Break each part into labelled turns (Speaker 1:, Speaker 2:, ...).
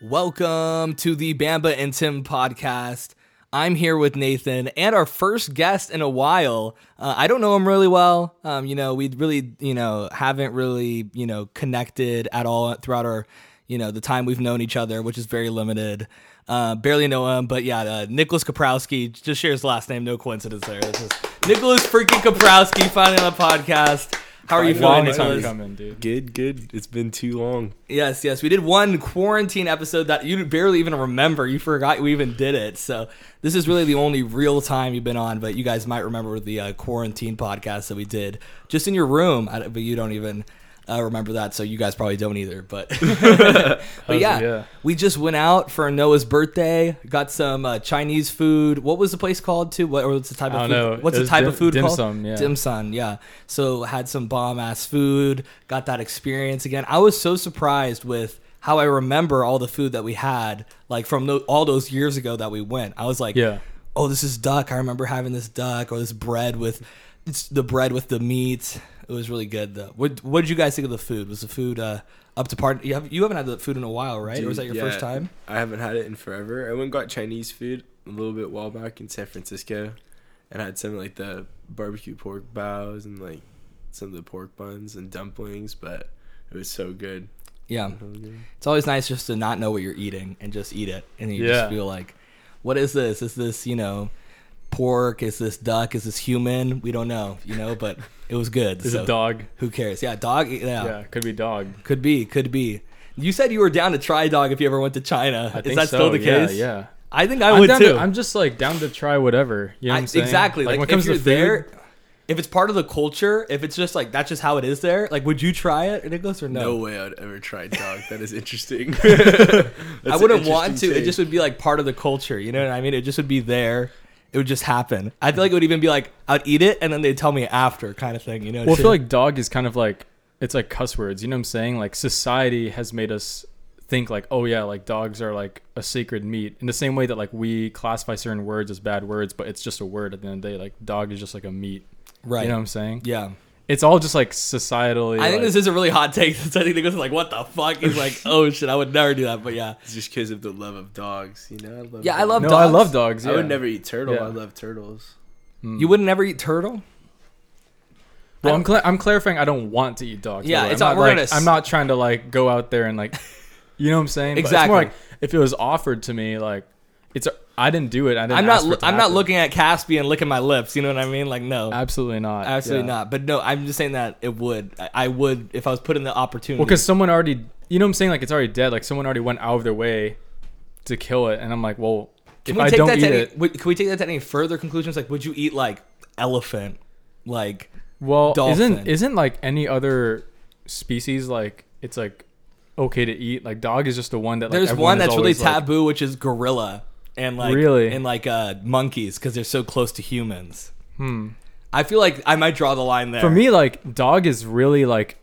Speaker 1: welcome to the Bamba and Tim podcast. I'm here with Nathan and our first guest in a while. Uh, I don't know him really well. Um, you know, we really, you know, haven't really, you know, connected at all throughout our, you know, the time we've known each other, which is very limited. Uh, barely know him, but yeah, uh, Nicholas Kaprowski just shares last name. No coincidence there. It's just Nicholas freaking Kaprowski finally on the podcast. How are you feeling,
Speaker 2: Long time
Speaker 1: Nicholas?
Speaker 2: coming, dude.
Speaker 3: Good, good. It's been too long.
Speaker 1: Yes, yes. We did one quarantine episode that you barely even remember. You forgot we even did it. So this is really the only real time you've been on, but you guys might remember the uh, quarantine podcast that we did just in your room, I, don't- but you don't even uh, remember that. So you guys probably don't either. But, but yeah,
Speaker 2: yeah.
Speaker 1: we just went out for Noah's birthday, got some uh, Chinese food. What was the place called too? What or what's the type
Speaker 2: I
Speaker 1: of
Speaker 2: don't
Speaker 1: food?
Speaker 2: know.
Speaker 1: What's
Speaker 2: It
Speaker 1: the
Speaker 2: was
Speaker 1: type
Speaker 2: dim-
Speaker 1: of food
Speaker 2: dim
Speaker 1: called?
Speaker 2: sum, yeah.
Speaker 1: Dim sun, yeah. So had some bomb ass food, got that experience again. I was so surprised with how I remember all the food that we had, like from tho- all those years ago that we went. I was like,
Speaker 2: Yeah.
Speaker 1: oh, this is duck. I remember having this duck or this bread with, it's the bread with the meat. It was really good though. What What did you guys think of the food? Was the food uh, up to par? You, have, you haven't had the food in a while, right? or was that your
Speaker 3: Dude, yeah,
Speaker 1: first time?
Speaker 3: I haven't had it in forever. I went and got Chinese food a little bit while back in San Francisco, and I had some like the barbecue pork bows and like some of the pork buns and dumplings. But it was so good.
Speaker 1: Yeah.
Speaker 3: Really good.
Speaker 1: It's always nice just to not know what you're eating and just eat it, and you
Speaker 2: Yeah.
Speaker 1: just feel like, what is this? Is this you know, pork? Is this duck? Is this human? We don't know, you know. But it was good.
Speaker 2: There's
Speaker 1: so
Speaker 2: a dog.
Speaker 1: Who cares? Yeah, dog. Yeah.
Speaker 2: Yeah, could be dog.
Speaker 1: could be, could be. You said you were down to try dog if you ever went to China.
Speaker 2: I
Speaker 1: is
Speaker 2: think
Speaker 1: that
Speaker 2: so,
Speaker 1: still the
Speaker 2: yeah,
Speaker 1: case?
Speaker 2: Yeah,
Speaker 1: I think I
Speaker 2: I'm
Speaker 1: would
Speaker 2: down
Speaker 1: too.
Speaker 2: To, I'm just like down to try whatever. You know what
Speaker 1: I-
Speaker 2: I'm saying?
Speaker 1: exactly. Like,
Speaker 2: when it comes
Speaker 1: if you're
Speaker 2: to food,
Speaker 1: there, if it's part of the culture, if it's just like that's just how it is there, like would you try it, Nicholas, or no?
Speaker 3: No way I'd ever try dog. That is interesting.
Speaker 1: I wouldn't want to. It just would be like part of the culture. You know what I mean? It just would be there. It would just happen. I feel like it would even be like I'd eat it and then they'd tell me after, kind of thing. You know?
Speaker 2: well, I
Speaker 1: too.
Speaker 2: feel like dog is kind of like it's like cuss words. You know what I'm saying? Like society has made us think like, oh yeah, like dogs are like a sacred meat. In the same way that like we classify certain words as bad words, but it's just a word at the end of the day. Like dog is just like a meat.
Speaker 1: right?
Speaker 2: You know what I'm saying?
Speaker 1: yeah.
Speaker 2: It's all just like societally.
Speaker 1: I think
Speaker 2: like-
Speaker 1: this is a really hot take. Since I think Nicholas is like, "What the fuck?" He's like, "Oh shit, I would never do that." But yeah,
Speaker 3: It's just because of the love of dogs. You know. I love
Speaker 1: Yeah, I love
Speaker 2: No,
Speaker 1: dogs.
Speaker 2: I love dogs.
Speaker 3: I would
Speaker 2: yeah.
Speaker 3: never eat turtle.
Speaker 2: Yeah.
Speaker 3: I love turtles.
Speaker 2: Mm.
Speaker 1: you wouldn't ever eat turtle.
Speaker 2: Well, I'm, cla I'm clarifying. I don't want to eat dogs. by
Speaker 1: Yeah,
Speaker 2: the way.
Speaker 1: it's
Speaker 2: I'm
Speaker 1: not-
Speaker 2: not,
Speaker 1: we're
Speaker 2: like,
Speaker 1: gonna s-
Speaker 2: I'm not trying to like go out there and like, you know what I'm saying? But It's
Speaker 1: Exactly.
Speaker 2: more like if it was offered to me, like, it's a, I didn't do it. I didn't.
Speaker 1: I'm
Speaker 2: ask
Speaker 1: not.
Speaker 2: for it
Speaker 1: loo-
Speaker 2: to
Speaker 1: I'm not
Speaker 2: happen.
Speaker 1: looking at Caspi and licking my lips. You know what I mean? Like, no,
Speaker 2: Absolutely not.
Speaker 1: absolutely
Speaker 2: yeah.
Speaker 1: not. But no, I'm just saying that it would. I, I would if I was put in the opportunity.
Speaker 2: Well, because someone already, you know what I'm saying? Like, it's already dead. Like, someone already went out of their way to kill it, and I'm like, well,
Speaker 1: Can
Speaker 2: if
Speaker 1: we
Speaker 2: I
Speaker 1: take
Speaker 2: don't
Speaker 1: that
Speaker 2: eat
Speaker 1: to any,
Speaker 2: it,
Speaker 1: would- Can we take that to any further conclusions? Like, would you eat like elephant? Like,
Speaker 2: well,
Speaker 1: dolphin?
Speaker 2: isn't isn't like any other species like it's like okay to eat? Like, dog is just the one that like,
Speaker 1: there's
Speaker 2: everyone
Speaker 1: one
Speaker 2: is
Speaker 1: that's really
Speaker 2: always, like-
Speaker 1: taboo, which is gorilla, and like
Speaker 2: Really?
Speaker 1: and like uh, monkeys because they're so close to humans. Hmm. I feel like I might draw the line there.
Speaker 2: for me like dog is really like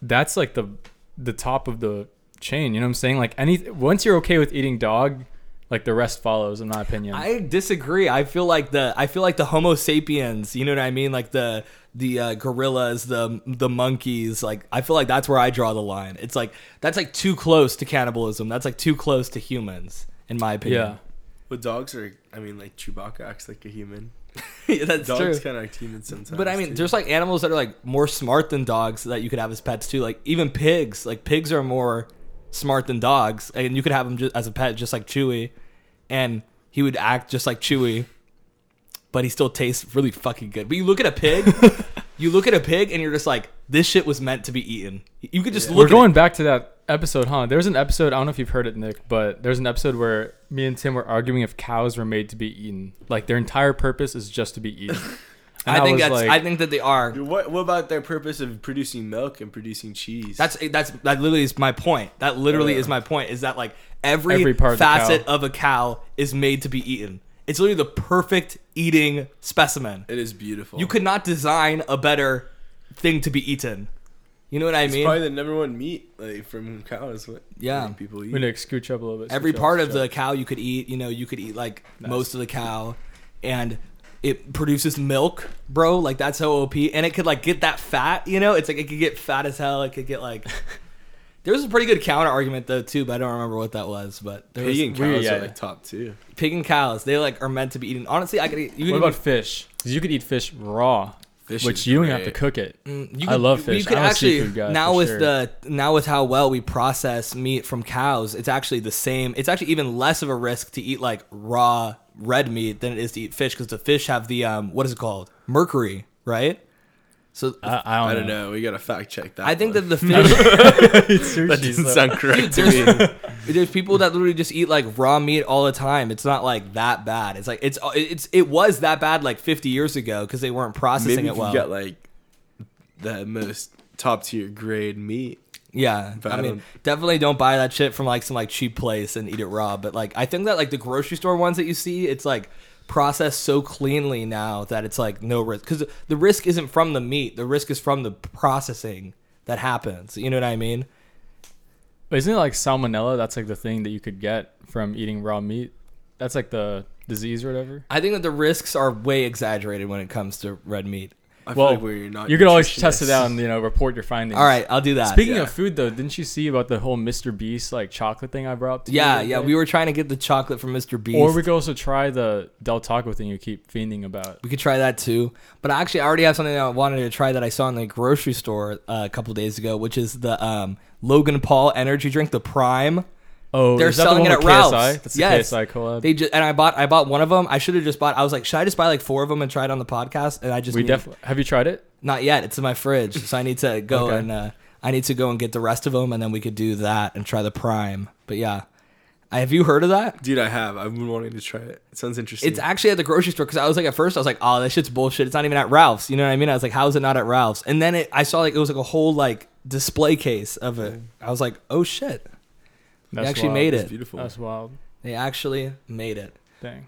Speaker 2: that's like the the top of the chain you know what i'm saying like any once you're okay with eating dog like the rest follows in my opinion
Speaker 1: I disagree. I feel like the I feel like the Homo sapiens. You know what I mean? Like the the uh, gorillas, the the monkeys. Like I feel like that's where I draw the line. It's like that's like too close to cannibalism. That's like too close to humans, in my
Speaker 2: yeah
Speaker 1: opinion.
Speaker 3: Well, dogs are. I mean, like Chewbacca acts like a human.
Speaker 1: Yeah, that's true.
Speaker 3: Dogs kind of act human sometimes.
Speaker 1: But I mean,
Speaker 3: too.
Speaker 1: there's like animals that are like more smart than dogs that you could have as pets too. Like even pigs, like pigs are more smart than dogs, and you could have them just as a pet, just like Chewy, and he would act just like Chewy, but he still tastes really fucking good. But you look at a pig, you look at a pig, and you're just like, this shit was meant to be eaten. You could just look.
Speaker 2: we're
Speaker 1: at
Speaker 2: going back to that episode huh there's an episode i don't know if you've heard it nick but there's an episode where me and tim were arguing if cows were made to be eaten like their entire purpose is just to be eaten
Speaker 1: It. I,
Speaker 2: And
Speaker 1: think
Speaker 2: was
Speaker 1: that's.
Speaker 2: like-
Speaker 1: I think that they are.
Speaker 3: What what about their purpose of producing milk and producing cheese?
Speaker 1: That's that's that literally is my point. That literally is my point. Is that like every,
Speaker 2: Every part of the
Speaker 1: facet
Speaker 2: cow.
Speaker 1: of, a cow is made to be eaten. It's literally the perfect eating specimen.
Speaker 3: it is beautiful.
Speaker 1: You could not design a better thing to be eaten. You know what I mean?
Speaker 3: probably the number one meat like from cows. What
Speaker 1: Yeah.
Speaker 3: what people
Speaker 2: we
Speaker 3: eat.
Speaker 2: nick scooch up a little bit
Speaker 1: every
Speaker 2: scooch up,
Speaker 1: part of
Speaker 2: scooch
Speaker 1: the
Speaker 2: up.
Speaker 1: cow you could eat. You know, you could eat like most of the cow, and it produces milk, bro. Like that's how op, and it could like get that fat. You know, it's like it could get fat as hell. It could get like. There was a pretty good counter argument though too, but I don't remember what that was. But there
Speaker 3: Pig and
Speaker 1: was
Speaker 3: cows
Speaker 2: yeah,
Speaker 3: are
Speaker 2: yeah.
Speaker 3: like top two.
Speaker 1: pig and cows. They like are meant to be eaten. Honestly, I could eat. You
Speaker 2: What
Speaker 1: could-
Speaker 2: about fish? 'Cause you could eat fish raw,
Speaker 3: Fish
Speaker 2: which
Speaker 3: is
Speaker 2: you don't have to
Speaker 3: great.
Speaker 2: cook it.
Speaker 1: Mm, you
Speaker 2: I love
Speaker 1: you- You
Speaker 2: fish.
Speaker 1: could
Speaker 2: I'm a
Speaker 1: actually
Speaker 2: seafood guy,
Speaker 1: now
Speaker 2: for
Speaker 1: with
Speaker 2: sure.
Speaker 1: the now with how well we process meat from cows, it's actually the same. It's actually even less of a risk to eat like raw red meat than it is to eat fish because the fish have the um what is it called mercury, right? So
Speaker 2: I, I, don't,
Speaker 3: I don't
Speaker 2: know.
Speaker 3: know. We gotta fact check that.
Speaker 1: I think that
Speaker 3: one.
Speaker 1: the fish.
Speaker 3: that doesn't sound correct to me.
Speaker 1: There's people that literally just eat like raw meat all the time. It's not like that bad. It's like it's it's it was that bad like 50 years ago because they weren't processing
Speaker 3: Maybe
Speaker 1: it
Speaker 3: if
Speaker 1: well.
Speaker 3: you got like the most top tier grade meat.
Speaker 1: yeah,
Speaker 3: But
Speaker 1: I
Speaker 3: I
Speaker 1: mean,
Speaker 3: don't-
Speaker 1: definitely don't buy that shit from like some like cheap place and eat it raw. But like, I think that like the grocery store ones that you see, it's like processed so cleanly now that it's like no risk because the risk isn't from the meat. The risk is from the processing that happens. You know what I mean?
Speaker 2: But Isn't it like salmonella? That's like the thing that you could get from eating raw meat. That's like the disease or whatever.
Speaker 1: I think that the risks are way exaggerated when it comes to red meat.
Speaker 3: I
Speaker 2: Well,
Speaker 3: feel like we're not.
Speaker 2: You could always test it
Speaker 3: nutritionists.
Speaker 2: out and you know report your findings.
Speaker 1: All right, I'll do that.
Speaker 2: Speaking
Speaker 3: Yeah.
Speaker 2: of food, though, didn't you see about the whole Mr. Beast like chocolate thing I brought up? To you the
Speaker 1: Yeah,
Speaker 2: other
Speaker 1: yeah,
Speaker 2: day?
Speaker 1: we were trying to get the chocolate from Mr. Beast.
Speaker 2: Or we could also try the Del Taco thing you keep fiending about.
Speaker 1: we could try that too. But I actually already have something that I wanted to try that I saw in the grocery store uh, a couple days ago, which is the um, Logan Paul energy drink, the Prime.
Speaker 2: Oh,
Speaker 1: They're
Speaker 2: is that
Speaker 1: selling
Speaker 2: the
Speaker 1: it
Speaker 2: one
Speaker 1: at Ralph's.
Speaker 2: with KSI? That's the
Speaker 1: Yes.
Speaker 2: KSI collab.
Speaker 1: They just, and I bought I bought one of them. I should have just bought. I was like, should I just buy like four of them and try it on the podcast? And I just
Speaker 2: we
Speaker 1: need-
Speaker 2: definitely have you tried it?
Speaker 1: not yet. It's in my fridge, so I need to go
Speaker 2: Okay.
Speaker 1: and uh, I need to go and get the rest of them, and then we could do that and try the Prime. But yeah, I, have you heard of that?
Speaker 3: Dude, I have. I've been wanting to try it. It sounds interesting.
Speaker 1: It's actually at the grocery store because I was like at first I was like, oh, that shit's bullshit. It's not even at Ralph's. You know what I mean? I was like, how is it not at Ralph's? And then it, I saw like it was like a whole like display case of it. I was like, oh shit,
Speaker 2: That's
Speaker 1: actually
Speaker 2: wild.
Speaker 1: made it.
Speaker 3: It's beautiful.
Speaker 2: That's wild.
Speaker 1: they actually made it.
Speaker 2: Dang.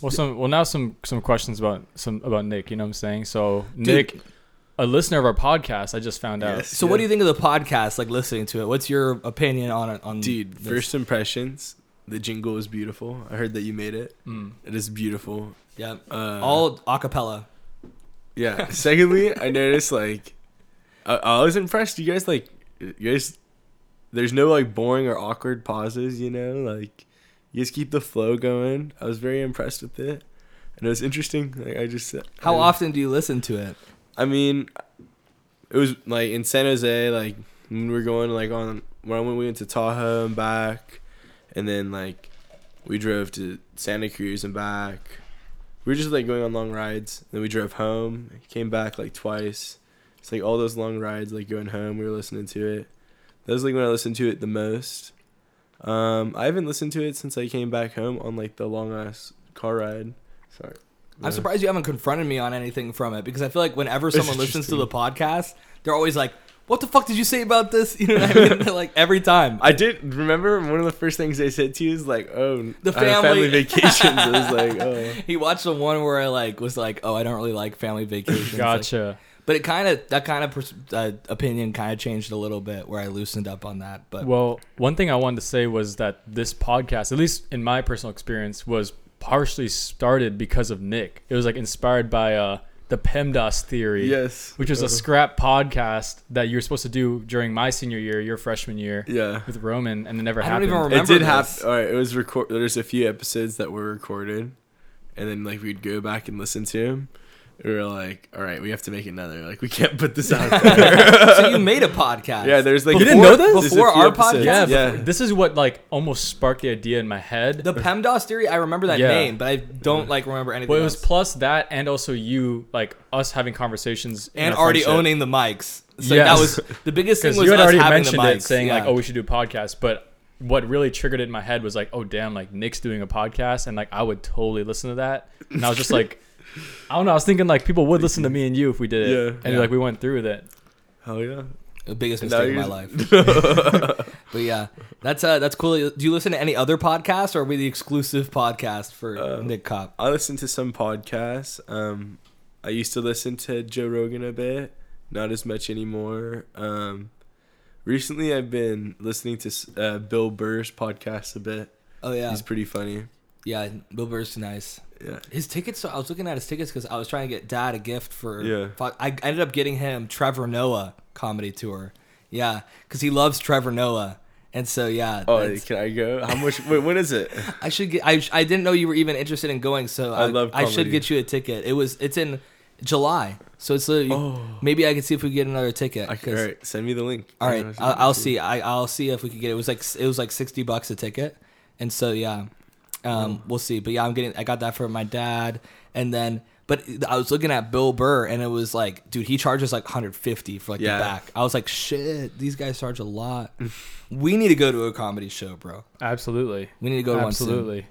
Speaker 2: Well, some well now some some questions about some about Nick. You know what I'm saying? So Nick, a listener of our podcast, I just found out.
Speaker 3: Yes.
Speaker 1: So what do
Speaker 3: Yeah.
Speaker 1: you think of the podcast? Like listening to it, what's your opinion on it? On
Speaker 3: Dude,
Speaker 1: this?
Speaker 3: first impressions. The jingle is beautiful. I heard that you made it.
Speaker 2: Mm.
Speaker 3: It is beautiful.
Speaker 1: yeah,
Speaker 3: Uh,
Speaker 1: all acapella.
Speaker 3: yeah. Secondly, I noticed like I, I was impressed. You guys like you guys. There's no like boring or awkward pauses. You know, like you just keep the flow going. I was very impressed with it, and it was interesting. Like I just
Speaker 1: How
Speaker 3: I-
Speaker 1: often do you listen to it?
Speaker 3: I mean, it was like in San Jose, like when we were going like on when we went to Tahoe and back, and then like we drove to Santa Cruz and back. We were just like going on long rides. Then we drove home, came back like twice. It's like all those long rides, like going home. We were listening to it. That was like when I listened to it the most. Um, I haven't listened to it since I came back home on like the long ass car ride. Sorry.
Speaker 1: I'm surprised you haven't confronted me on anything from it because I feel like whenever someone listens to the podcast, they're always like, "What the fuck did you say about this?" You know what I mean? They're like every time.
Speaker 3: I did remember one of the first things they said to you is like, "Oh,
Speaker 1: The
Speaker 3: uh, family
Speaker 1: family.
Speaker 3: vacations." I was like, "Oh,
Speaker 1: he watched the one where I like was like, oh, I don't really like family vacations. Like-
Speaker 2: Gotcha.
Speaker 1: but it kind of that kind of pers- uh, opinion kind of changed a little bit where I loosened up on that. But
Speaker 2: Well, one thing I wanted to say was that this podcast, at least in my personal experience, was partially started because of Nick. It was like inspired by uh, the PEMDAS theory.
Speaker 3: yes."
Speaker 2: Which was
Speaker 1: Uh-huh.
Speaker 2: a scrap podcast that you were supposed to do during my senior year, your freshman year,
Speaker 3: yeah.
Speaker 2: with Roman, and it never
Speaker 1: I don't
Speaker 2: happened.
Speaker 1: even remember.
Speaker 3: It did
Speaker 1: this.
Speaker 3: happen. All right, it was record. There's a few episodes that were recorded, and then like we'd go back and listen to them. We were like, "All right, we have to make another. Like, we can't put this out." there.
Speaker 1: so you made a podcast.
Speaker 3: yeah, there's like
Speaker 2: You didn't know this?
Speaker 3: there's a
Speaker 1: Before
Speaker 3: few
Speaker 1: our
Speaker 3: episodes.
Speaker 1: podcast?
Speaker 2: Yeah,
Speaker 3: yeah.
Speaker 2: but This is what like almost sparked the idea in my head.
Speaker 1: the PEMDAS theory. I remember that
Speaker 2: Yeah.
Speaker 1: name, but I don't like remember anything.
Speaker 2: well, it was
Speaker 1: else.
Speaker 2: plus that, and also you like us having conversations in
Speaker 1: and
Speaker 2: our
Speaker 1: already
Speaker 2: friendship.
Speaker 1: owning the mics. So
Speaker 2: Yes.
Speaker 1: that was the biggest thing
Speaker 2: because
Speaker 1: was
Speaker 2: you had
Speaker 1: us
Speaker 2: already
Speaker 1: having
Speaker 2: mentioned
Speaker 1: the mics,
Speaker 2: it, saying like,
Speaker 1: yeah.
Speaker 2: "Oh, we should do podcasts." But what really triggered it in my head was like, "Oh, damn! Like Nick's doing a podcast, and like I would totally listen to that." And I was just like, "I don't know." I was thinking like people would listen to me and you if we did it,
Speaker 3: Yeah.
Speaker 2: and
Speaker 1: Yeah.
Speaker 2: like we went through with it.
Speaker 3: Hell yeah!
Speaker 1: the biggest
Speaker 3: And now
Speaker 1: mistake of my
Speaker 3: you're-
Speaker 1: life. But yeah, that's uh, that's cool. Do you listen to any other podcasts, or are we the exclusive podcast for
Speaker 2: Uh,
Speaker 1: Nick Cop?
Speaker 3: I listen to some podcasts. Um, I used to listen to Joe Rogan a bit, not as much anymore. Um, recently, I've been listening to s- uh, Bill Burr's podcast a bit.
Speaker 1: Oh yeah,
Speaker 3: He's pretty funny.
Speaker 1: yeah. Bill Burr's nice.
Speaker 3: Yeah,
Speaker 1: His tickets. So I was looking at his tickets because I was trying to get Dad a gift for.
Speaker 3: Yeah.
Speaker 1: fu- I ended up getting him Trevor Noah comedy tour. Yeah, because he loves Trevor Noah, and so yeah.
Speaker 3: Oh,
Speaker 1: that's-
Speaker 3: can I go? How much? wait, when is it?
Speaker 1: I should get. I, sh- I didn't know you were even interested in going, so I,
Speaker 3: love
Speaker 1: I should
Speaker 3: comedy.
Speaker 1: get you a ticket. It was. It's in July, so it's literally. Maybe I can see if we can get another ticket.
Speaker 3: Oh. I
Speaker 1: 'cause-
Speaker 3: can, all right, send me the link.
Speaker 1: all right, uh,
Speaker 3: Yeah, send me
Speaker 1: I'll,
Speaker 3: the
Speaker 1: I'll
Speaker 3: link.
Speaker 1: see. I, I'll see if we could get it. It was like s- it was like sixty bucks a ticket, and so yeah, um, we'll see. But yeah, I'm getting. I got that for my dad, and then. But I was looking at Bill Burr, and it was like, dude, he charges like 150 for like
Speaker 3: Yeah.
Speaker 1: the back. I was like, shit, these guys charge a lot. we need to go to a comedy show, bro.
Speaker 2: Absolutely.
Speaker 1: We need to go to one soon.
Speaker 2: Absolutely.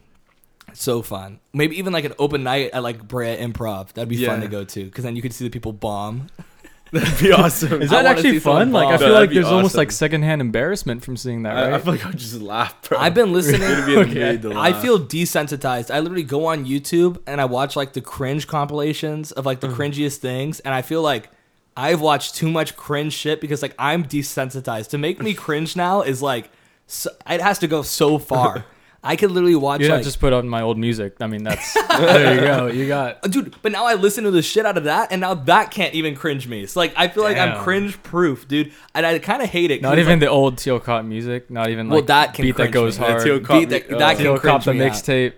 Speaker 1: So fun. Maybe even like an open night at like Brea Improv. That'd be fun
Speaker 3: Yeah.
Speaker 1: to go to because then you could see the people bomb.
Speaker 3: That'd be awesome.
Speaker 2: Is
Speaker 1: I
Speaker 2: that
Speaker 1: wanna see
Speaker 2: actually
Speaker 1: someone
Speaker 2: fun? Like I
Speaker 1: bomb.
Speaker 2: feel
Speaker 3: No, that'd
Speaker 2: like
Speaker 3: be
Speaker 2: there's almost
Speaker 3: awesome.
Speaker 2: like secondhand embarrassment from seeing that,
Speaker 3: I, I
Speaker 2: right?
Speaker 3: feel like I'll just laugh, bro.
Speaker 1: I've been listening.
Speaker 3: Gonna be in the
Speaker 2: Okay.
Speaker 3: mood to
Speaker 1: I
Speaker 3: laugh.
Speaker 1: feel desensitized. I literally go on YouTube and I watch like the cringe compilations of like the
Speaker 2: Mm.
Speaker 1: cringiest things, and I feel like I've watched too much cringe shit because like I'm desensitized. To make me cringe now is like so, it has to go so far. I could literally watch
Speaker 2: you don't
Speaker 1: like
Speaker 2: just put on my old music. I mean, that's there you go. You got
Speaker 1: uh, dude but now i listen to the shit out of that and now that can't even cringe me it's like i feel like i'm
Speaker 2: Damn.
Speaker 1: cringe proof dude and i kind of hate it 'cause
Speaker 2: not
Speaker 1: it's like,
Speaker 2: even the old Teal Cop music. Not even like
Speaker 1: Well, that can
Speaker 2: beat that
Speaker 1: cringe
Speaker 2: goes
Speaker 1: me.
Speaker 3: Yeah,
Speaker 2: hard.
Speaker 3: Teal
Speaker 2: Teal
Speaker 3: Cop,
Speaker 1: Beat that-
Speaker 3: oh,
Speaker 1: that can
Speaker 2: Cop
Speaker 1: cringe
Speaker 2: the
Speaker 1: me out.
Speaker 2: mixtape.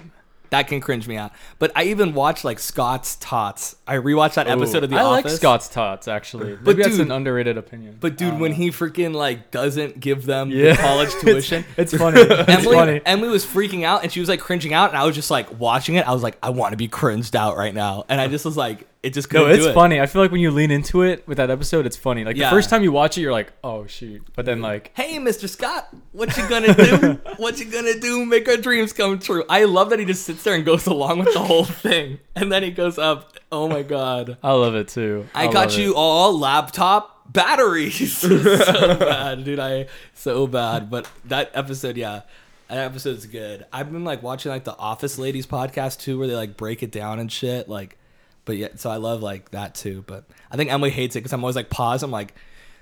Speaker 1: that can cringe me out but i even watch like scott's tots i rewatched that episode of the
Speaker 2: I
Speaker 1: office
Speaker 2: like Scott's Tots actually. Maybe that's
Speaker 1: dude-
Speaker 2: an underrated opinion.
Speaker 1: but dude when he freaking like doesn't give them
Speaker 2: Yeah.
Speaker 1: the college tuition
Speaker 2: it's funny. it's
Speaker 1: Emily,
Speaker 2: funny.
Speaker 1: Emily was freaking out and she was like cringing out, and I was just like watching it. I was like, I want to be cringed out right now, and I just was like, it just
Speaker 2: No,
Speaker 1: couldn't
Speaker 2: it's
Speaker 1: do it.
Speaker 2: funny. I feel like when you lean into it with that episode, it's funny. Like
Speaker 1: Yeah.
Speaker 2: the first time you watch it, you're like, "Oh shoot!" But then like
Speaker 1: hey mr scott what you gonna do what you gonna do make our dreams come true i love that he just sits there and goes along with the whole thing and then he goes up oh my god
Speaker 2: I love it too.
Speaker 1: i, got
Speaker 2: love
Speaker 1: you
Speaker 2: it.
Speaker 1: all laptop batteries so bad dude i so bad but that episode yeah that episode's good i've been like watching like the office ladies podcast too where they like break it down and shit like but yeah so i love like that too but i think emily hates it because i'm always like pause i'm like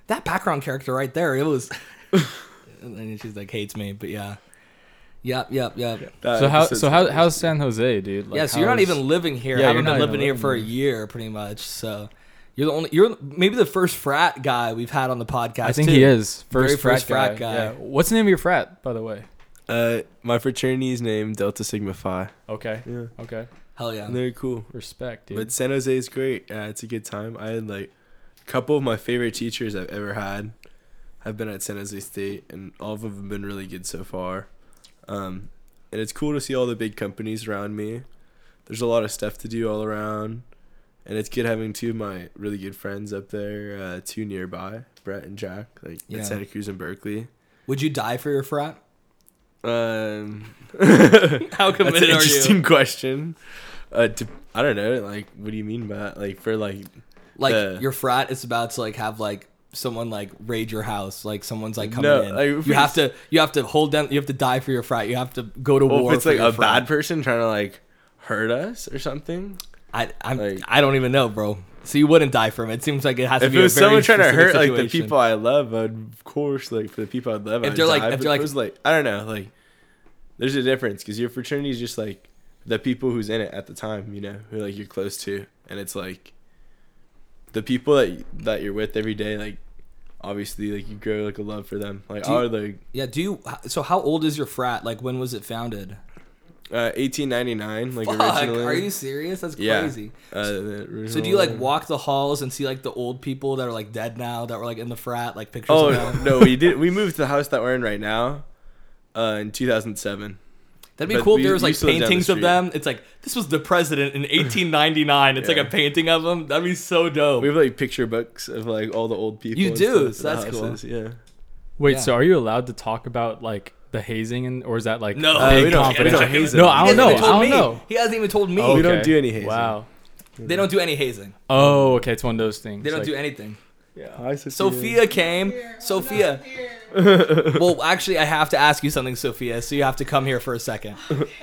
Speaker 1: that background character right there it was and then she's like hates me but yeah yep yep yep
Speaker 3: That
Speaker 2: So how
Speaker 3: episode's
Speaker 2: so how
Speaker 3: hilarious.
Speaker 2: how's San Jose, dude? Like,
Speaker 1: yeah so you're not
Speaker 2: how's-
Speaker 1: even living here
Speaker 2: Yeah,
Speaker 1: i
Speaker 2: you're
Speaker 1: haven't
Speaker 2: not
Speaker 1: been
Speaker 2: even
Speaker 1: living here for a
Speaker 2: living
Speaker 1: year pretty much so you're the only you're maybe the first frat guy we've had on the podcast
Speaker 2: I think
Speaker 1: too.
Speaker 2: he is
Speaker 1: Very
Speaker 2: first
Speaker 1: first
Speaker 2: frat
Speaker 1: frat
Speaker 2: guy.
Speaker 1: guy.
Speaker 2: Yeah. What's the name of your frat, by the way?
Speaker 3: Uh, my fraternity's name Delta Sigma Phi.
Speaker 2: Okay.
Speaker 3: Yeah,
Speaker 2: Okay.
Speaker 1: hell yeah
Speaker 3: and they're cool.
Speaker 2: Respect, dude.
Speaker 3: But San Jose is great. Uh, it's a good time. I had like a couple of my favorite teachers I've ever had have been at San Jose State, and all of them have been really good so far. Um, and it's cool to see all the big companies around me. There's a lot of stuff to do all around, and it's good having two of my really good friends up there, uh, two nearby, Brett and Jack, like
Speaker 1: Yeah.
Speaker 3: at Santa Cruz and Berkeley.
Speaker 1: would you die for your frat
Speaker 3: Um,
Speaker 1: how
Speaker 3: That's an
Speaker 1: committed are
Speaker 3: interesting
Speaker 1: you
Speaker 3: question. Uh, to, I don't know. Like, what do you mean by that? like for like
Speaker 1: like
Speaker 3: the-
Speaker 1: your frat is about to like have like someone like raid your house like someone's like coming
Speaker 3: No,
Speaker 1: in
Speaker 3: like, if
Speaker 1: you have
Speaker 3: it's-
Speaker 1: to you have to hold down you have to die for your frat you have to go to
Speaker 3: well,
Speaker 1: war
Speaker 3: if it's
Speaker 1: for
Speaker 3: like
Speaker 1: your
Speaker 3: a
Speaker 1: frat.
Speaker 3: bad person trying to like hurt us or something.
Speaker 1: I I'm,
Speaker 3: Like-
Speaker 1: I don't even know, bro. So you wouldn't die from it. It seems like it has to
Speaker 3: If
Speaker 1: be
Speaker 3: it was
Speaker 1: a very
Speaker 3: someone trying to hurt
Speaker 1: specific
Speaker 3: like the
Speaker 1: situation.
Speaker 3: people I love, I'd, of course, like for the people I love,
Speaker 1: If
Speaker 3: I'd
Speaker 1: they're, like-
Speaker 3: die,
Speaker 1: if
Speaker 3: but
Speaker 1: they're, like-
Speaker 3: it was like I don't know, like there's a difference because your fraternity is just like the people who's in it at the time, you know, who like you're close to, and it's like the people that that you're with every day, like obviously, like you grow like a love for them. Like
Speaker 1: Do you-
Speaker 3: I would like
Speaker 1: Yeah. Do you? h- So how old is your frat? Like when was it founded?
Speaker 3: Uh, 1899, like
Speaker 1: Fuck.
Speaker 3: originally.
Speaker 1: Are you serious? That's
Speaker 3: Yeah.
Speaker 1: crazy.
Speaker 3: Uh,
Speaker 1: So do you like walk the halls and see like the old people that are like dead now that were like in the frat like pictures?
Speaker 3: Oh
Speaker 1: of them?
Speaker 3: no, we did. We moved to the house that we're in right now, uh, in 2007.
Speaker 1: That'd be
Speaker 3: but
Speaker 1: cool if
Speaker 3: we-
Speaker 1: there was
Speaker 3: we
Speaker 1: like
Speaker 3: used to live down the
Speaker 1: paintings of
Speaker 3: street.
Speaker 1: them. It's like this was the president in 1899. It's
Speaker 3: Yeah.
Speaker 1: like a painting of them. That'd be so dope.
Speaker 3: We have like picture books of like all the old people.
Speaker 1: You
Speaker 3: and
Speaker 1: do,
Speaker 3: stuff at
Speaker 1: so
Speaker 3: the
Speaker 1: that's cool.
Speaker 3: houses, Yeah.
Speaker 2: Wait,
Speaker 1: Yeah.
Speaker 2: so are you allowed to talk about like the hazing and or is that like
Speaker 1: No.
Speaker 2: big
Speaker 1: Uh, we don't- we don't
Speaker 2: confidential?
Speaker 1: haze
Speaker 2: No,
Speaker 1: it.
Speaker 2: I
Speaker 1: He
Speaker 2: don't
Speaker 1: hasn't
Speaker 2: know.
Speaker 1: even
Speaker 2: I
Speaker 1: told me.
Speaker 2: don't know.
Speaker 1: He hasn't even told me.
Speaker 2: Oh,
Speaker 3: We don't
Speaker 2: okay.
Speaker 3: do any hazing.
Speaker 2: Wow.
Speaker 1: They don't do any hazing.
Speaker 2: Oh, okay. It's one of those things.
Speaker 1: They don't
Speaker 2: like-
Speaker 1: do anything.
Speaker 3: Hi, Sophia.
Speaker 1: Sophia came. Sophia. well, actually, I have to ask you something, Sophia. So you have to come here for a second.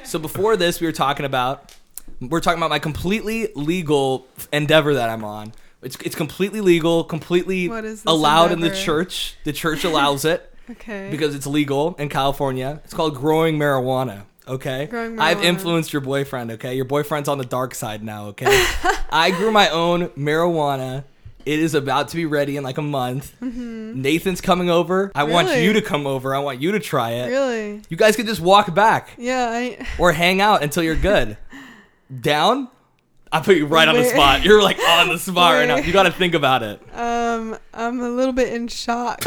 Speaker 1: So before this, we were talking about we're talking about my completely legal endeavor that I'm on. It's it's completely legal, completely
Speaker 4: What is this
Speaker 1: allowed in the
Speaker 4: endeavor?
Speaker 1: church. The church allows it
Speaker 4: Okay.
Speaker 1: because it's legal in California. It's called growing marijuana. Okay.
Speaker 4: Growing
Speaker 1: I've
Speaker 4: marijuana.
Speaker 1: influenced your boyfriend. Okay. Your boyfriend's on the dark side now. Okay. I grew my own marijuana It is about to be ready in like a month. Nathan's coming over. I want
Speaker 4: Mm-hmm. Really?
Speaker 1: you to come over. I want you to try it.
Speaker 4: Really?
Speaker 1: You guys could just walk back
Speaker 4: Yeah, I
Speaker 1: or hang out until you're good. Down? I put you right on the
Speaker 4: Wait.
Speaker 1: spot. You're like on the spot right now.
Speaker 4: Wait.
Speaker 1: You got to think about it.
Speaker 4: um I'm a little bit in shock.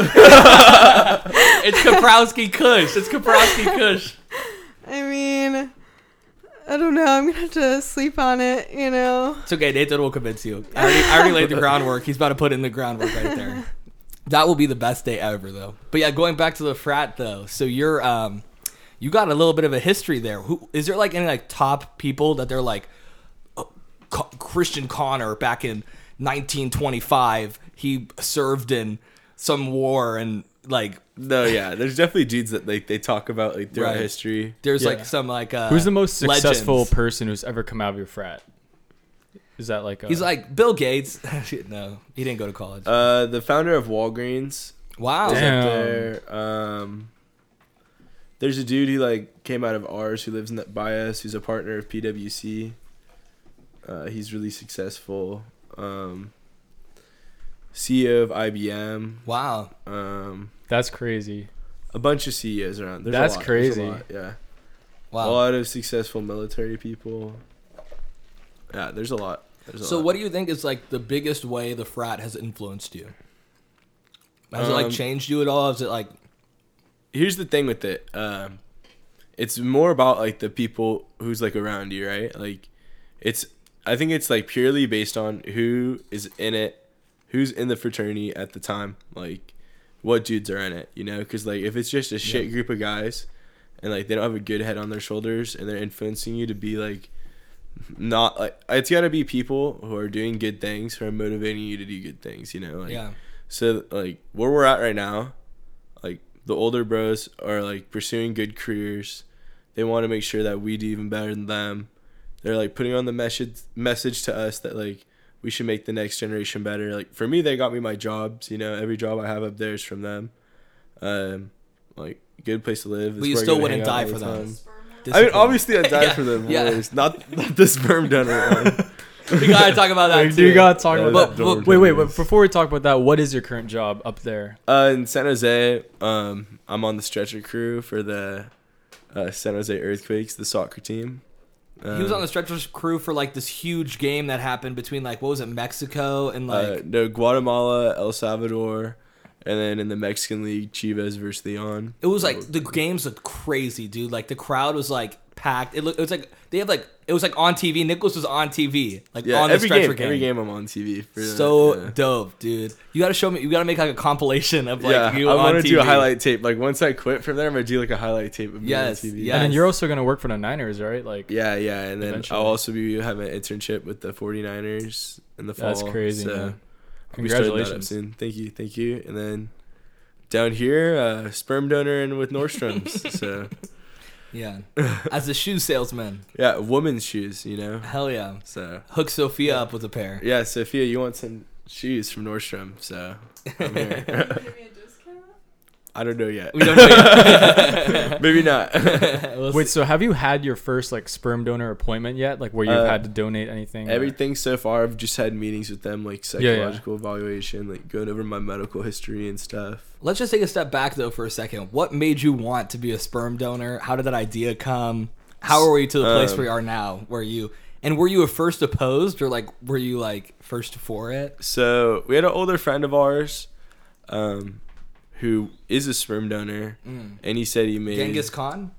Speaker 1: It's Kaprowski Kush. It's Kaprowski Kush.
Speaker 4: I mean, I don't know. I'm gonna have to sleep on it. You know.
Speaker 1: It's okay. Nathan will convince you. I already, I already laid the groundwork. He's about to put in the groundwork right there. That will be the best day ever, though. But yeah, going back to the frat though. So you're um, you got a little bit of a history there. Who is there like any like top people that they're like oh, Co- Christian Connor back in 1925? He served in some war and like
Speaker 3: No, yeah. There's definitely dudes that like they talk about like their
Speaker 1: Right.
Speaker 3: history.
Speaker 1: there's
Speaker 2: Yeah.
Speaker 1: like some like uh,
Speaker 2: Who's the most successful
Speaker 1: legends.
Speaker 2: person who's ever come out of your frat? Is that like a,
Speaker 1: He's like Bill Gates. no, he didn't go to college.
Speaker 3: Uh, the founder of Walgreens
Speaker 1: wow.
Speaker 3: was
Speaker 2: Damn.
Speaker 3: up there. Um, there's a dude who like came out of ours who lives in by us who's a partner of PwC. Uh, he's really successful. Um, CEO of IBM.
Speaker 1: Wow.
Speaker 3: Um,
Speaker 2: that's crazy.
Speaker 3: a bunch of CEOs around. There's
Speaker 2: That's
Speaker 3: a lot. There's a
Speaker 2: crazy.
Speaker 3: lot, Yeah,
Speaker 1: Wow.
Speaker 3: a lot of successful military people. Yeah, there's a lot. There's a
Speaker 1: So,
Speaker 3: lot.
Speaker 1: what do you think is like the biggest way the frat has influenced you? Has it
Speaker 3: Um,
Speaker 1: like changed you at all? Is it like
Speaker 3: here's the thing with it. Um, it's more about like the people who's like around you, right? Like, it's I think it's like purely based on who is in it, who's in the fraternity at the time, like what dudes are in it, you know? Because like if it's just a shit group of guys, and like they don't have a good head on their shoulders, and they're influencing you to be like not like it's got to be people who are doing good things who are motivating you to do good things you know like
Speaker 1: yeah,
Speaker 3: so like where we're at right now, like the older bros are like pursuing good careers. They want to make sure that we do even better than them. They're like putting on the message message to us that like we should make the next generation better. Like for me, they got me my jobs. You know, every job I have up there is from them. Um, like good place to live.
Speaker 1: But you
Speaker 3: It's where I
Speaker 1: still
Speaker 3: go to
Speaker 1: wouldn't
Speaker 3: hang out
Speaker 1: die
Speaker 3: all
Speaker 1: for
Speaker 3: the
Speaker 1: them.
Speaker 3: time. I mean,
Speaker 1: Discipline.
Speaker 3: obviously I'd die
Speaker 1: Yeah,
Speaker 3: for them.
Speaker 1: yeah.
Speaker 3: boys. Not, not the sperm donor one.
Speaker 1: we gotta talk about that too.
Speaker 2: you gotta talk
Speaker 3: Yeah,
Speaker 1: that
Speaker 2: about that.
Speaker 1: door
Speaker 2: wait, wait,
Speaker 3: doors.
Speaker 2: wait. Before we talk about that, what is your current job up there?
Speaker 3: Uh, in San Jose, um, I'm on the stretcher crew for the uh, San Jose Earthquakes, the soccer team. Um,
Speaker 1: he was on the stretchers crew for like this huge game that happened between like what was it Mexico and like
Speaker 3: uh, no Guatemala, El Salvador, and then in the Mexican League, Chivas versus Leon.
Speaker 1: it was like the games looked crazy, dude. Like the crowd was like packed. It looked it was like they have like it was like on TV. Nicholas was on TV like
Speaker 3: yeah,
Speaker 1: on the
Speaker 3: every
Speaker 1: stretcher
Speaker 3: game, every game I'm on TV. For that,
Speaker 1: So
Speaker 3: yeah.
Speaker 1: dope, dude. You gotta show me. You gotta make like a compilation of like
Speaker 3: yeah,
Speaker 1: you
Speaker 3: I
Speaker 1: on
Speaker 3: want to
Speaker 1: TV.
Speaker 3: do a highlight tape. Like once I quit from there, I'm gonna do like a highlight tape of me
Speaker 1: Yes,
Speaker 3: on TV.
Speaker 1: yes.
Speaker 2: And then you're also gonna work for the Niners, right? Like,
Speaker 3: Yeah, yeah, and then
Speaker 2: Eventually.
Speaker 3: I'll also be having an internship with the 49ers in the fall.
Speaker 2: That's crazy, man.
Speaker 3: I'll be starting that up
Speaker 2: Congratulations.
Speaker 3: soon. Thank you, thank you. And then down here, uh, sperm donor and with Nordstrom's. so
Speaker 1: Yeah, as a shoe salesman,
Speaker 3: yeah, women's shoes, you know.
Speaker 1: hell yeah.
Speaker 3: So
Speaker 1: Hook Sophia up with a pair.
Speaker 3: yeah, Sophia, you want some shoes from Nordstrom? So I'm here. I don't know yet.
Speaker 1: We don't know yet.
Speaker 3: Maybe not.
Speaker 1: We'll
Speaker 2: Wait,
Speaker 1: see.
Speaker 2: so have you had your first like sperm donor appointment yet? Like where you've
Speaker 3: Uh,
Speaker 2: had to donate anything? or-
Speaker 3: Everything so far, I've just had meetings with them, like
Speaker 2: yeah.
Speaker 3: psychological evaluation, like going over my medical history and stuff.
Speaker 1: Let's just take a step back though for a second. What made you want to be a sperm donor? How did that idea come? How are we to the place
Speaker 3: Um,
Speaker 1: where we are now? Where you and were you at first opposed or like were you like first for it?
Speaker 3: So we had an older friend of ours, um, who is a sperm donor, and he said he made
Speaker 1: Genghis Khan?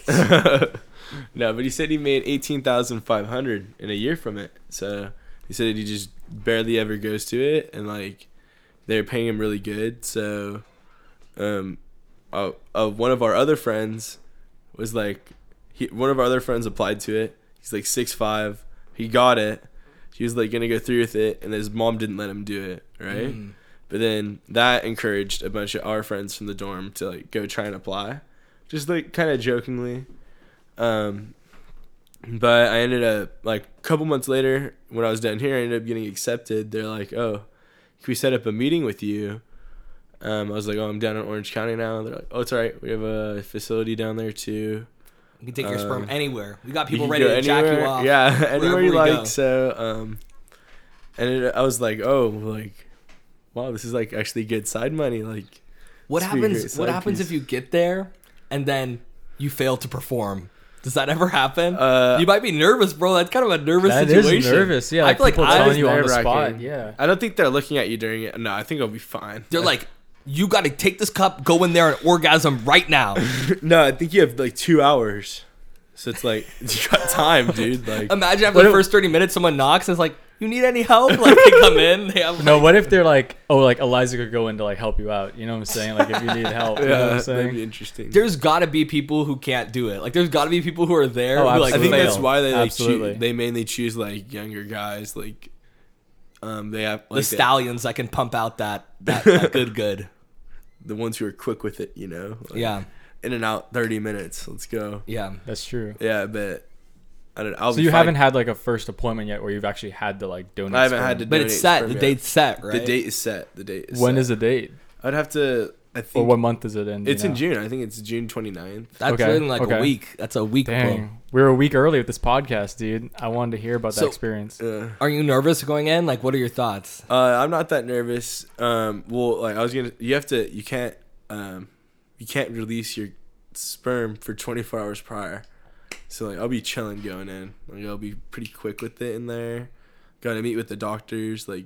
Speaker 3: no, but he said he made eighteen thousand five hundred in a year from it. So he said he just barely ever goes to it, and like they're paying him really good. So, um, uh, uh, one of our other friends was like, he, one of our other friends applied to it. He's like six five. He got it. He was like gonna go through with it, and his mom didn't let him do it. Right. But then that encouraged a bunch of our friends from the dorm to like go try and apply, just like kind of jokingly. Um, but I ended up like a couple months later when I was down here, I ended up getting accepted. They're like, "Oh, can we set up a meeting with you?" Um, I was like, "Oh, I'm down in Orange County now." They're like, "Oh, it's all right. We have a facility down there too.
Speaker 1: You can take your sperm
Speaker 3: Um,
Speaker 1: anywhere. We got
Speaker 3: You
Speaker 1: people
Speaker 3: can
Speaker 1: ready
Speaker 3: go
Speaker 1: to jack you
Speaker 3: anywhere-
Speaker 1: off.
Speaker 3: Yeah, anywhere
Speaker 1: wherever
Speaker 3: you
Speaker 1: we
Speaker 3: like."
Speaker 1: go.
Speaker 3: So, um, and it, I was like, oh, like, wow, this is like actually good side money. Like,
Speaker 1: What
Speaker 3: Speaking of
Speaker 1: happens?
Speaker 3: great
Speaker 1: What
Speaker 3: side
Speaker 1: happens
Speaker 3: piece.
Speaker 1: if you get there and then you fail to perform? Does that ever happen?
Speaker 3: Uh,
Speaker 1: you might be nervous, bro. That's kind of a nervous
Speaker 2: That is
Speaker 1: situation.
Speaker 2: nervous. Yeah, like
Speaker 1: I feel
Speaker 2: people
Speaker 1: like I,
Speaker 2: telling you on the
Speaker 3: nerve-wracking.
Speaker 2: spot. Yeah.
Speaker 3: I don't think they're looking at you during it. No, I think I'll be fine.
Speaker 1: they're like, you got to take this cup, go in there, and orgasm right now.
Speaker 3: no, I think you have like two hours. So it's like you got time, dude. Like,
Speaker 1: Imagine after
Speaker 3: What
Speaker 1: the
Speaker 3: if-
Speaker 1: first thirty minutes, someone knocks and is like, "You need any help?" Like they come in, they have
Speaker 2: No, what if they're like, oh, like Eliza could go in to like help you out? You know what I'm saying? Like if you need help, you know what
Speaker 3: yeah,
Speaker 2: I'm
Speaker 3: that'd be
Speaker 2: saying?
Speaker 3: interesting.
Speaker 1: there's got to be people who can't do it. Like there's got to be people who are there.
Speaker 2: Oh,
Speaker 1: who, like,
Speaker 3: I think
Speaker 2: Fail.
Speaker 3: that's why they like
Speaker 2: Absolutely.
Speaker 3: choose, they mainly choose like younger guys. Like, um, they have
Speaker 1: the
Speaker 3: like that-
Speaker 1: stallions that can pump out that that, that good good.
Speaker 3: the ones who are quick with it. You know, Like,
Speaker 1: Yeah,
Speaker 3: in and out, thirty minutes. Let's go.
Speaker 1: yeah.
Speaker 2: That's true.
Speaker 3: Yeah, but I don't. I'll
Speaker 2: So
Speaker 3: be
Speaker 2: you
Speaker 3: fine.
Speaker 2: haven't had like a first appointment yet where you've actually had to like donate.
Speaker 3: I haven't had to.
Speaker 2: sperm?
Speaker 1: But
Speaker 3: donate
Speaker 1: it's set.
Speaker 3: sperm
Speaker 1: The
Speaker 3: yet.
Speaker 1: date's set, right?
Speaker 3: The date is set. The date is
Speaker 2: When
Speaker 3: set.
Speaker 2: is the date?
Speaker 3: I'd have to. I think
Speaker 2: Or what month is it in? do you
Speaker 3: it's in
Speaker 2: know?
Speaker 3: June. I think it's June 29th.
Speaker 1: That's
Speaker 2: Okay,
Speaker 1: in like a
Speaker 2: okay.
Speaker 1: week. That's a week. Bro.
Speaker 2: Dang, we were a week early with this podcast, dude. I wanted to hear about that
Speaker 1: So-
Speaker 2: experience.
Speaker 3: Uh,
Speaker 1: Are you nervous going in? Like, what are your thoughts?
Speaker 3: uh, I'm not that nervous. Um, well, like I was gonna, you have to, you can't, um, you can't release your sperm for 24 hours prior. So like I'll be chilling going in. Like I'll be pretty quick with it in there. Got to meet with the doctors. Like,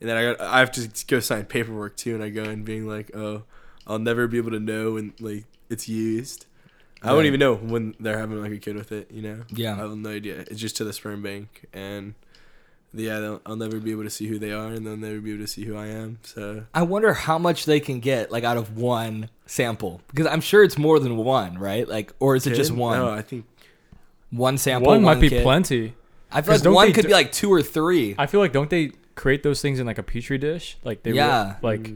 Speaker 3: and then I got, I have to go sign paperwork too. And I go in being like, oh, I'll never be able to know when like it's used. I
Speaker 1: Right.
Speaker 3: won't even know when they're having like a kid with it. You know.
Speaker 1: Yeah.
Speaker 3: I have no idea. It's just to the sperm bank, and yeah, they'll, I'll never be able to see who they are, and they'll never be able to see who I am. So
Speaker 1: I wonder how much they can get like out of one sample because I'm sure it's more than one, right? Like, or is it just
Speaker 3: Kid?
Speaker 1: one?
Speaker 3: No, I think
Speaker 1: One sample.
Speaker 2: one might be
Speaker 1: kid?
Speaker 2: plenty.
Speaker 1: I feel
Speaker 2: 'Cause
Speaker 1: like
Speaker 2: don't
Speaker 1: one
Speaker 2: they
Speaker 1: could
Speaker 2: do-
Speaker 1: be like two or three.
Speaker 2: I feel like don't they create those things in like a petri dish? Like they
Speaker 1: Yeah.
Speaker 2: yeah. Mm. like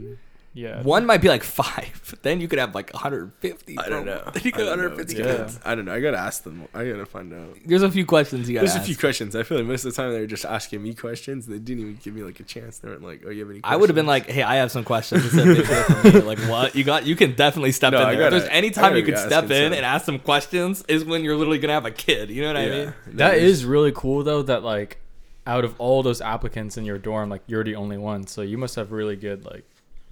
Speaker 2: yeah.
Speaker 1: One might be like five. Then you could have like 150.
Speaker 3: I
Speaker 1: bro.
Speaker 3: don't know.
Speaker 1: Then you
Speaker 3: I
Speaker 1: could have
Speaker 3: don't know.
Speaker 1: 150
Speaker 3: It's good.
Speaker 1: kids.
Speaker 3: I don't know. I gotta ask them. I gotta find out.
Speaker 1: There's a few questions you got.
Speaker 3: There's a few questions. I feel like most of the time they were just asking me questions. and They didn't even give me like a chance. They weren't like, "Oh, you have any?" Questions?
Speaker 1: I would have been like, "Hey, I have some questions." Instead of "Big deal for me." like, what? You got? You can definitely step
Speaker 3: No,
Speaker 1: in.
Speaker 3: I
Speaker 1: There. if
Speaker 3: gotta-
Speaker 1: there's any
Speaker 3: I
Speaker 1: time you
Speaker 3: gotta
Speaker 1: could
Speaker 3: be
Speaker 1: step in
Speaker 3: asking some.
Speaker 1: and ask some questions is when you're literally gonna have a kid. You know what I mean?
Speaker 2: that is really cool though that like out of all those applicants in your dorm like you're the only one. So you must have really good like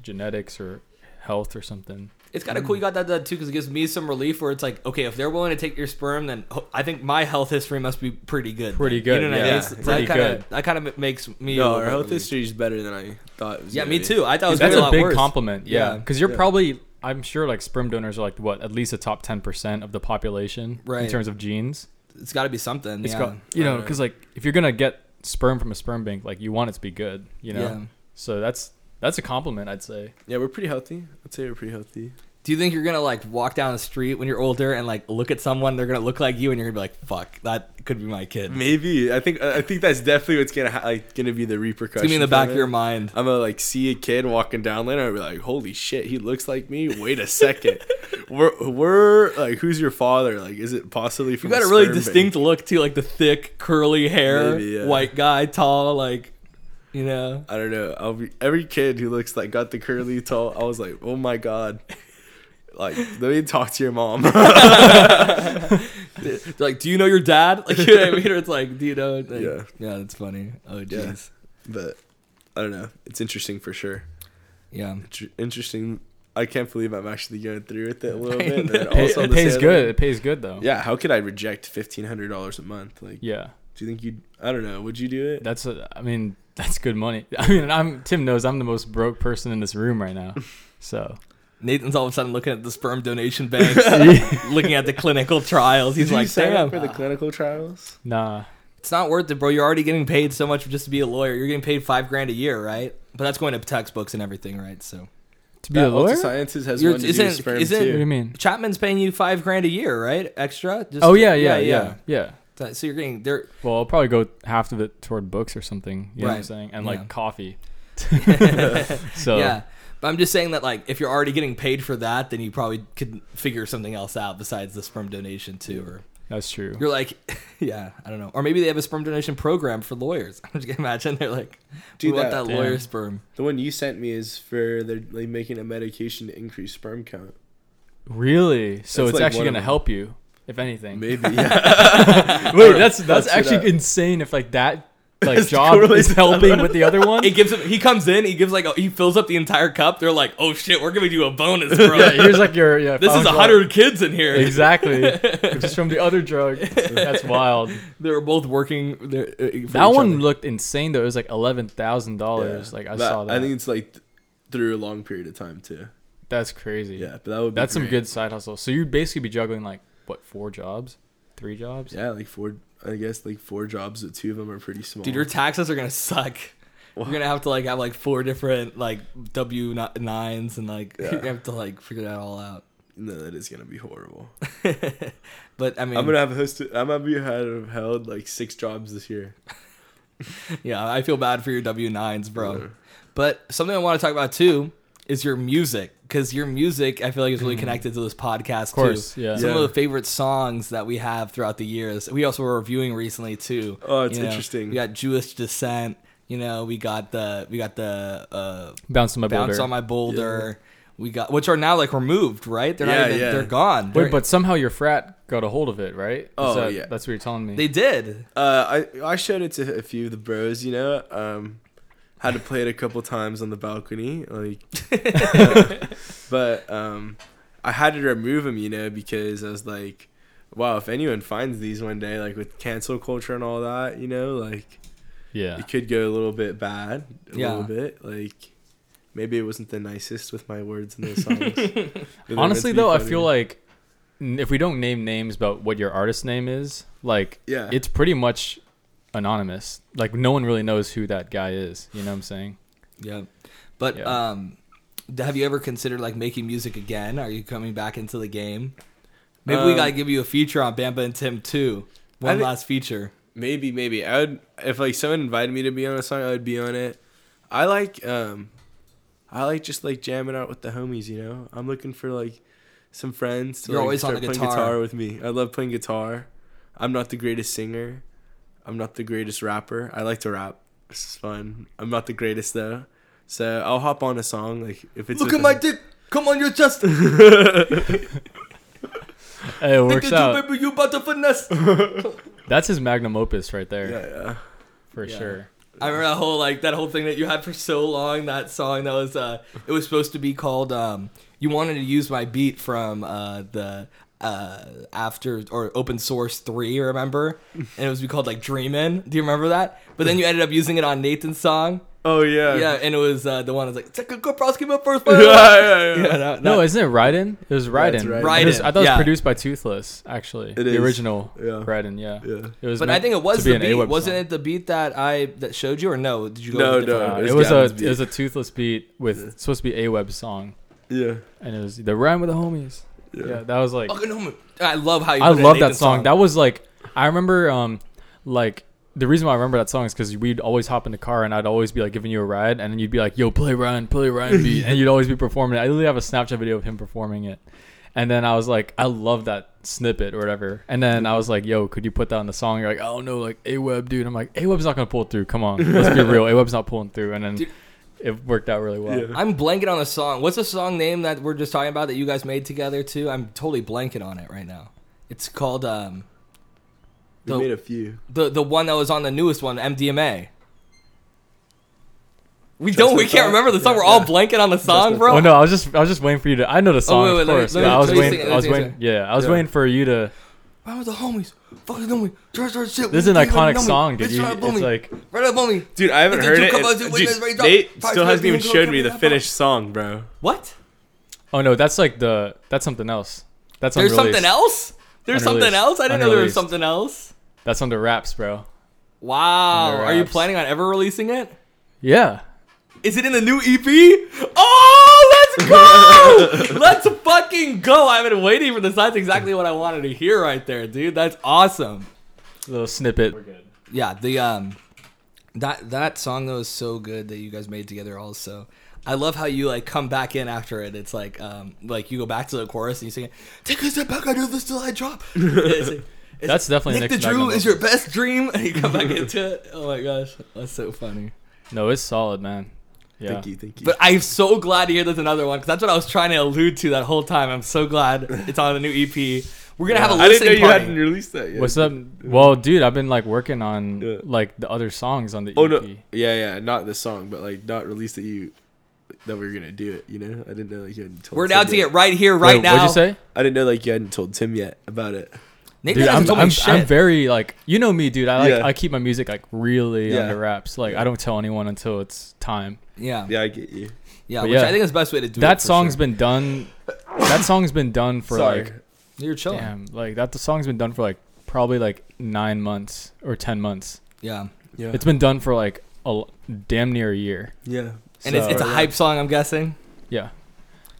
Speaker 2: genetics or health or something.
Speaker 1: It's kind of
Speaker 2: Mm.
Speaker 1: cool you got that done too because it gives me some relief where it's like, okay, if they're willing to take your sperm, then ho- I think my health history must be pretty good.
Speaker 2: Pretty
Speaker 1: then.
Speaker 2: good,
Speaker 1: You know what I
Speaker 2: yeah.
Speaker 1: mean? It's-
Speaker 2: Pretty
Speaker 1: that kind
Speaker 2: good.
Speaker 1: of that kind of makes me. a
Speaker 3: No,
Speaker 1: little
Speaker 3: our
Speaker 1: bit
Speaker 3: health
Speaker 1: relieved.
Speaker 3: history is better than I thought. It was
Speaker 1: Yeah,
Speaker 3: gonna
Speaker 1: me
Speaker 3: be.
Speaker 1: too. I thought it was gonna
Speaker 2: That's
Speaker 1: be
Speaker 2: a
Speaker 1: lot
Speaker 2: big
Speaker 1: worse.
Speaker 2: compliment. Yeah,
Speaker 1: Yeah.
Speaker 2: because you're
Speaker 3: Yeah.
Speaker 2: probably I'm sure like sperm donors are like what at least the top ten percent of the population
Speaker 1: Right.
Speaker 2: in terms of genes.
Speaker 1: It's got to be something.
Speaker 2: It's
Speaker 1: yeah.
Speaker 2: got you know
Speaker 3: Right.
Speaker 2: because like if you're gonna get sperm from a sperm bank, like you want it to be good. You know,
Speaker 1: Yeah.
Speaker 2: so that's that's a compliment I'd say.
Speaker 3: Yeah, we're pretty healthy. I'd say we're pretty healthy.
Speaker 1: Do you think you're gonna like walk down the street when you're older and like look at someone? They're gonna look like you, and you're gonna be like, "Fuck, that could be my kid."
Speaker 3: Maybe I think I think that's definitely what's gonna ha- like gonna be the
Speaker 1: It's
Speaker 3: repercussion.
Speaker 1: gonna be in the back
Speaker 3: from
Speaker 1: of
Speaker 3: it.
Speaker 1: your mind.
Speaker 3: I'm gonna like see a kid walking down there, and I'll be like, "Holy shit, he looks like me." Wait a second, we're we're like, who's your father? Like, is it possibly
Speaker 1: You
Speaker 3: from?
Speaker 1: got a
Speaker 3: a
Speaker 1: really
Speaker 3: sperm bank?
Speaker 1: distinct look too, like the thick curly hair,
Speaker 3: Maybe, yeah.
Speaker 1: white guy, tall, like you know.
Speaker 3: I don't know. I'll be, every kid who looks like got the curly toe, I was like, "Oh my god." Like, let me talk to your mom.
Speaker 1: They're like, do you know your dad? Like, you know what I mean? Or it's like, do you know? like-
Speaker 3: Yeah.
Speaker 1: yeah, that's funny. Oh,
Speaker 3: Yeah.
Speaker 1: jeez,
Speaker 3: but I don't know. It's interesting for sure.
Speaker 1: yeah.
Speaker 3: Tr- interesting. I can't believe I'm actually going through with it a little
Speaker 1: Right.
Speaker 3: bit. and then
Speaker 1: It
Speaker 2: Pay-
Speaker 3: also
Speaker 2: it
Speaker 3: to say,
Speaker 2: pays
Speaker 3: like,
Speaker 2: good. It pays good though.
Speaker 3: yeah, how could I reject fifteen hundred dollars a month? Like,
Speaker 2: Yeah.
Speaker 3: do you think you'd? I don't know. Would you do it?
Speaker 2: That's a, I mean, that's good money. I mean, I'm Tim knows I'm the most broke person in this room right now. So
Speaker 1: Nathan's all of a sudden looking at the sperm donation banks, looking at the clinical trials. He's
Speaker 3: Did you
Speaker 1: like,
Speaker 3: sign
Speaker 1: damn,
Speaker 3: up for the clinical trials.
Speaker 2: nah,
Speaker 1: it's not worth it, bro. You're already getting paid so much just to be a lawyer. You're getting paid five grand a year, right? But that's going to textbooks and everything, right? So
Speaker 2: to be a lawyer. What
Speaker 3: Sciences has
Speaker 1: You're-
Speaker 3: one to do
Speaker 1: isn't-
Speaker 3: with sperm
Speaker 1: isn't-
Speaker 2: do you
Speaker 3: too.
Speaker 2: mean?
Speaker 1: Chapman's paying you five grand a year, right? Extra. Just,
Speaker 2: Oh yeah, yeah, yeah, yeah.
Speaker 1: yeah. So you're getting there.
Speaker 2: Well, I'll probably go half of it toward books or something. You know what I'm
Speaker 1: Right.
Speaker 2: saying? And
Speaker 1: Yeah.
Speaker 2: like coffee. so
Speaker 1: Yeah. But I'm just saying that, like, if you're already getting paid for that, then you probably could figure something else out besides the sperm donation, too. Or
Speaker 2: that's true.
Speaker 1: you're like, yeah, I don't know. Or maybe they have a sperm donation program for lawyers. I'm just gonna imagine they're like, do
Speaker 3: Do
Speaker 1: we want
Speaker 3: that.
Speaker 1: that
Speaker 2: Damn.
Speaker 1: lawyer sperm.
Speaker 3: The one you sent me is for they're like making a medication to increase sperm count.
Speaker 2: Really? So
Speaker 3: That's
Speaker 2: it's
Speaker 3: like
Speaker 2: actually
Speaker 3: one of
Speaker 2: gonna
Speaker 3: them.
Speaker 2: help you, if anything.
Speaker 3: Maybe. Yeah.
Speaker 2: Wait, that's
Speaker 3: That's
Speaker 2: that's
Speaker 3: it
Speaker 2: actually
Speaker 3: up.
Speaker 2: insane. If like that like
Speaker 3: It's
Speaker 2: job
Speaker 3: totally
Speaker 2: is helping with the other one.
Speaker 1: It gives him. He comes in. He gives like a, he fills up the entire cup. They're like, "Oh shit, we're giving you a bonus, bro.
Speaker 2: yeah, here's like your yeah.
Speaker 3: Oh,
Speaker 1: this is
Speaker 2: final
Speaker 1: a
Speaker 2: drug.
Speaker 1: hundred kids in here."
Speaker 2: Exactly. It's just from the other drug. That's wild.
Speaker 1: They were both working. There, uh, for
Speaker 2: That
Speaker 1: each
Speaker 2: one
Speaker 1: other.
Speaker 2: looked insane though. It was like eleven thousand dollars. Like I
Speaker 3: That-
Speaker 2: saw that.
Speaker 3: I think it's like th- through a long period of time too.
Speaker 2: that's crazy.
Speaker 3: Yeah, but that would. Be
Speaker 2: That's some
Speaker 3: great.
Speaker 2: good side hustle. So you'd basically be juggling like what four jobs, three jobs.
Speaker 3: Yeah, like four. I guess like four jobs, but two of them are pretty small.
Speaker 1: dude, your taxes are gonna suck. You're gonna have to like have like four different like W nines and like
Speaker 3: Yeah.
Speaker 1: you have to like figure that all out.
Speaker 3: no, that is gonna be horrible.
Speaker 1: but I mean,
Speaker 3: I'm gonna have hosted. I'm gonna be have held like six jobs this year.
Speaker 1: yeah, I feel bad for your W nines, bro. But something I want to talk about too is your music because your music I feel like is really connected to this podcast of
Speaker 2: Mm. course,
Speaker 1: too.
Speaker 2: yeah.
Speaker 1: Some
Speaker 3: Yeah.
Speaker 1: of the favorite songs that we have throughout the years. We also were reviewing recently too.
Speaker 3: Oh, it's
Speaker 1: you know.
Speaker 3: interesting.
Speaker 1: We got Jewish descent. You know, we got the we got the uh,
Speaker 2: Bounce on my
Speaker 1: bounce
Speaker 2: boulder.
Speaker 1: on my boulder. We got which are now like removed, right? They're
Speaker 3: Yeah,
Speaker 1: not even,
Speaker 3: yeah.
Speaker 1: they're gone. They're-
Speaker 2: Wait, but somehow your frat got a hold of it, right? Is
Speaker 3: Oh,
Speaker 2: that-
Speaker 3: yeah.
Speaker 2: That's what you're telling me.
Speaker 1: they did.
Speaker 3: Uh, I I showed it to a few of the bros. You know, um, had to play it a couple times on the balcony, like. but um, I had to remove them, you know, because I was like, wow, if anyone finds these one day, like with cancel culture and all that, you know, like
Speaker 2: yeah.
Speaker 3: it could go a little bit bad, a
Speaker 1: Yeah.
Speaker 3: little bit, like. Maybe it wasn't the nicest with my words in those songs. But they're meant
Speaker 2: Honestly,
Speaker 3: to be
Speaker 2: though, I
Speaker 3: funny.
Speaker 2: feel like n- if we don't name names about what your artist name is, like
Speaker 3: Yeah.
Speaker 2: it's pretty much anonymous. Like no one really knows who that guy is. You know what I'm saying?
Speaker 1: Yeah. But
Speaker 2: Yeah.
Speaker 1: um d- have you ever considered like making music again? Are you coming back into the game? Maybe we
Speaker 3: Um,
Speaker 1: gotta give you a feature on Bamba and Tim too.
Speaker 3: I
Speaker 1: One
Speaker 3: thi-
Speaker 1: last feature.
Speaker 3: Maybe, maybe. I would if like someone invited me to be on a song, I would be on it. I like um I like just like jamming out with the homies, you know? I'm looking for like some friends to
Speaker 1: You're
Speaker 3: like,
Speaker 1: always on
Speaker 3: start
Speaker 1: the
Speaker 3: playing
Speaker 1: guitar.
Speaker 3: guitar. with me. I love playing guitar. I'm not the greatest singer. I'm not the greatest rapper. I like to rap. This is fun. I'm not the greatest though. So I'll hop on a song like if it's
Speaker 1: Look at
Speaker 3: with
Speaker 1: my
Speaker 3: a-
Speaker 1: dick. Come on your chest.
Speaker 2: Hey, it
Speaker 1: Look
Speaker 2: works
Speaker 1: at
Speaker 2: out.
Speaker 1: you, baby. You about to finesse.
Speaker 2: That's his magnum opus right there,
Speaker 3: Yeah, yeah.
Speaker 2: for
Speaker 1: Yeah.
Speaker 2: sure.
Speaker 1: I remember that whole like that whole thing that you had for so long. That song that was uh, it was supposed to be called. Um, you wanted to use my beat from uh, the uh, after or open source three. Remember, and it was be called like Dreamin'. Do you remember that? But then you ended up using it on Nathan's song.
Speaker 3: Oh yeah.
Speaker 1: Yeah, and it was uh, the one that's like Tekka Koprowski my first.
Speaker 3: yeah, yeah, yeah.
Speaker 1: Yeah, that-
Speaker 2: No,
Speaker 1: that-
Speaker 2: isn't it Raiden? It was
Speaker 3: Yeah,
Speaker 2: Raiden.
Speaker 3: it's Raiden.
Speaker 2: It was- I thought it was
Speaker 1: Raiden, yeah.
Speaker 2: produced by Toothless, actually.
Speaker 3: It
Speaker 2: the
Speaker 3: is.
Speaker 2: original
Speaker 3: Yeah.
Speaker 2: Raiden, yeah.
Speaker 3: Yeah.
Speaker 2: It was
Speaker 1: but I
Speaker 2: meant
Speaker 1: think it was
Speaker 2: to be
Speaker 1: the
Speaker 2: an
Speaker 1: beat.
Speaker 2: AWeb
Speaker 1: Wasn't
Speaker 2: song.
Speaker 1: it the beat that I that showed you, or no? Did you go?
Speaker 3: No,
Speaker 1: with a different
Speaker 3: no,
Speaker 2: Uh,
Speaker 1: one?
Speaker 3: it was
Speaker 2: it was a
Speaker 3: Gavin's
Speaker 2: it was a Toothless beat with supposed to be AWeb song,
Speaker 3: Yeah.
Speaker 2: and it was the rhyme with the homies.
Speaker 3: Yeah.
Speaker 2: Yeah, that was like
Speaker 1: Fucking homie. I love how you.
Speaker 2: I
Speaker 1: put it in
Speaker 2: love that
Speaker 1: Nathan's
Speaker 2: song. That was like I remember um like the reason why I remember that song is because we'd always hop in the car and I'd always be like giving you a ride and then you'd be like, "Yo, play Ryan, play Ryan beat," and you'd always be performing. it. I literally have a Snapchat video of him performing it, and then I was like, "I love that snippet or whatever." And then I was like, "Yo, could you put that in the song?" You're like, "Oh no, like A Web, dude." I'm like, "A Web's not gonna pull through. Come on, let's be real. A Web's not pulling through." And then
Speaker 1: Dude.
Speaker 2: it worked out really well.
Speaker 3: Yeah.
Speaker 1: I'm blanking on the song. What's the song name that we're just talking about that you guys made together too? I'm totally blanking on it right now. It's called um
Speaker 3: We
Speaker 1: The-
Speaker 3: made a few.
Speaker 1: the the one that was on the newest one, MDMA. We
Speaker 3: Just
Speaker 1: don't. We
Speaker 3: the
Speaker 1: can't
Speaker 3: song?
Speaker 1: remember the song.
Speaker 3: Yeah,
Speaker 1: we're all
Speaker 3: yeah.
Speaker 1: blanking on the song,
Speaker 3: the
Speaker 1: bro.
Speaker 2: Oh no, I was just I was just waiting for you to. I know the song,
Speaker 1: Oh, wait, wait,
Speaker 2: of
Speaker 1: let me-
Speaker 2: course.
Speaker 1: let
Speaker 2: but
Speaker 1: me-
Speaker 2: I was
Speaker 1: let me sing
Speaker 2: waiting.
Speaker 1: it,
Speaker 2: I
Speaker 1: let
Speaker 2: was
Speaker 1: me sing it,
Speaker 2: waiting. Yeah, I was
Speaker 3: Yeah.
Speaker 2: waiting for you to.
Speaker 1: Where was the homies? Fucking know me. Trash our shit.
Speaker 2: This is an iconic song, dude.
Speaker 1: Bitch,
Speaker 2: You,
Speaker 1: try to blow
Speaker 2: it's
Speaker 1: me.
Speaker 2: like
Speaker 1: Right up on me.
Speaker 3: Dude, I haven't
Speaker 1: Did
Speaker 3: heard
Speaker 1: you
Speaker 3: it.
Speaker 1: come out
Speaker 3: and-
Speaker 1: to
Speaker 3: dude,
Speaker 1: witness raindrop?
Speaker 3: Nate
Speaker 1: Five
Speaker 3: still hasn't even
Speaker 1: seconds ago,
Speaker 3: showed me the
Speaker 1: come
Speaker 3: finished song, bro.
Speaker 1: What?
Speaker 2: oh no, that's like the that's something else. That's
Speaker 1: There's
Speaker 2: unreleased.
Speaker 1: something else? There's something
Speaker 2: Unreleased.
Speaker 1: else? I didn't know there was
Speaker 2: Unreleased.
Speaker 1: something else.
Speaker 2: That's under wraps, bro.
Speaker 1: Wow.
Speaker 2: Under
Speaker 1: Are you
Speaker 2: wraps.
Speaker 1: planning on ever releasing it?
Speaker 2: Yeah,
Speaker 1: Is it in the new EP? Oh, let's go! let's fucking go. I've been waiting for this. That's exactly what I wanted to hear right there, dude. That's awesome.
Speaker 2: little snippet.
Speaker 1: Yeah, the um that that song though is so good that you guys made together also. I love how you like come back in after it. It's like um like you go back to the chorus and you sing it. Take a step back, I do this till I drop. It's like- it's
Speaker 2: That's
Speaker 1: like,
Speaker 2: definitely
Speaker 1: Nick the
Speaker 2: Nick's
Speaker 1: Drew
Speaker 2: magnum
Speaker 1: is your best dream, and you come back into it. Oh my gosh, that's so funny.
Speaker 2: No, it's solid, man. Yeah,
Speaker 3: Thank you, thank you.
Speaker 1: But I'm so glad to hear there's another one because that's what I was trying to allude to that whole time. I'm so glad it's on the new EP. We're gonna have a
Speaker 3: I didn't know
Speaker 1: listening
Speaker 3: you
Speaker 1: party.
Speaker 3: hadn't released that yet.
Speaker 2: What's up? Well, dude, I've been like working on
Speaker 3: Yeah.
Speaker 2: like the other songs on the E EP.
Speaker 3: Oh no, yeah, yeah, not this song, but like not released that you that we were gonna do it. You know, I didn't know like you hadn't told.
Speaker 1: We're
Speaker 3: Tim
Speaker 1: now to
Speaker 3: yet.
Speaker 1: get right here, right
Speaker 2: Wait,
Speaker 1: now.
Speaker 2: What'd you say?
Speaker 3: I didn't know like you hadn't told Tim yet about it.
Speaker 1: Nathan
Speaker 2: Dude,
Speaker 1: hasn't
Speaker 2: I'm,
Speaker 1: told me
Speaker 2: I'm,
Speaker 1: shit.
Speaker 2: I'm very like you know me, dude. I like
Speaker 3: Yeah.
Speaker 2: I keep my music like really
Speaker 3: Yeah.
Speaker 2: under wraps. Like I don't tell anyone until it's time.
Speaker 1: yeah, yeah,
Speaker 3: Yeah, I get you.
Speaker 1: Which
Speaker 2: yeah.
Speaker 1: I think is the best way to do it.
Speaker 2: that
Speaker 1: for
Speaker 2: song's
Speaker 1: sure.
Speaker 2: been done. That song's been done for
Speaker 3: Sorry.
Speaker 2: like
Speaker 1: You're chilling.
Speaker 2: damn, like that. The song's been done for like probably like nine months or ten months.
Speaker 1: Yeah,
Speaker 3: yeah,
Speaker 2: It's been done for like a l- damn near a year.
Speaker 3: yeah,
Speaker 1: and it's, it's a
Speaker 3: yeah.
Speaker 1: hype song. I'm guessing.
Speaker 2: Yeah,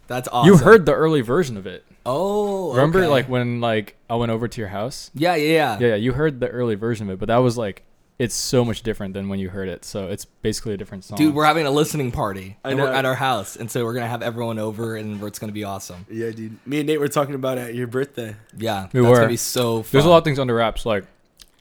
Speaker 1: That's awesome.
Speaker 2: you heard the early version of it.
Speaker 1: Oh,
Speaker 2: Remember,
Speaker 1: okay.
Speaker 2: like when like I went over to your house.
Speaker 1: yeah, yeah, yeah.
Speaker 2: Yeah, yeah, you heard the early version of it, but that was like it's so much different than when you heard it. So it's basically a different song.
Speaker 1: Dude, we're having a listening party,
Speaker 3: I
Speaker 1: and we're
Speaker 3: know.
Speaker 1: at our house, and so we're gonna have everyone over, and it's gonna be awesome.
Speaker 3: Yeah, dude. Me and Nate were talking about it at your birthday.
Speaker 1: Yeah,
Speaker 2: We
Speaker 1: that's
Speaker 2: were.
Speaker 1: gonna be so. Fun.
Speaker 2: There's a lot of things under wraps, like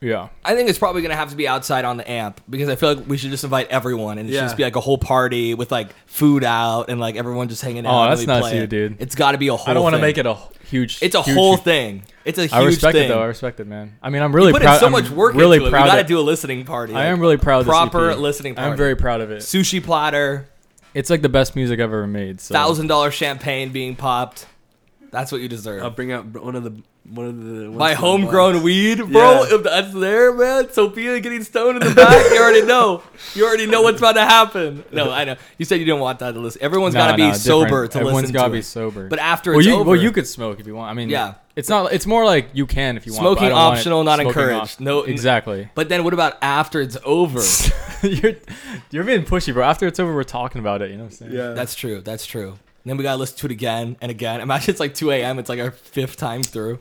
Speaker 2: yeah.
Speaker 1: I think it's probably gonna have to be outside on the amp because I feel like we should just invite everyone and it
Speaker 3: Yeah.
Speaker 1: should just be like a whole party with like food out and like everyone just hanging out.
Speaker 2: Oh,
Speaker 1: and
Speaker 2: that's
Speaker 1: we
Speaker 2: nice
Speaker 1: play
Speaker 2: of you,
Speaker 1: it.
Speaker 2: dude.
Speaker 1: It's got to be a whole.
Speaker 2: I don't want
Speaker 1: want
Speaker 2: to make it a huge.
Speaker 1: It's a
Speaker 2: huge-
Speaker 1: whole thing. It's a huge
Speaker 2: I respect
Speaker 1: thing.
Speaker 2: it though. I respect it, man. I mean, I'm really
Speaker 1: Put
Speaker 2: proud.
Speaker 1: in so
Speaker 2: I'm
Speaker 1: much work
Speaker 2: really
Speaker 1: into it. We
Speaker 2: proud
Speaker 1: gotta
Speaker 2: of-
Speaker 1: do a listening party.
Speaker 2: I am really proud of this
Speaker 1: proper
Speaker 2: EP.
Speaker 1: listening party.
Speaker 2: I'm very proud of it.
Speaker 1: sushi platter,
Speaker 2: It's like the best music I've ever made. So.
Speaker 1: thousand dollar champagne being popped. That's what you deserve.
Speaker 3: I'll bring out br- one of the one of the ones
Speaker 1: My
Speaker 3: in the
Speaker 1: homegrown
Speaker 3: box.
Speaker 1: weed, bro.
Speaker 3: Yeah.
Speaker 1: If that's there, man. Sophia getting stoned in the back. You already know. You already know what's about to happen. No, I know. You said you didn't want that to listen. Everyone's
Speaker 2: Nah,
Speaker 1: got to be
Speaker 2: nah, different.
Speaker 1: sober to
Speaker 2: Everyone's
Speaker 1: listen
Speaker 2: gotta
Speaker 1: to
Speaker 2: be
Speaker 1: it.
Speaker 2: sober.
Speaker 1: But after
Speaker 2: well,
Speaker 1: it's
Speaker 2: you
Speaker 1: over,
Speaker 2: well you could smoke if you want. I mean,
Speaker 1: Yeah.
Speaker 2: It's not. It's more like you can if you want. but
Speaker 1: Smoking
Speaker 2: I don't want it.
Speaker 1: optional, not
Speaker 2: Smoking
Speaker 1: encouraged.
Speaker 2: opt-
Speaker 1: No-
Speaker 2: exactly.
Speaker 1: but then what about after it's over?
Speaker 2: you're you're being pushy, bro. After it's over, we're talking about it. You know what I'm saying?
Speaker 3: Yeah,
Speaker 1: that's true. That's true. And then we gotta listen to it again and again. Imagine it's like 2 a.m. It's like our fifth time through.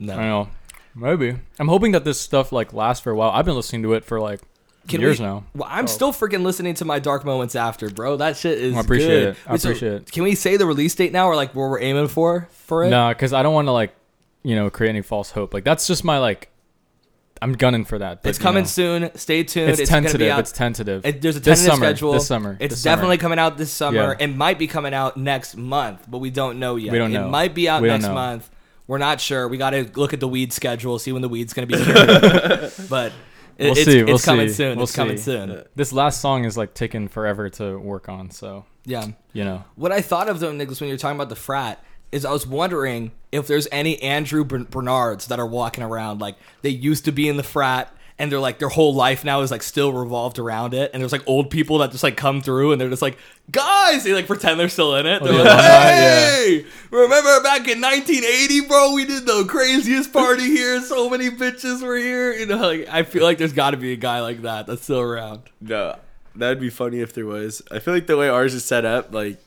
Speaker 2: I
Speaker 1: No.
Speaker 2: don't know. Maybe. I'm hoping that this stuff like lasts for a while. I've been listening to it for like
Speaker 1: Can
Speaker 2: years
Speaker 1: we-
Speaker 2: now. Oh.
Speaker 1: Well, I'm still freaking listening to my dark moments after, bro. That shit is.
Speaker 2: I appreciate
Speaker 1: good.
Speaker 2: it. I
Speaker 1: Wait, so
Speaker 2: appreciate it.
Speaker 1: Can we say the release date now, or like where we're aiming for for it?
Speaker 2: Nah, because I don't want to like, you know, create any false hope. Like that's just my like, I'm gunning for that. but,
Speaker 1: It's
Speaker 2: you
Speaker 1: coming
Speaker 2: know,
Speaker 1: soon. Stay tuned.
Speaker 2: It's,
Speaker 1: gonna be
Speaker 2: tentative.
Speaker 1: out-
Speaker 2: It's tentative.
Speaker 1: It, there's a
Speaker 2: this
Speaker 1: tentative
Speaker 2: summer,
Speaker 1: schedule
Speaker 2: This summer.
Speaker 1: It's
Speaker 2: this summer.
Speaker 1: definitely coming out this summer.
Speaker 2: Yeah.
Speaker 1: It might be coming out next month, but we don't know yet.
Speaker 2: We don't
Speaker 1: It
Speaker 2: know.
Speaker 1: might be out
Speaker 2: We don't
Speaker 1: next
Speaker 2: know.
Speaker 1: month. We're not sure. We got to look at the weed schedule, see when the weed's going to be cured. but it,
Speaker 2: We'll
Speaker 1: it's,
Speaker 2: see, we'll
Speaker 1: it's coming
Speaker 2: see,
Speaker 1: soon.
Speaker 2: we'll
Speaker 1: it's coming
Speaker 2: see.
Speaker 1: soon.
Speaker 2: This last song is like taking forever to work on. So
Speaker 1: Yeah.
Speaker 2: you know,
Speaker 1: What I thought of though, Nicholas, when you're talking about the frat, is I was wondering if there's any Andrew Bern- Bernards that are walking around like they used to be in the frat. And they're like their whole life now is like still revolved around it, and there's like old people that just like come through, and they're just like guys, they like pretend they're still in it. They're
Speaker 2: the
Speaker 1: like,
Speaker 2: alumni,
Speaker 1: hey, remember back in 1980, bro? We did the craziest party here. So many bitches were here. You know, like I feel like there's got to be a guy like that that's still around.
Speaker 3: No, that'd be funny if there was. I feel like the way ours is set up, like,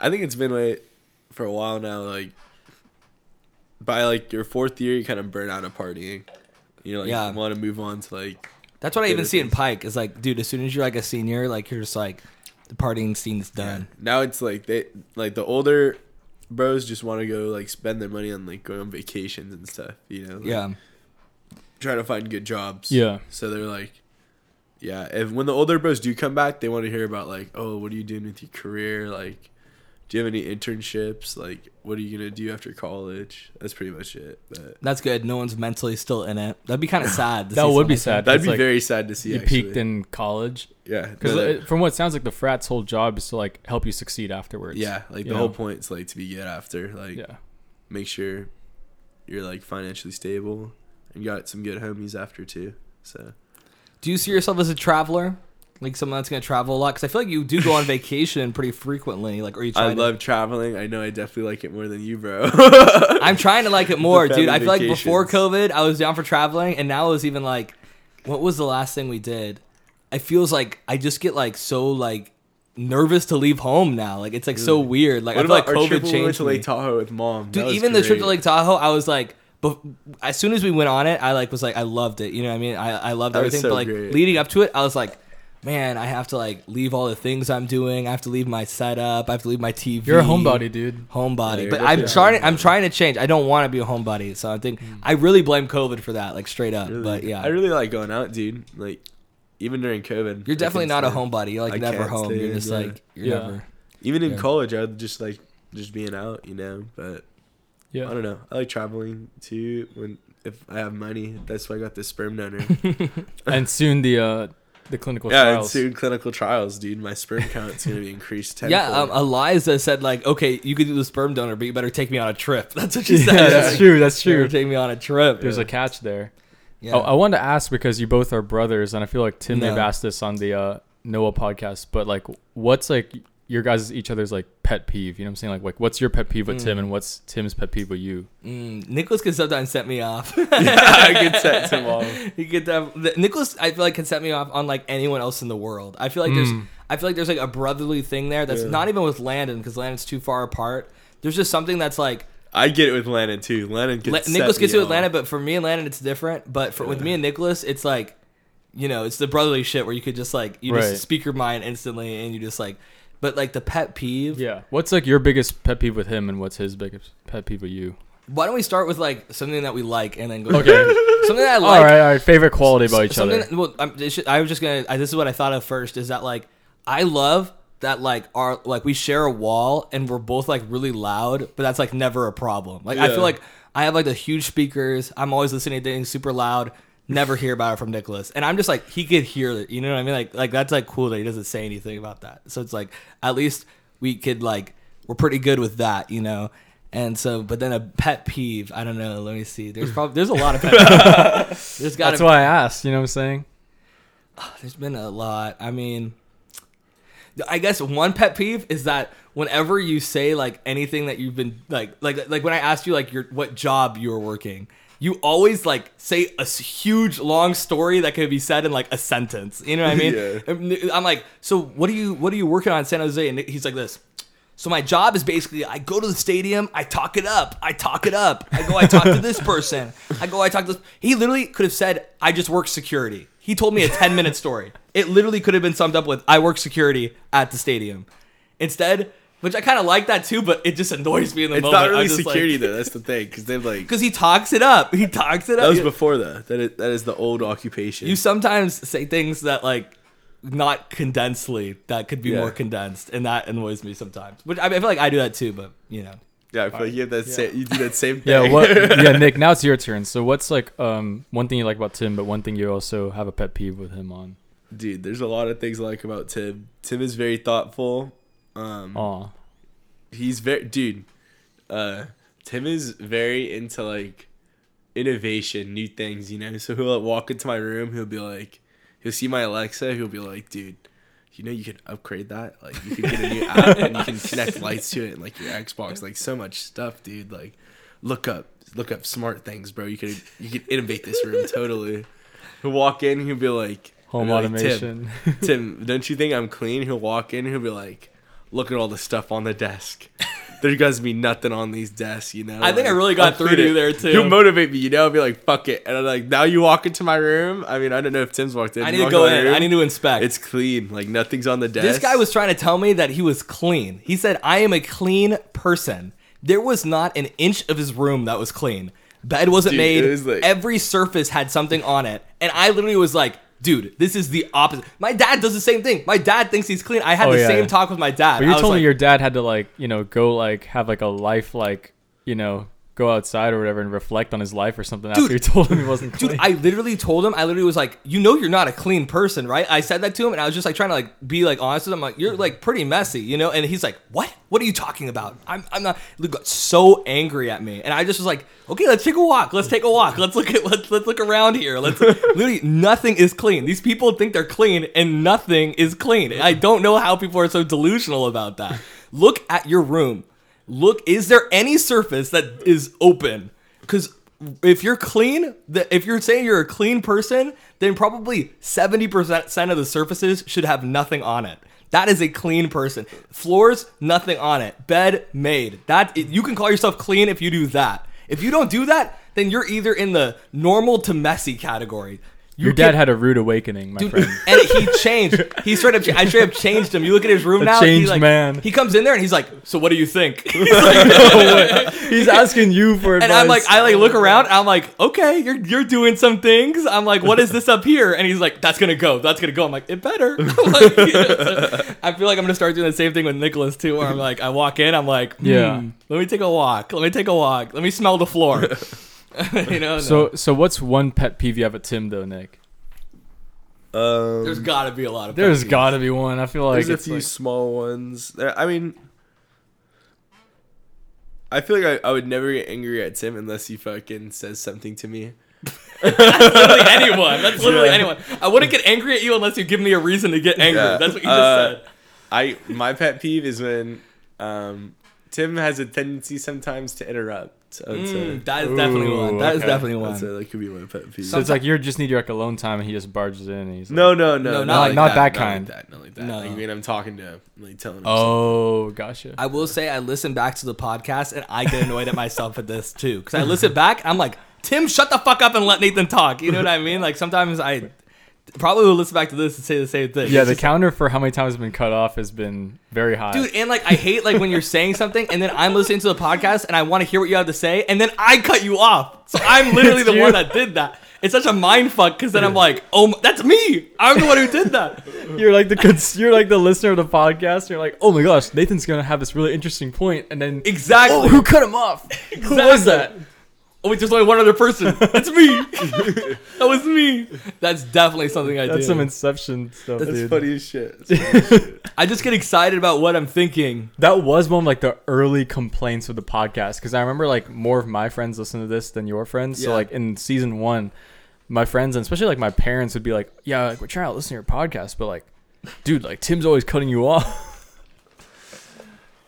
Speaker 3: I think it's been like for a while now. Like, by like your fourth year, you kind of burn out of partying. You know, like,
Speaker 1: Yeah.
Speaker 3: want to move on to like.
Speaker 1: That's what I
Speaker 3: Yeah,
Speaker 1: even
Speaker 3: it
Speaker 1: see in
Speaker 3: is.
Speaker 1: Pike. Is like, dude, as soon as you're like a senior, like you're just like the partying scene's done.
Speaker 3: Now it's like they like the older bros just want to go like spend their money on like going on vacations and stuff. You know, like,
Speaker 1: Yeah,
Speaker 3: try to find good jobs.
Speaker 2: Yeah.
Speaker 3: So they're like, yeah. If when the older bros do come back, they want to hear about like, oh, what are you doing with your career? Like, do you have any internships? Like, what are you gonna do after college? That's pretty much it. But
Speaker 1: that's good. No one's mentally still in it. That'd be kind of sad. to
Speaker 2: that
Speaker 1: see
Speaker 2: would be
Speaker 1: someone-
Speaker 2: sad.
Speaker 3: that'd
Speaker 2: It's
Speaker 3: be
Speaker 2: like,
Speaker 3: very sad to see.
Speaker 2: You
Speaker 3: actually.
Speaker 2: peaked in college.
Speaker 3: yeah,
Speaker 2: Because
Speaker 3: no, that-
Speaker 2: from what it sounds like, the frat's whole job is to like help you succeed afterwards.
Speaker 3: yeah, like
Speaker 2: you
Speaker 3: the whole
Speaker 2: know?
Speaker 3: point's like to be good after. Like,
Speaker 2: Yeah,
Speaker 3: make sure you're like financially stable and got some good homies after too. So
Speaker 1: Do you see yourself as a traveler? Like someone that's gonna travel a lot? Because I feel like you do go on vacation pretty frequently. Like, or you? Try
Speaker 3: I
Speaker 1: to-
Speaker 3: love traveling. I know I definitely like it more than you, bro.
Speaker 1: I'm trying to like it more,
Speaker 3: The family
Speaker 1: dude. I feel like before COVID,
Speaker 3: vacations.
Speaker 1: I was down for traveling, and now it was even like, what was the last thing we did? It feels like I just get like so like nervous to leave home now. Like it's like so weird. Like
Speaker 3: what
Speaker 1: I feel
Speaker 3: about
Speaker 1: like
Speaker 3: our trip
Speaker 1: COVID
Speaker 3: when we went
Speaker 1: changed
Speaker 3: to
Speaker 1: me.
Speaker 3: Lake Tahoe with mom? That
Speaker 1: Dude,
Speaker 3: was
Speaker 1: even the trip to
Speaker 3: great.
Speaker 1: Lake Tahoe, I was like, but as soon as we went on it, I like was like, I loved it. You know what I mean? I, I loved
Speaker 3: That was
Speaker 1: everything.
Speaker 3: so
Speaker 1: but like
Speaker 3: great.
Speaker 1: leading up to it, I was like, man, I have to like leave all the things I'm doing. I have to leave my setup. I have to leave my TV.
Speaker 2: you're a homebody, dude.
Speaker 1: Homebody,
Speaker 3: Yeah,
Speaker 1: but
Speaker 3: you're
Speaker 1: I'm
Speaker 3: definitely Mm.
Speaker 1: trying. I'm trying to change. I don't want to be a homebody, so I think I really blame COVID for that, like straight up.
Speaker 3: Really-
Speaker 1: But yeah,
Speaker 3: I really like going out, dude. Like even during COVID,
Speaker 1: you're
Speaker 3: I
Speaker 1: definitely
Speaker 3: couldn't
Speaker 1: not a
Speaker 3: stand-
Speaker 1: homebody. You're like
Speaker 3: I
Speaker 1: never
Speaker 3: can't
Speaker 1: home.
Speaker 3: stay
Speaker 1: You're
Speaker 3: in,
Speaker 1: just
Speaker 3: yeah.
Speaker 1: like you're
Speaker 2: Yeah.
Speaker 1: never.
Speaker 3: Even in
Speaker 1: Yeah.
Speaker 3: college, I would just like just being out, you know. But
Speaker 2: Yeah.
Speaker 3: I don't know. I like traveling too. When if I have money, that's why I got the sperm donor.
Speaker 2: and soon the uh the clinical
Speaker 3: yeah, and
Speaker 2: trials.
Speaker 3: soon clinical trials, dude. My sperm count's gonna be increased tenfold.
Speaker 1: Yeah, um, Eliza said like, okay, you could do the sperm donor, but you better take me on a trip. That's what she
Speaker 2: yeah,
Speaker 1: said.
Speaker 2: that's true. That's
Speaker 1: You
Speaker 2: true.
Speaker 1: better take me on a trip.
Speaker 2: There's a catch there.
Speaker 1: yeah.
Speaker 2: Oh, I wanted to ask because you both are brothers, and I feel like Tim may have
Speaker 1: No.
Speaker 2: asked this on the uh, Noah podcast. But like, what's like your guys' each other's like pet peeve? You know what I'm saying? Like, like what's your pet peeve
Speaker 1: Hmm.
Speaker 2: with Tim, and what's Tim's pet peeve with you?
Speaker 1: Mm, Nicholas can sometimes set me off.
Speaker 3: I could set him off.
Speaker 1: You get that the, Nicholas. I feel like can set me off on like anyone else in the world. I feel like
Speaker 2: Mm.
Speaker 1: there's, I feel like there's like a brotherly thing there that's
Speaker 3: Yeah.
Speaker 1: not even with Landon because Landon's too far apart. There's just something that's like
Speaker 3: I get it with Lennon too. Lennon gets
Speaker 1: Le-
Speaker 3: set
Speaker 1: Nicholas
Speaker 3: me
Speaker 1: gets to
Speaker 3: off.
Speaker 1: Atlanta, but for me and Landon it's different. But for with me and Nicholas, it's like, you know, it's the brotherly shit where you could just like you
Speaker 2: Right.
Speaker 1: just speak your mind instantly and you just like, but like the pet peeve.
Speaker 2: Yeah. What's like your biggest pet peeve with him, and what's his biggest pet peeve with you?
Speaker 1: Why don't we start with like something that we like and then go
Speaker 2: Okay.
Speaker 1: something that I
Speaker 2: all
Speaker 1: like.
Speaker 2: right. All right. Favorite quality about each
Speaker 1: something
Speaker 2: other.
Speaker 1: that- well, I'm, it should- I was just gonna. I, this is what I thought of first: is that like I love that like our like we share a wall and we're both like really loud, but that's like never a problem. Like I feel
Speaker 3: Yeah.
Speaker 1: like I have like the huge speakers. I'm always listening to things super loud. Never hear about it from Nicholas, and I'm just like he could hear it. You know what I mean? Like like that's like cool that he doesn't say anything about that. So it's like at least we could like we're pretty good with that, you know. And so, but then a pet peeve. I don't know. Let me see. There's probably there's a lot of pet. peeves. There's got
Speaker 2: That's why I asked. You know what I'm saying?
Speaker 1: there's been a lot. I mean, I guess one pet peeve is that whenever you say like anything that you've been like like like when I asked you like your what job you were working, you always like say a s- huge long story that could be said in like a sentence. You know what I mean?
Speaker 3: Yeah.
Speaker 1: I'm- I'm like, so what are you what are you working on in San Jose? And he's like this. So my job is basically I go to the stadium, I talk it up, I talk it up, I go, I talk to this person, I go, I talk to this. He literally could have said, I just work security. He told me a 10 minute story. It literally could have been summed up with, I work security at the stadium. Instead, which I kind of like that too, but it just annoys me in the
Speaker 3: It's
Speaker 1: moment.
Speaker 3: not really security though. That's the thing because they've like
Speaker 1: Because he talks it up. He talks it
Speaker 3: that
Speaker 1: up.
Speaker 3: was
Speaker 1: You-
Speaker 3: before though. That is, that is the old occupation.
Speaker 1: you sometimes say things that like not condensely that could be
Speaker 3: Yeah.
Speaker 1: more condensed and that annoys me sometimes which I, mean, I feel like i do that too but you know
Speaker 3: yeah, I feel like you have that same. You do that same thing.
Speaker 2: Yeah. What? yeah, Nick. Now it's your turn. So what's like um one thing you like about Tim, but one thing you also have a pet peeve with him on?
Speaker 3: dude. There's a lot of things I like about Tim. Tim is very thoughtful.
Speaker 1: Hmm.
Speaker 3: Um,
Speaker 2: Aw.
Speaker 3: he's very dude uh tim is very into like innovation new things you know so he'll like, walk into my room he'll be like he'll see my alexa he'll be like dude you know you could upgrade that like you could get a new app and you can connect lights to it and like your xbox like so much stuff dude like look up look up smart things bro you could you could innovate this room totally he'll walk in he'll be like
Speaker 2: Home
Speaker 3: he'll be like, "Tim,
Speaker 2: automation.
Speaker 3: Tim, don't you think I'm clean? He'll walk in, he'll be like, look at all the stuff on the desk. There gotta be nothing on these desks, you know.
Speaker 1: I think I
Speaker 3: Like,
Speaker 1: really got
Speaker 3: I'll
Speaker 1: through
Speaker 3: fit
Speaker 1: to
Speaker 3: it."
Speaker 1: you there, too.
Speaker 3: You'll motivate me, you know. I'll be like, "Fuck it," and I'm like, "Now you walk into my room." I mean, I don't know if Tim's walked in.
Speaker 1: i
Speaker 3: You
Speaker 1: need to
Speaker 3: walk
Speaker 1: go
Speaker 3: my
Speaker 1: in
Speaker 3: room,
Speaker 1: i need to inspect
Speaker 3: It's clean. Like nothing's on the desk.
Speaker 1: this guy was trying to tell me that he was clean he said i am a clean person there was not an inch of his room that was clean bed wasn't
Speaker 3: Dude,
Speaker 1: made
Speaker 3: it was like-
Speaker 1: every surface had something on it and i literally was like dude this is the opposite my dad does the same thing my dad thinks he's clean i had
Speaker 2: Oh,
Speaker 1: the
Speaker 2: yeah.
Speaker 1: same talk with my dad
Speaker 2: But you
Speaker 1: I was
Speaker 2: told
Speaker 1: like,
Speaker 2: me your dad had to like, you know, go like have like a life like, you know, go outside or whatever and reflect on his life or something after you told him he wasn't clean.
Speaker 1: Dude, I literally told him. I literally was like, "You know, you're not a clean person, right?" I said that to him, and I was just like trying to like be like honest with him. Like, you're like pretty messy, you know. And he's like, "What? What are you talking about?" I'm, I'm not. Luke got so angry at me, and I just was like, "Okay, let's take a walk. Let's take a walk. Let's look at let's let's look around here. Let's literally nothing is clean. These people think they're clean, and nothing is clean. And I don't know how people are so delusional about that. Look at your room. Look, is there any surface that is open? Because if you're clean, the, if you're saying you're a clean person, then probably 70% of the surfaces should have nothing on it. That is a clean person. Floors, nothing on it. Bed, made. That you can call yourself clean if you do that. If you don't do that, then you're either in the normal to messy category.
Speaker 2: Your dad had a rude awakening, my
Speaker 1: Dude,
Speaker 2: friend.
Speaker 1: and he changed. He straight up. I straight up changed him. You look at his room
Speaker 2: A
Speaker 1: now. he
Speaker 2: changed
Speaker 1: like,
Speaker 2: man.
Speaker 1: He comes in there and he's like, "So what do you think?"
Speaker 2: He's asking you for advice.
Speaker 1: And I'm like, I like look around. I'm like, okay, you're you're doing some things. I'm like, what is this up here? And he's like, that's gonna go. That's gonna go. I'm like, it better. Like, you know, so I feel like I'm gonna start doing the same thing with Nicholas too. Where I'm like, I walk in, I'm like,
Speaker 2: Yeah.
Speaker 1: yeah. Let me take a walk. Let me take a walk. Let me smell the floor. you know. So
Speaker 2: so so what's one pet peeve you have at Tim though, Nick?
Speaker 3: Um,
Speaker 1: there's gotta be a lot of.
Speaker 2: There's
Speaker 1: pet peeves.
Speaker 2: got to be one. I feel like
Speaker 3: there's a
Speaker 2: it's
Speaker 3: few
Speaker 2: like-
Speaker 3: small ones. There- I mean, I feel like I, I would never get angry at Tim unless he fucking says something to me.
Speaker 1: literally anyone. That's literally
Speaker 3: Yeah.
Speaker 1: anyone. I wouldn't get angry at you unless you give me a reason to get angry.
Speaker 3: Yeah.
Speaker 1: That's what you just
Speaker 3: Uh,
Speaker 1: said.
Speaker 3: I my pet peeve is when um, Tim has a tendency sometimes to interrupt. I would say.
Speaker 1: Mm, that is definitely
Speaker 2: Ooh,
Speaker 1: one. That is
Speaker 2: okay.
Speaker 1: definitely
Speaker 3: I'd
Speaker 1: one.
Speaker 3: say that could be my pet peeve.
Speaker 2: so it's like you are just need your like alone time, and he just barges in. And he's like,
Speaker 3: no, no, no,
Speaker 1: No,
Speaker 3: no,
Speaker 1: not like-
Speaker 2: not that
Speaker 3: not like
Speaker 2: kind.
Speaker 3: that, not like that.
Speaker 1: No.
Speaker 3: Like when I'm talking to him, like telling him.
Speaker 2: Oh, gotcha.
Speaker 1: I will say I listen back to the podcast and I get annoyed at myself at this too because I listen back. I'm like, Tim, shut the fuck up and let Nathan talk. You know what I mean? Like sometimes I probably will listen back to this and say the same thing.
Speaker 2: yeah,
Speaker 1: It's
Speaker 2: the
Speaker 1: just-
Speaker 2: counter for how many times it's been cut off has been very high.
Speaker 1: dude. And like I hate like when you're saying something and then I'm listening to the podcast and I want to hear what you have to say and then I cut you off. So I'm literally
Speaker 2: It's
Speaker 1: the
Speaker 2: you.
Speaker 1: one that did that. It's such a mind fuck because then I'm like, oh, my, that's me. I'm the one who did that.
Speaker 2: You're like the cons- you're like the listener of the podcast. And you're like, oh my gosh, Nathan's gonna have this really interesting point, and then
Speaker 1: Exactly.
Speaker 2: oh, who cut him off? Who was that?
Speaker 1: Oh, wait, there's only one other person. It's me. that was me. That's definitely something I
Speaker 2: That's
Speaker 1: do.
Speaker 2: some inception stuff,
Speaker 3: That's
Speaker 2: dude.
Speaker 3: funny as shit.
Speaker 1: I just get excited about what I'm thinking.
Speaker 2: That was one of like the early complaints of the podcast because I remember like more of my friends listen to this than your friends. So
Speaker 3: Yeah.
Speaker 2: like in season one, my friends and especially like my parents would be like, "Yeah, like we're trying to listen to your podcast, but like, dude, like Tim's always cutting you off."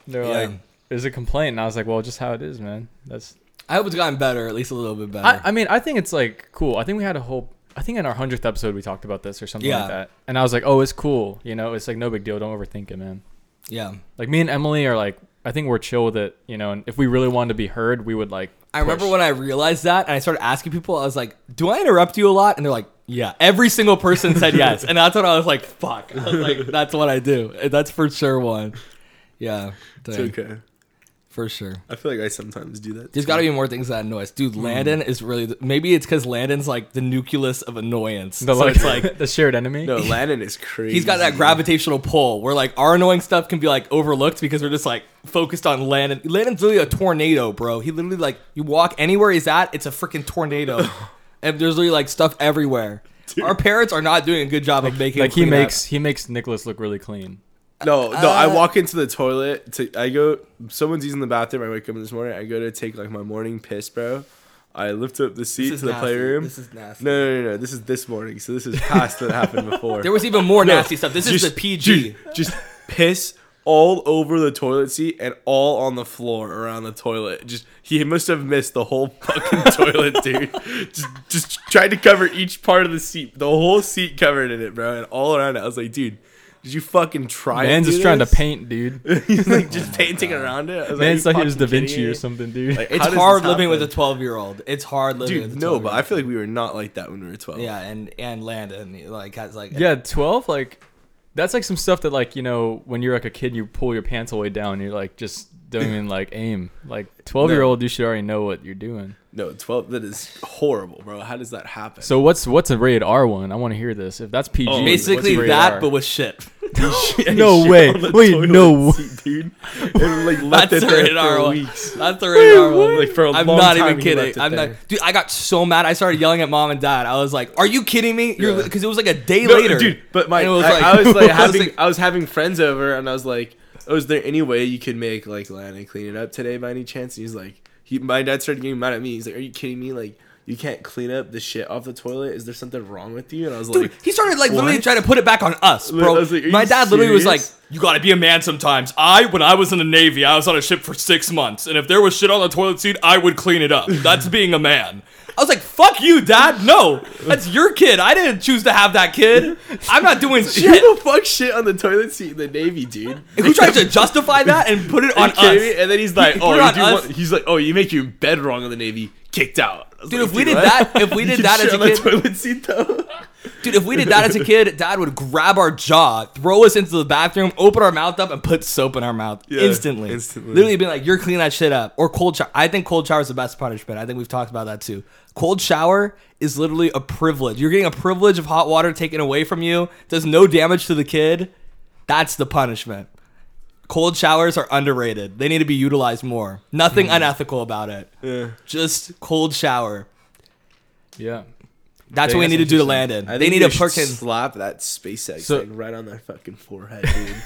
Speaker 2: They're
Speaker 1: Yeah.
Speaker 2: like, "There's a complaint," and I was like, "Well, just how it is, man. That's
Speaker 1: I hope it's gotten better, at least a little bit better.
Speaker 2: I, I mean, I think it's like cool. I think we had a whole. I think in our hundredth episode we talked about this or something
Speaker 1: Yeah.
Speaker 2: like that, and I was like, "Oh, it's cool. You know, it's like no big deal. Don't overthink it, man."
Speaker 1: yeah.
Speaker 2: Like me and Emily are like, I think we're chill with it. You know, and if we really wanted to be heard, we would like.
Speaker 1: I remember when I realized that and I started asking people, I was like, do I interrupt you a lot? And they're like, yeah. Every single person said yes. And that's when I was like, fuck. I was like, that's what I do. That's for sure one. Yeah.
Speaker 3: It's
Speaker 1: dang,
Speaker 3: okay.
Speaker 1: For sure.
Speaker 3: I feel like I sometimes do that.
Speaker 1: There's
Speaker 3: too.
Speaker 1: got to be more things that annoy us. Dude, Landon is really, the, maybe it's because Landon's like the nucleus of annoyance.
Speaker 2: the
Speaker 1: so
Speaker 2: like,
Speaker 1: it's like,
Speaker 2: the shared enemy.
Speaker 3: No, Landon is crazy.
Speaker 1: He's got that gravitational pull where like our annoying stuff can be like overlooked because we're just like focused on Landon. Landon's literally a tornado, bro. He literally like you walk anywhere he's at, it's a freaking tornado. and there's literally like stuff everywhere. Our parents are not doing a good job of making
Speaker 2: like
Speaker 1: him
Speaker 2: he
Speaker 1: clean up.
Speaker 2: makes he makes Nicholas look really clean.
Speaker 3: No, no. I
Speaker 1: Ah.
Speaker 3: walk into the toilet. To I go. Someone's using the bathroom. I wake up this morning. I go to take like my morning piss, bro. I lift up the seat
Speaker 1: is
Speaker 3: to the
Speaker 1: nasty.
Speaker 3: playroom.
Speaker 1: This is nasty.
Speaker 3: No, no, no, no. This is this morning. So this is past that happened before.
Speaker 1: There was even more
Speaker 3: No,
Speaker 1: nasty stuff. This is
Speaker 3: just-
Speaker 1: the PG.
Speaker 3: Just, just piss all over the toilet seat and all on the floor around the toilet. Just he must have missed the whole fucking toilet, dude. Just, just tried to cover each part of the seat, the whole seat covered in it, bro, and all around it. I was like, dude, did you fucking try?
Speaker 2: Man's
Speaker 3: do
Speaker 2: just trying to
Speaker 3: this?
Speaker 2: paint, dude.
Speaker 3: He's like just painting around it. I was
Speaker 2: Man's
Speaker 3: like,
Speaker 2: like he
Speaker 3: "Are you
Speaker 2: was Da
Speaker 3: fucking
Speaker 2: Vinci
Speaker 3: kidding me?"
Speaker 2: or something, dude.
Speaker 3: Like,
Speaker 1: It's
Speaker 3: how does
Speaker 1: hard
Speaker 3: this
Speaker 1: living with a
Speaker 3: happen?
Speaker 1: 12 year old. It's hard living with
Speaker 3: dude.
Speaker 1: a
Speaker 3: No, but I
Speaker 1: 12-year-old.
Speaker 3: feel like we were not like that when we were twelve.
Speaker 1: yeah, and and Landon like has like
Speaker 2: yeah, twelve. Like that's like some stuff that like you know when you're like a kid, you pull your pants all the way down. And you're like just don't even like aim. Like twelve year old, you should already know what you're doing.
Speaker 3: No, twelve. That is horrible, bro. How does that happen?
Speaker 2: So what's what's a rated R one? I want to hear this. If that's PG,
Speaker 3: Oh,
Speaker 1: basically
Speaker 2: what's rated
Speaker 1: that
Speaker 2: R?
Speaker 1: but with shit.
Speaker 2: no
Speaker 3: shit
Speaker 2: way.
Speaker 3: on the
Speaker 2: Wait,
Speaker 3: toilet
Speaker 2: no.
Speaker 3: seat, dude. And like left
Speaker 1: That's
Speaker 3: it
Speaker 1: the
Speaker 3: there
Speaker 1: rated
Speaker 3: for
Speaker 1: R one.
Speaker 3: weeks.
Speaker 1: That's the rated R one.
Speaker 3: Like for a
Speaker 1: I'm
Speaker 3: long
Speaker 1: not
Speaker 3: time
Speaker 1: even
Speaker 3: he
Speaker 1: kidding.
Speaker 3: left it
Speaker 1: I'm not,
Speaker 3: there.
Speaker 1: dude. I got so mad. I started yelling at mom and dad. I was like, "Are you kidding me?" Because
Speaker 3: Yeah.
Speaker 1: it was like a day
Speaker 3: No,
Speaker 1: later,
Speaker 3: dude. But my,
Speaker 1: And it was
Speaker 3: I,
Speaker 1: like-
Speaker 3: I was
Speaker 1: I
Speaker 3: like
Speaker 1: was
Speaker 3: having,
Speaker 1: like-
Speaker 3: I was having friends over, and I was like, "Oh, is there any way you could make like Lana clean it up today by any chance?" And he's like, he, "My dad started getting mad at me. He's like, "Are you kidding me? Like, you can't clean up the shit off the toilet? Is there something wrong with you?" And I was
Speaker 1: Dude,
Speaker 3: like,
Speaker 1: he started like literally
Speaker 3: what?
Speaker 1: trying to put it back on us,
Speaker 3: Like,
Speaker 1: bro.
Speaker 3: I was like, are
Speaker 1: my
Speaker 3: you
Speaker 1: dad literally was like,
Speaker 3: serious?
Speaker 1: "You got to be a man sometimes." I, when I was in the Navy, I was on a ship for six months, and if there was shit on the toilet seat, I would clean it up. That's being a man. I was like, "Fuck you, dad! No, that's your kid. I didn't choose to have that kid. I'm not doing
Speaker 3: "Who
Speaker 1: shit."
Speaker 3: the fuck shit on the toilet seat in the Navy, dude?"
Speaker 1: Who tries to justify that and put it
Speaker 3: Are
Speaker 1: on
Speaker 3: you kidding
Speaker 1: us?
Speaker 3: me? And then he's like,
Speaker 1: He put
Speaker 3: "Oh,
Speaker 1: it
Speaker 3: you
Speaker 1: on
Speaker 3: do
Speaker 1: us.
Speaker 3: want-" he's like, oh, you make your bed wrong in the Navy, kicked out." was
Speaker 1: Dude,
Speaker 3: like,
Speaker 1: if we did
Speaker 3: what?
Speaker 1: that, if we
Speaker 3: You
Speaker 1: did
Speaker 3: can
Speaker 1: that
Speaker 3: share
Speaker 1: as a
Speaker 3: the
Speaker 1: kid,
Speaker 3: toilet seat though.
Speaker 1: dude, if we did that as a kid, dad would grab our jaw, throw us into the bathroom, open our mouth up, and put soap in our mouth
Speaker 3: Yeah,
Speaker 1: instantly.
Speaker 3: instantly.
Speaker 1: Literally be like, you're cleaning that shit up. Or cold shower. I think cold shower is the best punishment. I think we've talked about that too. Cold shower is literally a privilege. You're getting a privilege of hot water taken away from you, does no damage to the kid. That's the punishment. Cold showers are underrated. They need to be utilized more. Nothing unethical about it.
Speaker 3: Yeah.
Speaker 1: Just cold shower.
Speaker 2: Yeah.
Speaker 1: That's
Speaker 2: Dang,
Speaker 1: what we need to
Speaker 2: that's
Speaker 1: do to
Speaker 2: interesting.
Speaker 1: Landon.
Speaker 3: I
Speaker 1: They
Speaker 3: think
Speaker 1: need a
Speaker 3: should
Speaker 1: Perkins.
Speaker 3: slap that SpaceX
Speaker 2: So-
Speaker 3: thing right on their fucking forehead, dude.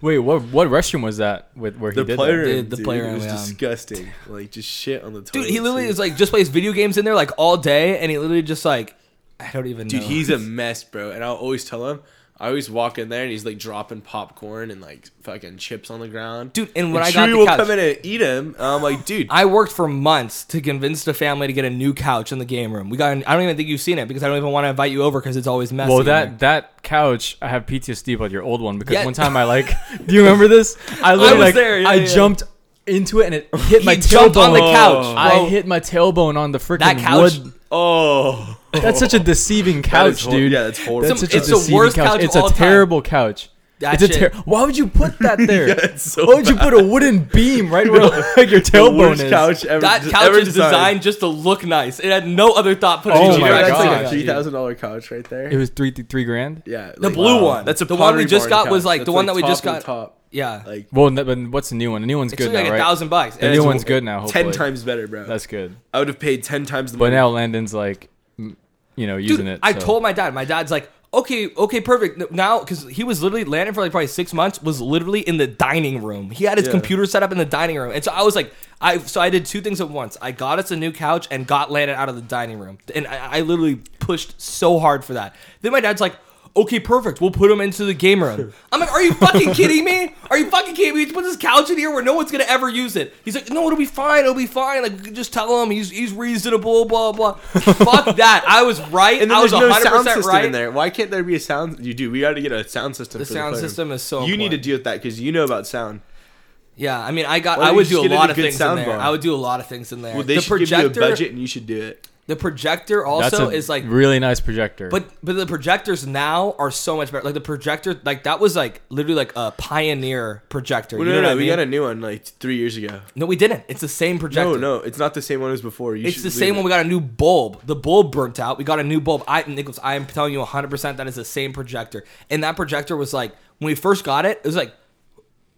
Speaker 2: Wait, what what restroom was that with where he
Speaker 3: the
Speaker 2: did
Speaker 3: player,
Speaker 2: that?
Speaker 1: Dude, the
Speaker 3: the dude,
Speaker 1: player
Speaker 3: player, it was
Speaker 1: room, yeah.
Speaker 3: disgusting. Like just shit on the toilet.
Speaker 1: Dude, he literally
Speaker 3: seat.
Speaker 1: is like just plays video games in there like all day, and he literally just like I don't even.
Speaker 3: Dude,
Speaker 1: know.
Speaker 3: he's a mess, bro. And I'll always tell him. I always walk in there and he's like dropping popcorn and like fucking chips on the ground.
Speaker 1: dude. And when I
Speaker 3: and
Speaker 1: got
Speaker 3: Chewie
Speaker 1: the
Speaker 3: will
Speaker 1: couch,
Speaker 3: come in and eat him. And I'm like, dude,
Speaker 1: I worked for months to convince the family to get a new couch in the game room. We got. An, I don't even think you've seen it because I don't even want to invite you over because it's always messy.
Speaker 2: Well,
Speaker 1: in
Speaker 2: that
Speaker 1: there.
Speaker 2: that couch, I have PTSD about your old one because
Speaker 1: Yeah.
Speaker 2: one time I like, do you remember this? I literally
Speaker 1: was
Speaker 2: like,
Speaker 1: there, yeah,
Speaker 2: I
Speaker 1: yeah.
Speaker 2: jumped into it and it hit my
Speaker 1: He jumped
Speaker 2: tailbone
Speaker 1: on the couch, bro.
Speaker 2: I hit my tailbone on the freaking
Speaker 1: that couch.
Speaker 2: wood.
Speaker 3: oh,
Speaker 2: That's such a deceiving
Speaker 3: That is
Speaker 2: couch,
Speaker 3: hor-
Speaker 2: dude.
Speaker 3: Yeah, that's horrible.
Speaker 2: That's such
Speaker 1: it's
Speaker 2: a
Speaker 1: the
Speaker 2: deceiving
Speaker 1: worst
Speaker 2: couch.
Speaker 1: couch of
Speaker 2: It's a
Speaker 1: all time.
Speaker 2: terrible couch.
Speaker 1: That
Speaker 2: it's a
Speaker 1: shit-
Speaker 2: ter- Why would you put that there?
Speaker 3: That's so
Speaker 2: Why would you put a wooden beam right where like your
Speaker 3: the
Speaker 2: tailbone
Speaker 3: worst
Speaker 2: is?
Speaker 3: couch ever.
Speaker 1: That couch
Speaker 3: ever
Speaker 1: is designed just to look nice. It had no other thought put
Speaker 2: Oh
Speaker 1: into
Speaker 3: Dude,
Speaker 1: it.
Speaker 2: my
Speaker 3: that's like
Speaker 2: God,
Speaker 3: a
Speaker 2: dude.
Speaker 3: three thousand dollar couch right there.
Speaker 2: It was three three grand.
Speaker 3: yeah,
Speaker 1: The
Speaker 3: like-
Speaker 1: blue
Speaker 2: Wow.
Speaker 1: one.
Speaker 3: That's a
Speaker 1: the one we
Speaker 3: Pottery
Speaker 1: just
Speaker 3: Barn
Speaker 1: got was
Speaker 3: couch.
Speaker 1: like the
Speaker 3: That's,
Speaker 1: one that we
Speaker 3: top
Speaker 1: just
Speaker 3: of the
Speaker 1: got.
Speaker 3: top.
Speaker 1: Yeah,
Speaker 3: Like
Speaker 2: Well, n- but what's the new one? The new one's
Speaker 1: it's
Speaker 2: good
Speaker 1: like
Speaker 2: now,
Speaker 1: a
Speaker 2: right?
Speaker 1: thousand bucks.
Speaker 2: The
Speaker 1: And
Speaker 2: new
Speaker 1: it's-
Speaker 2: one's good now. Hopefully.
Speaker 3: ten times better, bro.
Speaker 2: That's good.
Speaker 3: I would have paid ten times the
Speaker 2: But
Speaker 3: money.
Speaker 2: now Landon's like, m- you know, using it.
Speaker 1: I
Speaker 2: so.
Speaker 1: told my dad. My dad's like, okay, okay, perfect. Now, because he was literally landing for like probably six months, was literally in the dining room. He had his
Speaker 3: Yeah.
Speaker 1: computer set up in the dining room, and so I was like, I so I did two things at once. I got us a new couch and got Landon out of the dining room, and I, I literally pushed so hard for that. Then my dad's like. Okay, perfect. We'll put him into the game room. I'm like, are you fucking kidding me? Are you fucking kidding me? You put this couch in here where no one's gonna ever use it. He's like, no, it'll be fine. It'll be fine. Like, we could just tell him he's he's reasonable. Blah blah. Fuck that. I was right.
Speaker 3: and then
Speaker 1: I was
Speaker 3: there's no
Speaker 1: 100
Speaker 3: sound
Speaker 1: percent
Speaker 3: system
Speaker 1: right.
Speaker 3: in there. Why can't there be a sound? You do. We got to get a sound system.
Speaker 1: The
Speaker 3: for
Speaker 1: sound
Speaker 3: playroom.
Speaker 1: system is so
Speaker 3: You need to
Speaker 1: important.
Speaker 3: deal with that because you know about sound.
Speaker 1: Yeah, I mean, I got.
Speaker 3: Why
Speaker 1: I
Speaker 3: don't
Speaker 1: would
Speaker 3: you just
Speaker 1: do a
Speaker 3: get a
Speaker 1: lot of
Speaker 3: good
Speaker 1: things in
Speaker 3: sound
Speaker 1: there.
Speaker 3: bar?
Speaker 1: I would do a lot of things in there.
Speaker 3: Well, they
Speaker 1: the
Speaker 3: should
Speaker 1: projector,
Speaker 3: give you a budget and you should do it.
Speaker 1: the projector
Speaker 2: That's
Speaker 1: also
Speaker 2: a
Speaker 1: is like.
Speaker 2: really nice projector.
Speaker 1: But but the projectors now are so much better. Like the projector, like that was like literally like a pioneer projector.
Speaker 3: Well,
Speaker 1: you
Speaker 3: no,
Speaker 1: know
Speaker 3: no,
Speaker 1: what I
Speaker 3: we
Speaker 1: mean?
Speaker 3: got a new one like three years ago.
Speaker 1: no, we didn't. It's the same projector.
Speaker 3: No, no, it's not the same one as before. You
Speaker 1: It's
Speaker 3: should
Speaker 1: the
Speaker 3: leave
Speaker 1: same
Speaker 3: it.
Speaker 1: one. We got a new bulb. The bulb burnt out. We got a new bulb. I, Nicholas, I am telling you 100% that is the same projector. And that projector was like, when we first got it, it was like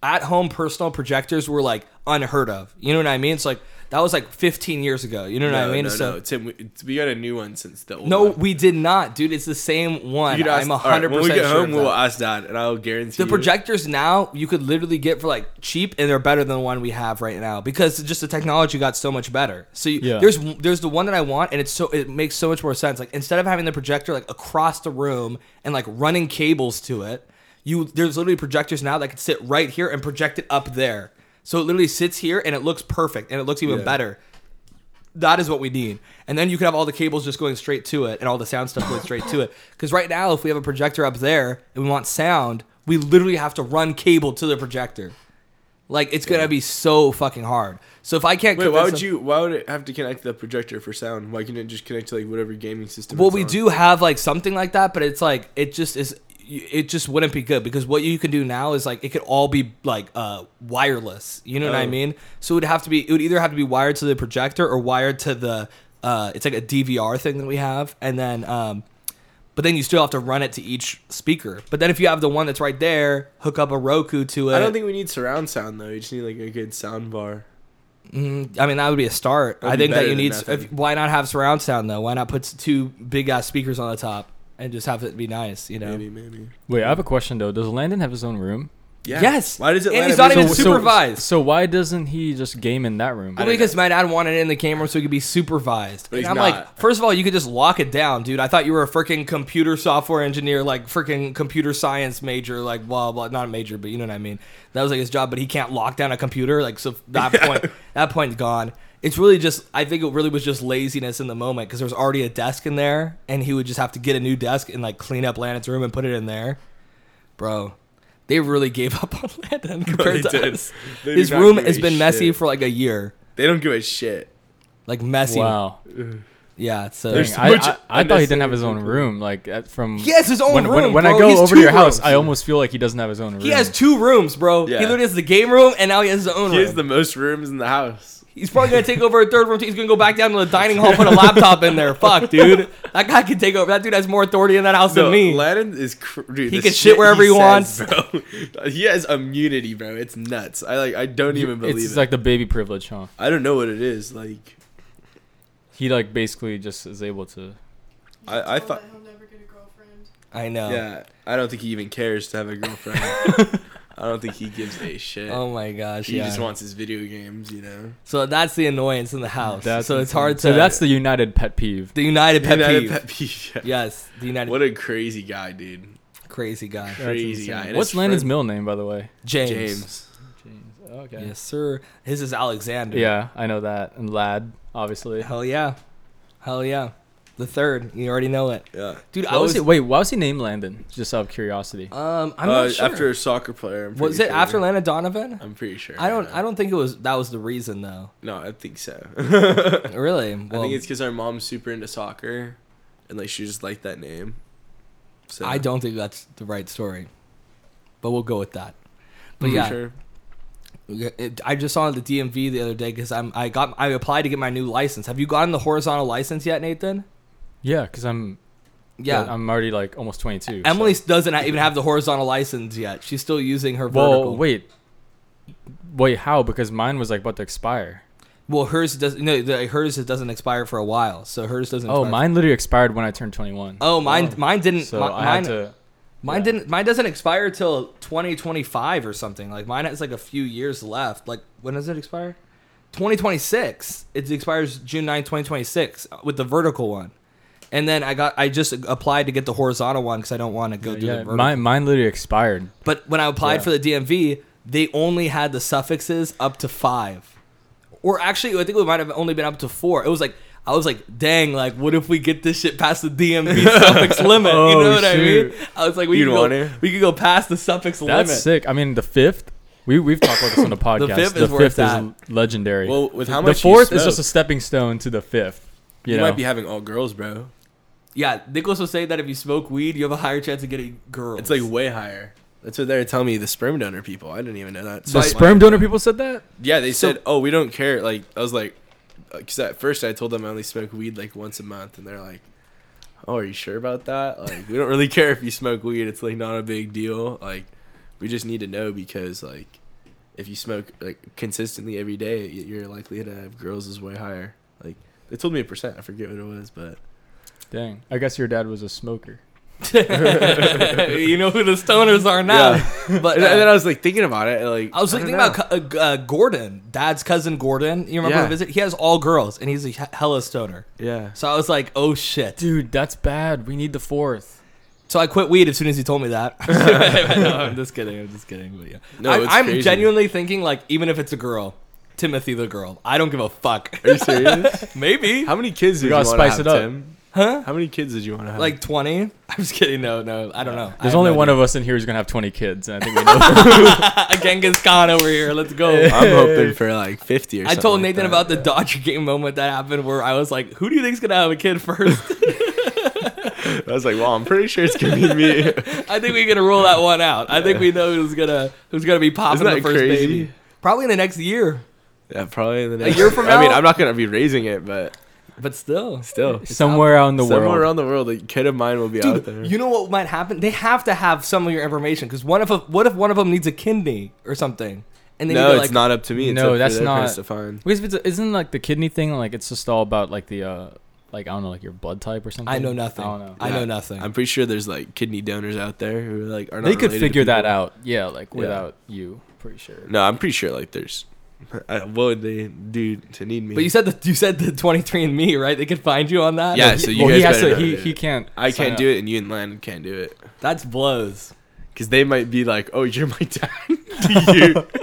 Speaker 1: at home personal projectors were like unheard of. You know what I mean? It's like, that was like 15 years ago. You know what
Speaker 3: No,
Speaker 1: I mean?
Speaker 3: no,
Speaker 1: so,
Speaker 3: no, Tim, we, it's- we got a new one since the old.
Speaker 1: no,
Speaker 3: one.
Speaker 1: we did not, dude. It's the same one.
Speaker 3: could
Speaker 1: I'm 100%
Speaker 3: all right, when we get
Speaker 1: sure. of
Speaker 3: home,
Speaker 1: that.
Speaker 3: we'll ask that, and I'll guarantee
Speaker 1: the
Speaker 3: you-
Speaker 1: projectors now you could literally get for like cheap and they're better than the one we have right now because just the technology got so much better so you,
Speaker 2: Yeah.
Speaker 1: there's there's the one that i want and it's so it makes so much more sense like instead of having the projector like across the room and like running cables to it you there's literally projectors now that could sit right here and project it up there so it literally sits here and it looks perfect and it looks even
Speaker 3: Yeah.
Speaker 1: better that is what we need. And then you can have all the cables just going straight to it and all the sound stuff going straight to it. Because right now, if we have a projector up there and we want sound, we literally have to run cable to the projector. Like, it's going to be so fucking hard. So if I can't
Speaker 3: Wait, why
Speaker 1: convince
Speaker 3: would
Speaker 1: them-
Speaker 3: you? Why would it have to connect the projector for sound? Why can't it just connect to like whatever gaming system?
Speaker 1: Well,
Speaker 3: it's
Speaker 1: we
Speaker 3: on?
Speaker 1: do have like something like that, but it's like, it just is. It just wouldn't be good because what you can do now is like it could all be like uh wireless. You know what I
Speaker 3: Oh.
Speaker 1: mean? So it would have to be. It would either have to be wired to the projector or wired to the. Uh, it's like a DVR thing that we have, and then um, but then you still have to run it to each speaker. But then if you have the one that's right there, hook up a Roku to it.
Speaker 3: I don't think we need surround sound though. You just need like a good sound bar.
Speaker 1: Mm, I mean, that would be a start.
Speaker 3: That'd
Speaker 1: I
Speaker 3: be
Speaker 1: think that
Speaker 3: better
Speaker 1: you
Speaker 3: than
Speaker 1: need.
Speaker 3: nothing.
Speaker 1: If, why not have surround sound though? Why not put s- two big ass speakers on the top and just have it be nice? You know.
Speaker 3: Maybe, maybe.
Speaker 2: Wait, I have a question though. Does Landon have his own room?
Speaker 3: Yeah.
Speaker 1: Yes.
Speaker 3: Why does it?
Speaker 1: And
Speaker 3: light
Speaker 1: he's
Speaker 3: up
Speaker 1: not
Speaker 3: his
Speaker 1: even
Speaker 3: own-
Speaker 1: super- supervised.
Speaker 2: So, so why doesn't he just game in that room?
Speaker 1: Well, because my dad wanted it in the camera so he could be supervised.
Speaker 3: But
Speaker 1: And
Speaker 3: he's
Speaker 1: I'm like,
Speaker 3: not.
Speaker 1: first of all, you could just lock it down, dude. I thought you were a freaking computer software engineer, like freaking computer science major, like blah blah. Not a major, but you know what I mean. That was like his job, but he can't lock down a computer. Like so, that point, that point gone. It's really just, I think it really was just laziness in the moment because there was already a desk in there, and he would just have to get a new desk and like clean up Landon's room and put it in there, bro. They really gave up on Landon compared
Speaker 3: they
Speaker 1: to
Speaker 3: did.
Speaker 1: us.
Speaker 3: They do
Speaker 1: His
Speaker 3: not
Speaker 1: room
Speaker 3: give
Speaker 1: has
Speaker 3: a
Speaker 1: been messy
Speaker 3: shit.
Speaker 1: for like a year.
Speaker 3: They don't give a shit.
Speaker 1: like messy.
Speaker 2: Wow.
Speaker 1: Yeah. So
Speaker 2: Dang,
Speaker 3: There's
Speaker 2: I,
Speaker 3: much
Speaker 2: I, I thought he didn't
Speaker 3: unnecessary
Speaker 2: have his own
Speaker 3: content.
Speaker 2: room. Like at, from
Speaker 1: He has his own
Speaker 2: when, When,
Speaker 1: room,
Speaker 2: when I
Speaker 1: bro.
Speaker 2: go
Speaker 1: He has
Speaker 2: over
Speaker 1: two
Speaker 2: to your house,
Speaker 1: rooms.
Speaker 2: I almost feel like he doesn't have his own room.
Speaker 1: he has two rooms, bro.
Speaker 3: Yeah.
Speaker 1: He literally has the game room and now he has his own
Speaker 3: He
Speaker 1: room.
Speaker 3: has the most rooms in the house.
Speaker 1: He's probably gonna take over a third room. too. He's gonna go back down to the dining hall, put a laptop in there. Fuck, dude. That guy can take over. That dude has more authority in that house
Speaker 3: No,
Speaker 1: than me.
Speaker 3: Aladdin is cr- dude.
Speaker 1: He
Speaker 3: the
Speaker 1: can shit wherever he
Speaker 3: says, bro. he has immunity, bro. It's nuts. I like. I don't even believe
Speaker 2: It's
Speaker 3: it.
Speaker 2: like the baby privilege, huh?
Speaker 3: I don't know what it is. Like,
Speaker 2: He like basically just is able to.
Speaker 3: I- I thought-
Speaker 4: He'll never get a girlfriend.
Speaker 1: I know.
Speaker 3: yeah, I don't think he even cares to have a girlfriend. I don't think he gives a shit.
Speaker 1: Oh my gosh.
Speaker 3: he
Speaker 1: yeah.
Speaker 3: just wants his video games, you know.
Speaker 1: so that's the annoyance in the house.
Speaker 2: That's
Speaker 1: so it's hard to.
Speaker 2: So that's the United pet peeve.
Speaker 1: the United pet
Speaker 3: United
Speaker 1: peeve.
Speaker 3: pet peeve, yeah.
Speaker 1: yes, the United
Speaker 3: What a crazy guy, dude.
Speaker 1: crazy guy.
Speaker 2: That's
Speaker 3: Crazy
Speaker 2: insane.
Speaker 3: guy. And
Speaker 2: What's
Speaker 3: his
Speaker 2: Landon's
Speaker 3: friend-
Speaker 2: middle name, by the way?
Speaker 1: James.
Speaker 3: James.
Speaker 2: James. Okay.
Speaker 1: Yes, sir. His is Alexander.
Speaker 2: Yeah, I know that. And Lad, obviously.
Speaker 1: Hell yeah. Hell yeah. The third. You already know it,
Speaker 3: Yeah.
Speaker 1: dude.
Speaker 2: Why
Speaker 1: I
Speaker 2: was,
Speaker 1: was.
Speaker 2: he, wait, why was he named Landon? Just out of curiosity.
Speaker 1: Um, I'm
Speaker 3: Uh,
Speaker 1: not sure.
Speaker 3: After a soccer player. I'm
Speaker 1: was
Speaker 3: pretty
Speaker 1: it
Speaker 3: sure.
Speaker 1: after Lana Donovan?
Speaker 3: I'm pretty sure.
Speaker 1: I don't.
Speaker 3: yeah.
Speaker 1: I don't think it was. That was the reason, though.
Speaker 3: No, I think so. I
Speaker 1: Really? Well, um,
Speaker 3: think it's because our mom's super into soccer, and like she just liked that name. So
Speaker 1: I don't think that's the right story, but we'll go with that. But
Speaker 3: I'm
Speaker 1: yeah,
Speaker 3: Mm-hmm. sure.
Speaker 1: it- I just saw the DMV the other day because I'm I got I applied to get my new license. Have you gotten the horizontal license yet, Nathan?
Speaker 2: Yeah, because I'm
Speaker 1: Yeah.
Speaker 2: I'm already like almost 22. so-
Speaker 1: Emily doesn't even have the horizontal license yet. She's still using her
Speaker 2: Well,
Speaker 1: vertical.
Speaker 2: wait. Wait, how? Because mine was like about to expire.
Speaker 1: Well, hers does no. The, hers doesn't expire for a while, so hers doesn't.
Speaker 2: Oh,
Speaker 1: expire.
Speaker 2: mine literally expired when I turned 21.
Speaker 1: Oh, mine. Mine didn't.
Speaker 2: so
Speaker 1: mi-
Speaker 2: I
Speaker 1: mine,
Speaker 2: had to.
Speaker 1: Mine
Speaker 2: Yeah.
Speaker 1: didn't. Mine doesn't expire till 2025 or something. Like mine has like a few years left. Like when does it expire? 2026. It expires June 9, 2026 uh, with the vertical one. And then I got. I just applied to get the horizontal one because I don't want to go do the
Speaker 2: Yeah,
Speaker 1: vertical.
Speaker 2: mine, mine literally expired.
Speaker 1: but when I applied
Speaker 2: Yeah.
Speaker 1: for the DMV, they only had the suffixes up to five, or actually, I think it might have only been up to four. It was like. I was like, dang, like, what if we get this shit past the DMV suffix limit? you know
Speaker 2: Oh,
Speaker 1: what I
Speaker 2: shoot.
Speaker 1: mean? I was like, we
Speaker 3: You'd
Speaker 1: could, go,
Speaker 3: want it.
Speaker 1: we could go past the suffix
Speaker 2: That's
Speaker 1: limit.
Speaker 2: sick. I mean, the fifth, we we've talked about this on the podcast.
Speaker 1: fifth is where it's at.
Speaker 2: legendary.
Speaker 3: Well, with how
Speaker 2: the
Speaker 3: much you
Speaker 2: fourth is just a
Speaker 3: smoke,
Speaker 2: stepping stone to the fifth. You,
Speaker 3: you
Speaker 2: know,
Speaker 3: might be having all girls, bro.
Speaker 1: Yeah, Nicholas was saying that if you smoke weed, you have a higher chance of getting girls.
Speaker 3: It's like way higher. That's what they're telling me. The sperm donor people. I didn't even know that.
Speaker 2: the
Speaker 3: So I-
Speaker 2: sperm donor people said that.
Speaker 3: Yeah, they
Speaker 1: So-
Speaker 3: said, "Oh, we don't care." Like I was like, because at first I told them I only smoke weed like once a month, and they're like, "Oh, are you sure about that? Like we don't really care if you smoke weed. It's like not a big deal. Like we just need to know because like if you smoke like consistently every day, y- your likelihood to have girls is way higher. Like they told me a percent. I forget what it was, but
Speaker 2: Dang, I guess your dad was a smoker.
Speaker 1: you know who the stoners are now. But
Speaker 3: and, and then
Speaker 1: uh,
Speaker 3: I was like thinking about it, and, like
Speaker 1: I was
Speaker 3: don't
Speaker 1: thinking
Speaker 3: know.
Speaker 1: about co- uh, uh, Gordon, Dad's cousin Gordon. You remember
Speaker 3: Yeah.
Speaker 1: the visit? He has all girls, and he's a he- hella stoner.
Speaker 3: yeah.
Speaker 1: So I was like, oh shit.
Speaker 2: Dude, that's bad. We need the fourth.
Speaker 1: So I quit weed as soon as he told me that. no, I'm just kidding. I'm just kidding. But yeah,
Speaker 3: No, it's
Speaker 1: I, I'm
Speaker 3: crazy.
Speaker 1: genuinely thinking like, even if it's a girl, Timothy the girl, I don't give a fuck.
Speaker 3: Are you serious?
Speaker 1: Maybe,
Speaker 3: How many kids did you,
Speaker 2: gotta
Speaker 3: want
Speaker 2: spice
Speaker 3: to
Speaker 2: it
Speaker 3: have,
Speaker 2: up.
Speaker 3: Tim?
Speaker 1: huh?
Speaker 3: How many kids did you want to have?
Speaker 1: Like 20? I'm just kidding. No, no, I don't know. I
Speaker 2: There's
Speaker 1: have
Speaker 2: only
Speaker 1: no
Speaker 2: one
Speaker 1: idea.
Speaker 2: of us in here who's gonna have 20 kids, and I think we know.
Speaker 1: a Genghis Khan over here. Let's go.
Speaker 3: I'm hoping for like 50 or
Speaker 1: I
Speaker 3: something.
Speaker 1: told
Speaker 3: like
Speaker 1: Nathan
Speaker 3: that.
Speaker 1: about the Dodger game moment that happened where I was like, "Who do you think's gonna have a kid first?
Speaker 3: I was like, well, I'm pretty sure it's going to be me. Isn't
Speaker 1: I think we're gonna rule that one out. I think we know who's gonna who's gonna be popping the
Speaker 3: that
Speaker 1: first
Speaker 3: crazy?
Speaker 1: baby. Probably in the next year,
Speaker 3: Yeah, probably in the
Speaker 1: A
Speaker 3: next
Speaker 1: year from
Speaker 3: I mean,
Speaker 1: now?
Speaker 3: I'm not going to be raising it, but
Speaker 1: but still,
Speaker 3: still.
Speaker 2: Somewhere out in the
Speaker 3: Somewhere
Speaker 2: world.
Speaker 3: around the world, a kid of mine will be out there.
Speaker 1: Dude, you know what might happen? They have to have some of your information because one of a, what if one of them needs a kidney or something, and they need
Speaker 3: no,
Speaker 1: to,
Speaker 3: it's
Speaker 1: like,
Speaker 3: not up to me. It's
Speaker 2: No,
Speaker 3: up to
Speaker 2: that's
Speaker 3: their parents
Speaker 2: not-
Speaker 3: To find.
Speaker 2: because if it's, isn't like the kidney thing like it's just all about like the uh like I don't know like your blood type or something.
Speaker 1: I know nothing.
Speaker 2: I don't know.
Speaker 1: I
Speaker 3: Yeah.
Speaker 1: know nothing.
Speaker 3: I'm pretty sure there's like kidney donors out there who like are not.
Speaker 2: they could
Speaker 3: related to
Speaker 2: figure that
Speaker 3: people.
Speaker 2: out. Yeah, like
Speaker 3: Yeah.
Speaker 2: without you, pretty sure.
Speaker 3: No, I'm pretty sure like there's. I, what would they do to need me?
Speaker 1: but you said that you said the 23andMe, right? They could find you on that.
Speaker 3: Yeah, so you
Speaker 2: well, he
Speaker 3: guys
Speaker 2: has to.
Speaker 3: better know
Speaker 2: He,
Speaker 3: that.
Speaker 2: he can't.
Speaker 3: I
Speaker 2: sign
Speaker 3: can't
Speaker 2: up.
Speaker 3: do it, and you and Landon can't do it.
Speaker 1: that's blows.
Speaker 3: Because they might be like, oh, you're my dad to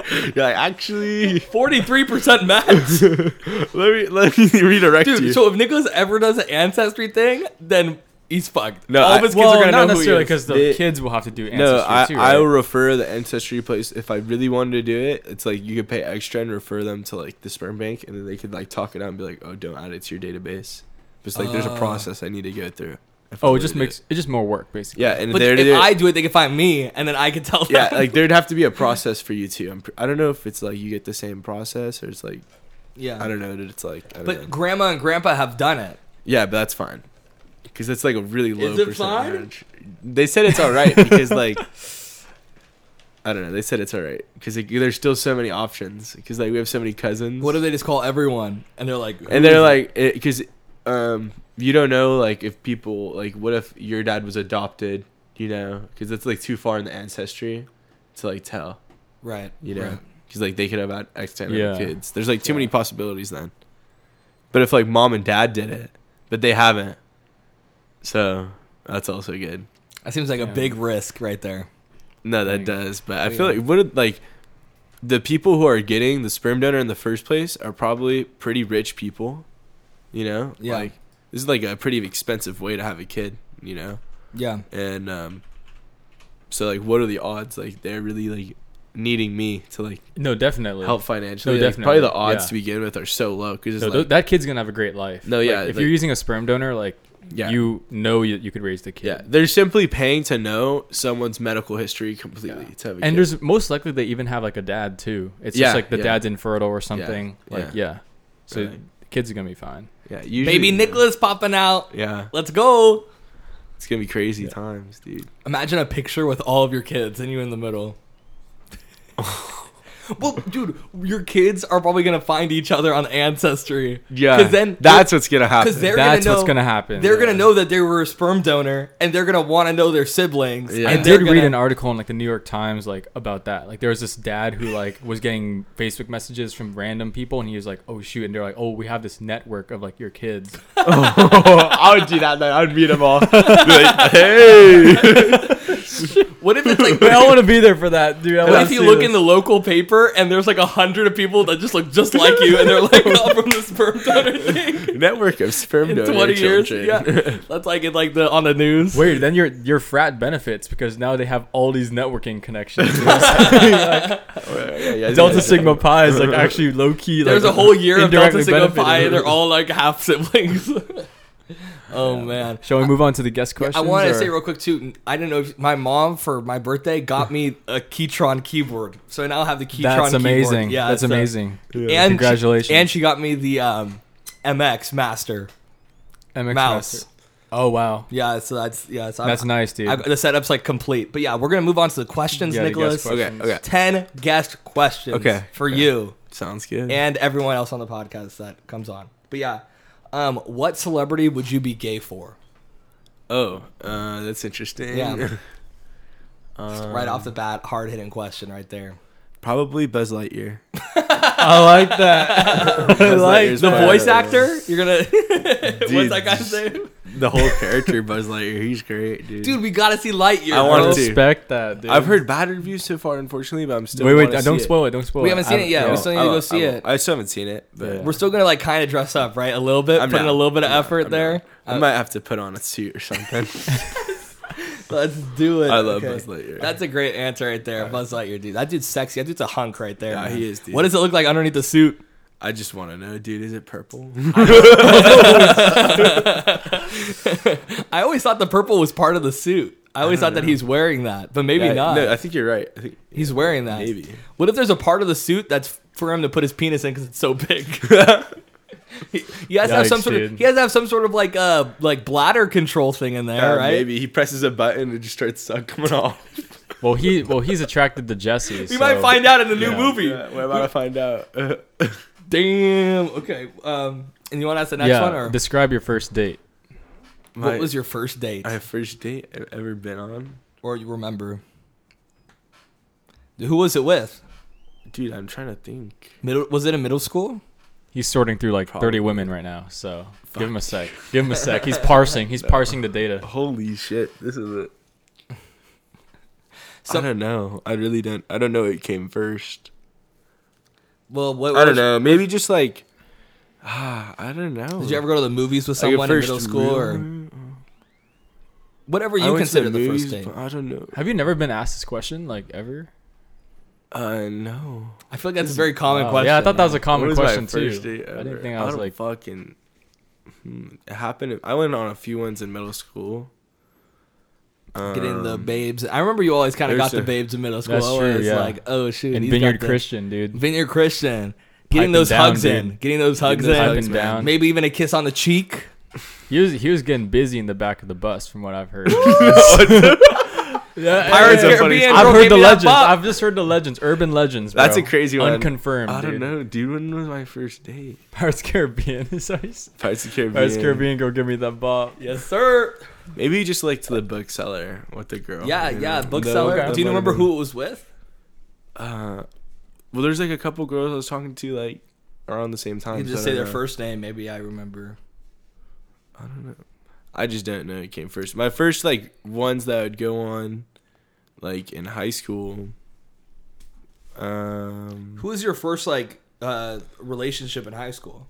Speaker 3: you. you're like, actually,
Speaker 1: 43% match.
Speaker 3: let me, let me redirect you.
Speaker 1: Dude, so if Nicholas ever does an ancestry thing, then He's fucked.
Speaker 3: No,
Speaker 2: All
Speaker 3: I-
Speaker 2: of his kids
Speaker 3: well,
Speaker 2: are gonna
Speaker 3: not
Speaker 2: know necessarily
Speaker 3: necessarily
Speaker 2: because the
Speaker 3: They-
Speaker 2: kids will have to do ancestry
Speaker 3: No, I,
Speaker 2: too.
Speaker 3: I
Speaker 2: right?
Speaker 3: will refer the ancestry place if I really wanted to do it. It's like you could pay extra and refer them to like the sperm bank, and then they could like talk it out and be like, "Oh, don't add it to your database." It's like there's a
Speaker 1: Oh.
Speaker 3: process I need to go through. if I
Speaker 2: oh,
Speaker 3: were
Speaker 2: it just
Speaker 3: to do
Speaker 2: makes it's just more work basically.
Speaker 3: Yeah, and
Speaker 1: But
Speaker 3: there it
Speaker 1: if
Speaker 3: is.
Speaker 1: I do it, they can find me, and then I can tell them.
Speaker 3: yeah, like there'd have to be a process for you too. I'm, pr- I don't know if it's like you get the same process or it's like
Speaker 1: yeah.
Speaker 3: I don't know that it's like. I don't
Speaker 1: but
Speaker 3: know.
Speaker 1: grandma and grandpa have done it.
Speaker 3: yeah, but that's fine because that's like a really low
Speaker 1: Is it
Speaker 3: percentage. They said it's all right because like. I don't know. They said it's all right because like, there's still so many options because like we have so many cousins.
Speaker 1: What if they just call everyone and they're like,
Speaker 3: and they're like because um you don't know like if people like what if your dad was adopted you know because it's like too far in the ancestry to like tell
Speaker 1: right,
Speaker 3: you know
Speaker 1: right.
Speaker 3: because like they could have had external
Speaker 2: Yeah.
Speaker 3: kids there's like too many possibilities then but if like mom and dad did it but they haven't so that's also good
Speaker 1: That seems like a
Speaker 2: Yeah.
Speaker 1: big risk right there.
Speaker 3: no that
Speaker 2: Like-
Speaker 3: does but i
Speaker 1: Oh,
Speaker 3: feel
Speaker 1: yeah.
Speaker 3: like what if, like the people who are getting the sperm donor in the first place are probably pretty rich people you know
Speaker 1: Yeah.
Speaker 3: like this is like a pretty expensive way to have a kid, you know?
Speaker 1: Yeah.
Speaker 3: And um so like what are the odds like they're really like needing me to like
Speaker 2: No, definitely.
Speaker 3: help financially?
Speaker 2: No,
Speaker 3: Like, probably
Speaker 2: definitely,
Speaker 3: the odds
Speaker 2: yeah.
Speaker 3: to begin with are so low cuz
Speaker 2: No, th- that kid's gonna have a great life.
Speaker 3: No,
Speaker 2: Like,
Speaker 3: yeah,
Speaker 2: if
Speaker 3: like-
Speaker 2: you're using a sperm donor, like
Speaker 3: yeah.
Speaker 2: you know you, you could raise the kid.
Speaker 3: yeah, they're simply paying to know someone's medical history completely to have a
Speaker 2: And
Speaker 3: kid.
Speaker 2: there's most likely they even have like a dad too. It's
Speaker 3: Yeah,
Speaker 2: just like the
Speaker 3: yeah.
Speaker 2: dad's infertile or something. Like
Speaker 3: yeah.
Speaker 2: yeah. So
Speaker 3: Right.
Speaker 2: the kids are gonna be fine.
Speaker 3: yeah, usually,
Speaker 1: Baby Nicholas popping out.
Speaker 3: Yeah.
Speaker 1: Let's go.
Speaker 3: It's going to be crazy
Speaker 2: Yeah.
Speaker 3: times, dude.
Speaker 1: Imagine a picture with all of your kids and you in the middle. well, dude, your kids are probably gonna find each other on Ancestry.
Speaker 3: Yeah.
Speaker 1: 'Cause then
Speaker 3: that's what's going to happen.
Speaker 1: because they're gonna
Speaker 2: That's
Speaker 1: know,
Speaker 2: what's gonna happen.
Speaker 1: They're
Speaker 2: Yeah.
Speaker 1: gonna know that they were a sperm donor, and they're gonna want to know their siblings.
Speaker 3: Yeah.
Speaker 2: I
Speaker 1: and
Speaker 3: I
Speaker 1: they're
Speaker 2: did read
Speaker 1: gonna-
Speaker 2: an article in like the New York Times like about that. Like there was this dad who like was getting Facebook messages from random people and he was like, "Oh shoot." And they're like, "Oh, we have this network of like your kids."
Speaker 3: I would do that. Then. I would meet them all. Be like, hey.
Speaker 1: What if it's like?
Speaker 2: But I want to be there for that, dude. I
Speaker 1: What
Speaker 2: wanna
Speaker 1: if you
Speaker 2: see
Speaker 1: look
Speaker 2: this.
Speaker 1: in the local paper and there's like a hundred of people that just look just like you, and they're like, "I'm from the sperm donor thing."
Speaker 3: Network of sperm
Speaker 1: In
Speaker 3: donor
Speaker 1: 20 years,
Speaker 3: children.
Speaker 1: yeah, that's like it, like the on the news.
Speaker 2: Wait, then your your frat benefits because now they have all these networking connections. You know what I'm saying?
Speaker 3: Oh, yeah, yeah,
Speaker 2: Delta
Speaker 3: yeah.
Speaker 2: Sigma Pi is like actually low key.
Speaker 1: There's
Speaker 2: like,
Speaker 1: a whole year of Delta
Speaker 2: indirectly
Speaker 1: Sigma
Speaker 2: benefiting
Speaker 1: Pi, and
Speaker 2: them.
Speaker 1: they're all like half siblings. oh man.
Speaker 2: Shall we move on to the guest
Speaker 1: I
Speaker 2: questions?
Speaker 1: want to
Speaker 2: or-
Speaker 1: say real quick too. I don't know if my mom for my birthday got me a Keytron keyboard, so I now have the Keytron.
Speaker 2: that's amazing.
Speaker 1: Keyboard. Yeah,
Speaker 2: that's
Speaker 1: so-
Speaker 2: amazing.
Speaker 1: And
Speaker 2: Congratulations.
Speaker 1: She, and she got me the um, MX Master
Speaker 2: MX
Speaker 1: mouse.
Speaker 2: Master. Oh wow,
Speaker 1: Yeah, so that's yeah. So
Speaker 2: that's
Speaker 1: I'm,
Speaker 2: nice, dude.
Speaker 1: I, the setup's like complete. But yeah, we're gonna move on to the questions,
Speaker 2: Yeah, the guest
Speaker 1: Nicholas.
Speaker 2: questions.
Speaker 3: Okay, okay.
Speaker 1: Ten guest questions.
Speaker 3: Okay,
Speaker 1: For
Speaker 3: okay.
Speaker 1: you
Speaker 3: Sounds good.
Speaker 1: and everyone else on the podcast that comes on. But yeah, um, what celebrity would you be gay for?
Speaker 3: oh, uh, that's interesting.
Speaker 1: Yeah.
Speaker 3: Um,
Speaker 1: Right off the bat, hard hitting question right there.
Speaker 3: probably Buzz Lightyear.
Speaker 2: I like that. I
Speaker 3: Buzz
Speaker 2: like
Speaker 3: Lightyear's
Speaker 1: The
Speaker 3: probably-
Speaker 1: voice actor, you're gonna. what's that guy's
Speaker 3: just-
Speaker 1: name?
Speaker 3: the whole character Buzz Lightyear. He's great, dude.
Speaker 1: Dude, we gotta see Lightyear.
Speaker 3: I
Speaker 2: I
Speaker 3: wanted
Speaker 1: bro.
Speaker 3: to.
Speaker 2: respect that, dude.
Speaker 3: I've heard bad reviews so far, unfortunately, but I'm still.
Speaker 2: Wait, wait,
Speaker 3: wanna
Speaker 2: don't
Speaker 3: see
Speaker 2: spoil it. Don't spoil it.
Speaker 1: We haven't seen
Speaker 2: I-
Speaker 1: it yet.
Speaker 2: yeah.
Speaker 1: We still need
Speaker 3: I
Speaker 1: to go
Speaker 3: will-
Speaker 1: see
Speaker 3: I will.
Speaker 1: it.
Speaker 3: I still haven't seen it, but
Speaker 2: Yeah.
Speaker 1: We're still gonna like kind of dress up, right? A little bit,
Speaker 3: I'm
Speaker 1: put in a
Speaker 3: down.
Speaker 1: little bit of
Speaker 3: I'm down.
Speaker 1: effort
Speaker 3: I'm
Speaker 1: there. Uh,
Speaker 3: down. I might have to put on a suit or something.
Speaker 1: Let's do it.
Speaker 3: I love
Speaker 1: Okay.
Speaker 3: Buzz Lightyear.
Speaker 1: That's a great answer right there, Buzz Lightyear, dude. That dude's sexy. That dude's a hunk right there.
Speaker 3: Yeah,
Speaker 1: man.
Speaker 3: he is, dude.
Speaker 1: What does it look like underneath the suit?
Speaker 3: I just want to know, dude. Is it purple?
Speaker 1: I always thought the purple was part of the suit. I always thought that he's wearing that, but maybe
Speaker 3: Yeah,
Speaker 1: not.
Speaker 3: No, I think you're right. I think
Speaker 1: he's wearing that.
Speaker 3: Maybe.
Speaker 1: What if there's a part of the suit that's for him to put his penis in because it's so big? he, he has to have
Speaker 2: Yikes,
Speaker 1: some sort of
Speaker 2: dude.
Speaker 1: he has to have some sort of like uh like bladder control thing in there,
Speaker 3: Uh,
Speaker 1: right?
Speaker 3: Maybe he presses a button and just starts suck coming off.
Speaker 2: Well, he well he's attracted to Jesse.
Speaker 1: We might find out in the new
Speaker 2: yeah.
Speaker 1: movie.
Speaker 3: Yeah, we're about to find out.
Speaker 1: Damn. Okay. Um. And you want to ask the next
Speaker 2: yeah.
Speaker 1: one, or
Speaker 2: Describe your first date.
Speaker 1: what was your first date,
Speaker 3: my first date I've ever been on?
Speaker 1: or you remember? Who was it with?
Speaker 3: Dude, I'm trying to think.
Speaker 1: Middle? Was it in middle school?
Speaker 2: He's sorting through like
Speaker 3: Probably.
Speaker 2: 30 women right now. So give him a sec. Give him a sec. He's parsing. He's parsing the data.
Speaker 3: Holy shit, this is it.
Speaker 1: Some-
Speaker 3: I don't know. I really don't. I don't know what came first.
Speaker 1: Well, what?
Speaker 3: I don't
Speaker 1: was-
Speaker 3: know. Maybe just like, ah, I don't know.
Speaker 1: Did you ever go to the movies with someone in middle school, or whatever
Speaker 3: I
Speaker 1: you
Speaker 3: went to
Speaker 1: consider the,
Speaker 3: movies,
Speaker 1: first date.
Speaker 3: but I don't know.
Speaker 2: Have you never been asked this question, like ever?
Speaker 3: Uh, no.
Speaker 1: I feel like that's a very common
Speaker 2: Wow.
Speaker 1: question.
Speaker 2: Oh, Yeah, I thought that was a
Speaker 1: man.
Speaker 2: common
Speaker 3: What was my
Speaker 2: question too.
Speaker 3: first date
Speaker 2: I didn't
Speaker 3: ever?
Speaker 2: think I was
Speaker 3: don't
Speaker 2: like.
Speaker 3: fucking. Hmm, It happened. I went on a few ones in middle school.
Speaker 1: getting the
Speaker 3: Um,
Speaker 1: babes. I remember you always kind of
Speaker 3: there's
Speaker 1: got the
Speaker 3: a-
Speaker 1: babes in middle school.
Speaker 2: That's
Speaker 1: I
Speaker 2: true,
Speaker 1: was
Speaker 2: yeah.
Speaker 1: like, oh shoot,
Speaker 2: And
Speaker 1: he's got
Speaker 2: Vineyard
Speaker 1: the-
Speaker 2: Christian, dude.
Speaker 1: Vineyard Christian, getting
Speaker 2: Piping
Speaker 1: those
Speaker 2: down,
Speaker 1: hugs
Speaker 2: dude.
Speaker 1: in, getting those hugs
Speaker 3: those
Speaker 1: in,
Speaker 3: hugs,
Speaker 2: Piping down.
Speaker 1: maybe even a kiss on the cheek.
Speaker 2: He was he was getting busy in the back of the bus, from what I've heard. yeah,
Speaker 1: Pirates
Speaker 3: a
Speaker 1: of
Speaker 3: funny
Speaker 1: Caribbean.
Speaker 3: story.
Speaker 1: bro,
Speaker 2: I've heard
Speaker 1: give
Speaker 2: the
Speaker 1: me that
Speaker 2: legends.
Speaker 1: bop.
Speaker 2: I've just heard the legends. Urban legends. Bro.
Speaker 3: That's a crazy one.
Speaker 2: Unconfirmed.
Speaker 3: I don't
Speaker 2: dude.
Speaker 3: know, dude. When was my first date?
Speaker 2: Pirates Caribbean. Sorry.
Speaker 3: Pirates of the Caribbean.
Speaker 2: Pirates Caribbean. Go give me that bop.
Speaker 1: Yes, sir.
Speaker 3: Maybe just like to the bookseller with Oh, the girl.
Speaker 1: Yeah,
Speaker 3: you
Speaker 1: yeah.
Speaker 3: know?
Speaker 1: Bookseller.
Speaker 3: That- that
Speaker 1: Do you
Speaker 3: might
Speaker 1: remember
Speaker 3: have
Speaker 1: who it was with?
Speaker 3: been- Uh, well, there's like a couple girls I was talking to like around the same time.
Speaker 1: You
Speaker 3: so
Speaker 1: just
Speaker 3: I
Speaker 1: say
Speaker 3: don't
Speaker 1: their
Speaker 3: know.
Speaker 1: first name. Maybe I remember.
Speaker 3: I don't know. I just don't know. It came first. My first like ones that I would go on, like in high school. Um.
Speaker 1: Who was your first like uh, relationship in high school?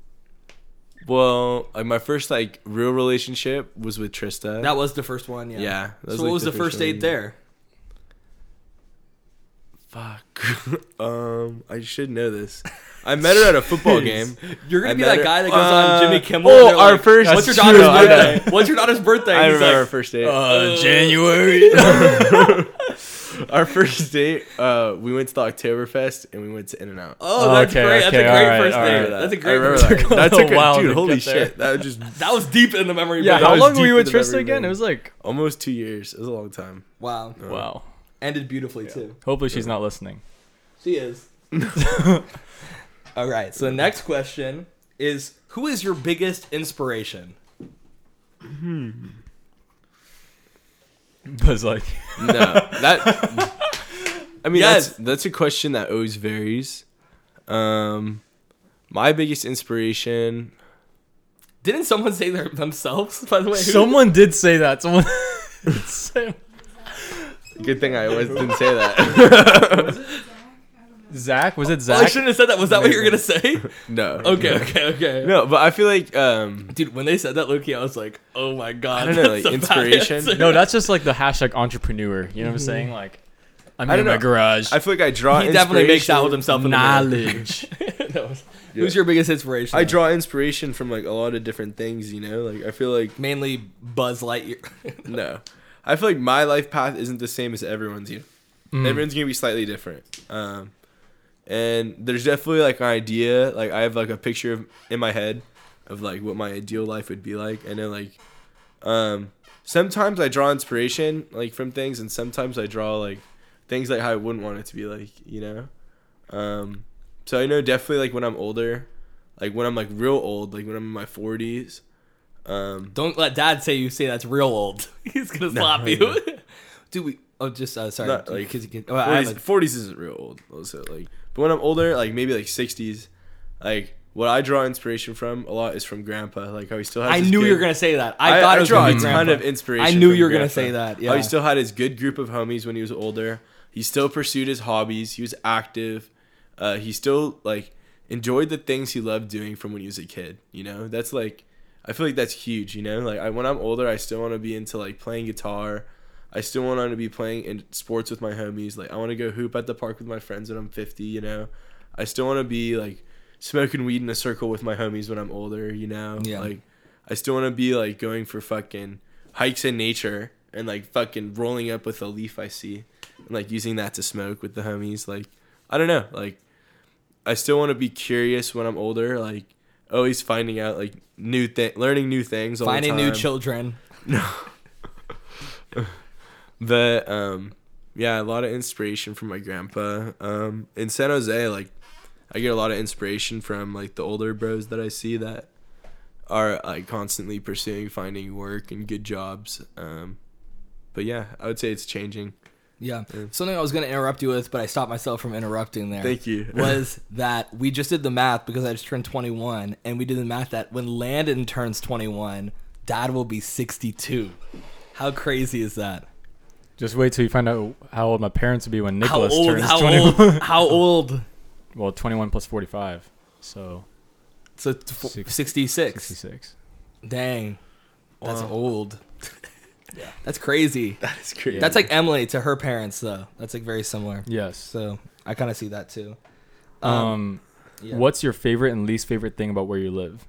Speaker 3: Well, like my first like real relationship was with Trista.
Speaker 1: That was the first one. Yeah.
Speaker 3: yeah. that
Speaker 1: So
Speaker 3: like,
Speaker 1: what was the first
Speaker 3: one.
Speaker 1: date there?
Speaker 3: Fuck. um, I should know this. I met her at a football game.
Speaker 1: You're gonna
Speaker 3: I
Speaker 1: be
Speaker 3: met
Speaker 1: that
Speaker 3: her-
Speaker 1: guy that goes
Speaker 3: Uh,
Speaker 1: on Jimmy Kimmel.
Speaker 3: oh,
Speaker 1: and they're
Speaker 3: our
Speaker 1: like,
Speaker 3: first-
Speaker 1: What's your
Speaker 3: that's
Speaker 1: daughter's
Speaker 3: true, I know.
Speaker 1: birthday? What's your daughter's birthday?
Speaker 3: I
Speaker 1: He's
Speaker 3: remember
Speaker 1: like,
Speaker 3: our first date.
Speaker 1: Uh,
Speaker 2: January.
Speaker 3: our first date, uh, we went to the Oktoberfest and we went to In and Out.
Speaker 1: Oh, that's
Speaker 2: Okay,
Speaker 1: great. That's a
Speaker 2: okay,
Speaker 1: great
Speaker 2: all right,
Speaker 1: first
Speaker 2: all
Speaker 1: date.
Speaker 2: right.
Speaker 1: That's a great first
Speaker 3: that.
Speaker 1: date.
Speaker 2: Took a
Speaker 3: That
Speaker 2: little
Speaker 3: took a,
Speaker 2: while to
Speaker 3: dude, holy
Speaker 2: get there.
Speaker 3: shit. That was just
Speaker 1: That was deep in the memory.
Speaker 2: yeah.
Speaker 1: bank.
Speaker 2: How
Speaker 3: was
Speaker 2: long were you
Speaker 3: deep
Speaker 2: with
Speaker 3: in the
Speaker 2: Trista
Speaker 3: memory
Speaker 2: again?
Speaker 3: bank.
Speaker 2: It was like
Speaker 3: almost two years. It was a long time.
Speaker 1: Wow.
Speaker 2: wow.
Speaker 1: Ended beautifully too.
Speaker 2: Hopefully she's not listening.
Speaker 1: She is. All right. So the next question is who is your biggest inspiration?
Speaker 2: But like,
Speaker 3: No, that. I mean,
Speaker 1: Yes.
Speaker 3: that's that's a question that always varies. Um, my biggest inspiration.
Speaker 1: Didn't someone say their, themselves? By the way, Who-
Speaker 2: someone did say that. Someone. did say-
Speaker 3: Good thing I was, didn't say that.
Speaker 2: Zach was it
Speaker 1: Oh, I
Speaker 2: Zach?
Speaker 1: shouldn't have said that. Was that what you were gonna say?
Speaker 3: no.
Speaker 1: Okay,
Speaker 3: No.
Speaker 1: okay, okay.
Speaker 3: No, but I feel like um,
Speaker 1: Dude, when they said that, Loki, I was like, oh my god.
Speaker 3: I don't know,
Speaker 1: that's
Speaker 3: like,
Speaker 1: a bad
Speaker 3: inspiration?
Speaker 1: answer.
Speaker 2: no, that's just like the hashtag entrepreneur. You know
Speaker 3: Mm-hmm.
Speaker 2: what I'm saying? Like, I'm
Speaker 3: I
Speaker 2: in
Speaker 3: don't
Speaker 2: my
Speaker 3: know.
Speaker 2: garage.
Speaker 3: I feel like I draw.
Speaker 1: he definitely makes out with
Speaker 3: inspiration-
Speaker 1: himself in the mirror.
Speaker 2: knowledge.
Speaker 1: No. Who's your biggest inspiration?
Speaker 3: I draw inspiration from like a lot of different things. You know, like I feel like
Speaker 1: mainly Buzz Lightyear.
Speaker 3: no, I feel like my life path isn't the same as everyone's. You, know? everyone's gonna be slightly different. Um, and there's definitely like an idea. Like I have like a picture of, in my head of like what my ideal life would be like. I know like, um, sometimes I draw inspiration like from things, and sometimes I draw like things like how I wouldn't want it to be like. You know, um, so I know definitely like when I'm older, like when I'm like real old, like when I'm in my forties. Um,
Speaker 1: Don't let Dad say you say that's real old. He's gonna slap you. Do we? Oh, just uh, sorry.
Speaker 3: Not, like,
Speaker 1: because you can. Oh, I have a-
Speaker 3: forties forties isn't real old. Also, like, but when I'm older, like maybe like sixties, like what I draw inspiration from a lot is from Grandpa. Like how he still has.
Speaker 1: I
Speaker 3: his
Speaker 1: knew
Speaker 3: good,
Speaker 1: you were gonna say that. I,
Speaker 3: I,
Speaker 1: thought
Speaker 3: I
Speaker 1: it was
Speaker 3: draw a
Speaker 1: gonna
Speaker 3: ton
Speaker 1: be grandpa.
Speaker 3: of inspiration.
Speaker 1: I knew
Speaker 3: from
Speaker 1: you were gonna
Speaker 3: Grandpa.
Speaker 1: say that.
Speaker 3: How
Speaker 1: Yeah.
Speaker 3: he still had his good group of homies when he was older. He still pursued his hobbies. He was active. Uh, he still like enjoyed the things he loved doing from when he was a kid. You know, that's like, I feel like that's huge. You know, like I, when I'm older, I still want to be into like playing guitar. I still want to be playing in sports with my homies. Like I want to go hoop at the park with my friends when I'm 50. You know, I still want to be like smoking weed in a circle with my homies when I'm older. You know,
Speaker 1: Yeah.
Speaker 3: like I still want to be like going for fucking hikes in nature and like fucking rolling up with a leaf I see and like using that to smoke with the homies. Like, I don't know. Like, I still want to be curious when I'm older. Like, always finding out like new thing, learning new things, all
Speaker 1: Finding
Speaker 3: the time.
Speaker 1: new children.
Speaker 3: But um, yeah, a lot of inspiration from my grandpa. Um, in San Jose, like I get a lot of inspiration from like the older bros that I see that are like constantly pursuing finding work and good jobs. Um, but yeah, I would say it's changing.
Speaker 1: Yeah. Something I was gonna interrupt you with, but I stopped myself from interrupting there.
Speaker 3: Thank you.
Speaker 1: was that we just did the math because I just turned 21, and we did the math that when Landon turns 21, Dad will be 62. How crazy is that?
Speaker 2: Just wait till you find out how old my parents will be when
Speaker 1: How
Speaker 2: Nicholas
Speaker 1: old?
Speaker 2: turns
Speaker 1: How
Speaker 2: 21.
Speaker 1: old? How old?
Speaker 2: Well, 21 plus 45, so
Speaker 1: So t- f-
Speaker 2: Six-
Speaker 1: 66.
Speaker 2: 66.
Speaker 1: Dang, that's old. That's crazy.
Speaker 3: That is crazy.
Speaker 1: That's like Emily to her parents though. That's like very similar.
Speaker 2: Yes.
Speaker 1: So I kind of see that too.
Speaker 2: Um,
Speaker 1: yeah.
Speaker 2: what's your favorite and least favorite thing about where you live?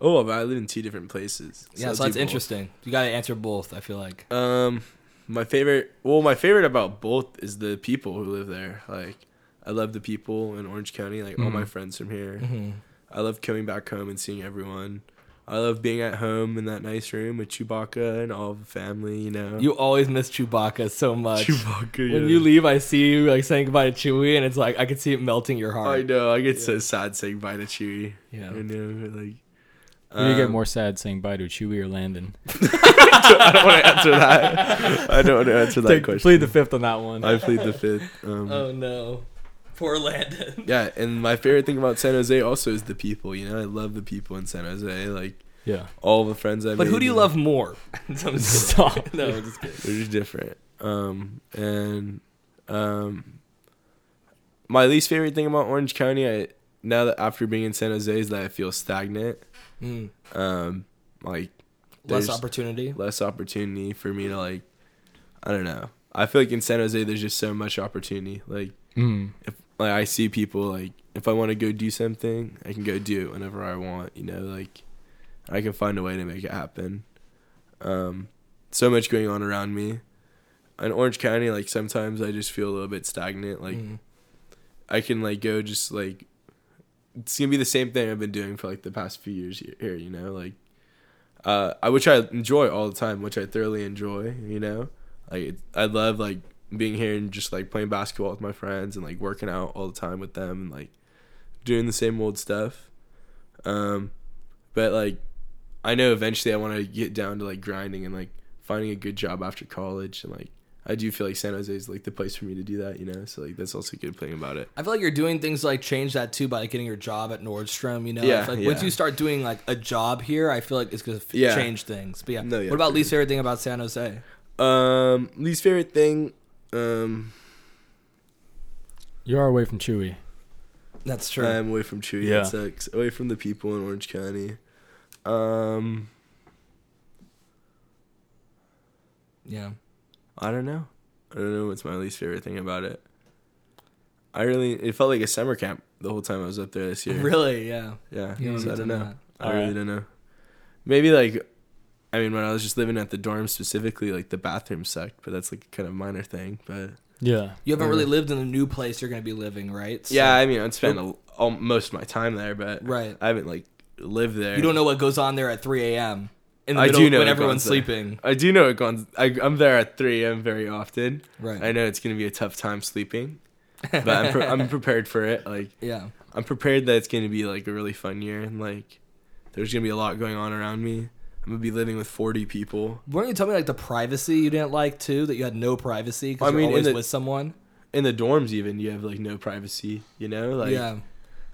Speaker 3: oh, but I live in two different places.
Speaker 1: Yeah,
Speaker 3: I'll
Speaker 1: so that's
Speaker 3: do both.
Speaker 1: interesting. You got to answer both. I feel like.
Speaker 3: Um, my favorite. Well, my favorite about both is the people who live there. Like, I love the people in Orange County. Like all my friends from here. I love coming back home and seeing everyone. I love being at home in that nice room with Chewbacca and all the family. You know,
Speaker 1: You always miss Chewbacca so much.
Speaker 3: Chewbacca.
Speaker 1: When
Speaker 3: yeah.
Speaker 1: you leave, I see you like saying goodbye to Chewie, and it's like I could see it melting your
Speaker 3: I
Speaker 1: heart.
Speaker 3: know. I get so sad saying bye to Chewie.
Speaker 1: Yeah.
Speaker 3: I know. Like,
Speaker 2: Who do you get
Speaker 3: um,
Speaker 2: more sad saying bye to Chewie or Landon?
Speaker 3: I don't want to answer that. I don't want to answer that question.
Speaker 2: plead the fifth on that one.
Speaker 3: I plead the fifth. Um,
Speaker 1: Oh no, poor Landon.
Speaker 3: Yeah, and my favorite thing about San Jose also is the people. You know, I love the people in San Jose. Like
Speaker 2: yeah.
Speaker 3: all the friends I made.
Speaker 1: But who do you love more? I'm just
Speaker 2: Stop.
Speaker 1: kidding. no, I'm just kidding.
Speaker 3: They're just different. Um, and um, my least favorite thing about Orange County, I now that after being in San Jose, is that I feel stagnant.
Speaker 1: Mm.
Speaker 3: Um, like
Speaker 1: Less
Speaker 3: there's
Speaker 1: opportunity.
Speaker 3: less opportunity for me to like. I don't know. I feel like in San Jose, there's just so much opportunity. Like
Speaker 2: Mm.
Speaker 3: if like I see people like if I want to go do something, I can go do it whenever I want, you know, like I can find a way to make it happen. Um so much going on around me. In Orange County, like sometimes I just feel a little bit stagnant. Like
Speaker 1: Mm.
Speaker 3: I can like go just like it's gonna be the same thing I've been doing for like the past few years he- here, you know, like uh I which I enjoy all the time, which I thoroughly enjoy, you know. Like it, I love like being here and just like playing basketball with my friends and like working out all the time with them and like doing the same old stuff. Um but like I know eventually I want to get down to like grinding and like finding a good job after college and like I do feel like San Jose is like the place for me to do that, you know. So like that's also a good thing about it.
Speaker 1: I feel like you're doing things to, like change that too by like, getting your job at Nordstrom. You know,
Speaker 3: Yeah,
Speaker 1: It's like
Speaker 3: yeah.
Speaker 1: once you start doing like a job here, I feel like it's gonna f-
Speaker 3: Yeah.
Speaker 1: change things. But yeah,
Speaker 3: No, yeah,
Speaker 1: what about
Speaker 3: for
Speaker 1: least favorite thing about San Jose?
Speaker 3: Um, least favorite thing. Um,
Speaker 2: You are away from Chewie.
Speaker 1: That's true.
Speaker 3: I'm away from Chewy.
Speaker 2: Yeah.
Speaker 3: That sucks. Away from the people in Orange County. Um,
Speaker 1: yeah,
Speaker 3: I don't know. I don't know what's my least favorite thing about it. I really, it felt like a summer camp the whole time I was up there this year.
Speaker 1: really, yeah.
Speaker 3: Yeah.
Speaker 1: You
Speaker 3: so I
Speaker 1: haven't done
Speaker 3: don't know.
Speaker 1: that.
Speaker 3: I
Speaker 2: All
Speaker 3: really
Speaker 2: right.
Speaker 3: don't know. Maybe like, I mean, when I was just living at the dorm specifically, like the bathroom sucked, but that's like a kind of minor thing. But
Speaker 2: Yeah.
Speaker 1: You haven't really lived in a new place you're gonna be living, right? So
Speaker 3: yeah, I mean, I'd spend a, all, most of my time there, but
Speaker 1: Right.
Speaker 3: I haven't like lived there.
Speaker 1: You don't know what goes on there at 3 a.m. in the
Speaker 3: I
Speaker 1: middle
Speaker 3: do know
Speaker 1: when
Speaker 3: it
Speaker 1: everyone's
Speaker 3: goes there.
Speaker 1: sleeping.
Speaker 3: I do know it gone. I, I'm there at 3 a.m. very often.
Speaker 1: Right.
Speaker 3: I know it's going to be a tough time sleeping, but I'm, pre- I'm prepared for it. Like,
Speaker 1: Yeah.
Speaker 3: I'm prepared that it's going to be like a really fun year and like there's going to be a lot going on around me. I'm going to be living with 40 people.
Speaker 1: Weren't you telling me like the privacy you didn't like too? That you had no privacy because
Speaker 3: I
Speaker 1: you're
Speaker 3: mean, in
Speaker 1: always
Speaker 3: the-
Speaker 1: with someone.
Speaker 3: In the dorms, even, you have like no privacy, you know? Like,
Speaker 1: yeah.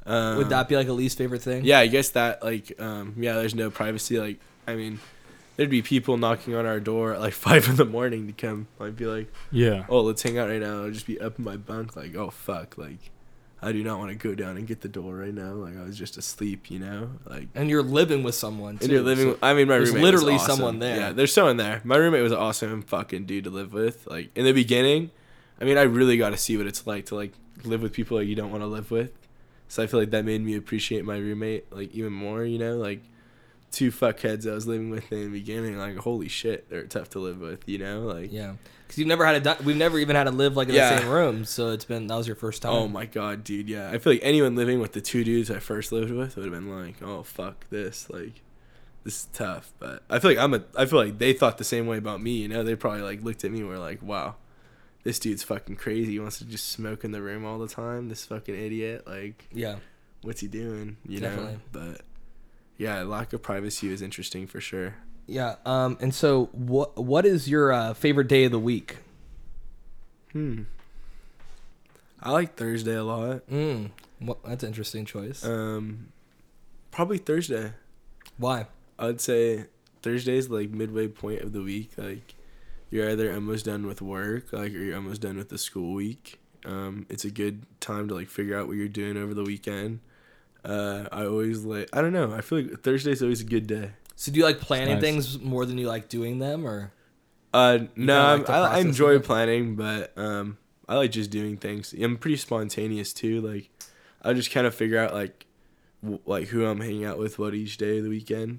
Speaker 3: um,
Speaker 1: Would that be like a least favorite thing?
Speaker 3: Yeah, I guess that, like, um, yeah, there's no privacy. Like, I mean, there'd be people knocking on our door at like 5 in the morning to come. I'd be like,
Speaker 2: Yeah.
Speaker 3: oh, let's hang out right now. I'll just be up in my bunk, like, oh, fuck. Like, I do not want to go down and get the door right now. Like, I was just asleep, you know? Like,
Speaker 1: And you're living with someone. Too,
Speaker 3: and you're living.
Speaker 1: so-
Speaker 3: with- I mean, my
Speaker 1: there's
Speaker 3: roommate.
Speaker 1: literally
Speaker 3: was awesome.
Speaker 1: someone there.
Speaker 3: Yeah, there's someone there. My roommate was an awesome fucking dude to live with. Like in the beginning, I mean, I really got to see what it's like to like live with people that you don't want to live with. So I feel like that made me appreciate my roommate like even more. You know, like two fuckheads I was living with in the beginning. Like holy shit, they're tough to live with. You know, like
Speaker 1: Yeah, because you've never had a. di- We've never even had to live like in the
Speaker 3: Yeah.
Speaker 1: same room, so it's been that was your first time.
Speaker 3: Oh my god, dude, yeah. I feel like anyone living with the two dudes I first lived with would have been like, "Oh fuck this." Like this is tough, but I feel like I'm a I feel like they thought the same way about me, you know? They probably like looked at me and were like, "Wow. This dude's fucking crazy. He wants to just smoke in the room all the time. This fucking idiot. Like
Speaker 1: Yeah,
Speaker 3: what's he doing?" You
Speaker 1: Definitely.
Speaker 3: know? But yeah, lack of privacy is interesting for sure.
Speaker 1: yeah. Um, and so what? What is your uh, favorite day of the week?
Speaker 3: Hmm. I like Thursday a lot.
Speaker 1: Mm, wha- that's an interesting choice.
Speaker 3: Um probably Thursday.
Speaker 1: Why?
Speaker 3: I'd say Thursday's like midway point of the week. Like you're either almost done with work, like or you're almost done with the school week. Um, it's a good time to like figure out what you're doing over the weekend. Uh, I always like I don't know. I feel like Thursday's always a good day.
Speaker 1: So do you like planning
Speaker 2: nice.
Speaker 1: things more than you like doing them, or
Speaker 3: Uh,
Speaker 1: kinda
Speaker 3: no,
Speaker 1: like
Speaker 3: I'm-
Speaker 1: to
Speaker 3: I, I
Speaker 1: process
Speaker 3: enjoy
Speaker 1: it.
Speaker 3: planning, but um, I like just doing things. I'm pretty spontaneous too. Like, I just kind of figure out like, w- like who I'm hanging out with, what each day of the weekend,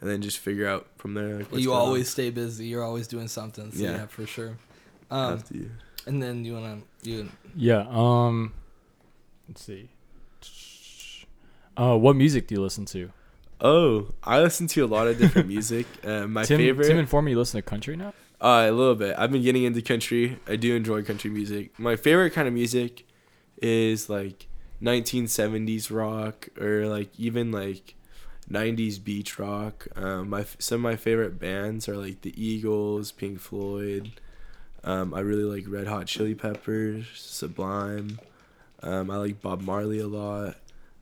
Speaker 3: and then just figure out from there. Like, what's
Speaker 1: you
Speaker 3: going on.
Speaker 1: always stay busy. You're always doing something. So yeah.
Speaker 3: Yeah.
Speaker 1: for sure. Um,
Speaker 3: After you.
Speaker 1: and then you wanna you
Speaker 2: Yeah. Um, let's see. Uh, what music do you listen to?
Speaker 3: Oh, I listen to a lot of different music. Uh, my
Speaker 2: Tim,
Speaker 3: favorite,
Speaker 2: Tim informed me you listen to country now.
Speaker 3: uh, a little bit. I've been getting into country. I do enjoy country music. My favorite kind of music is like 1970s rock or like even like 90s beach rock. Um, my some of my favorite bands are like the Eagles, Pink Floyd. Um, I really like Red Hot Chili Peppers, Sublime. Um, I like Bob Marley a lot.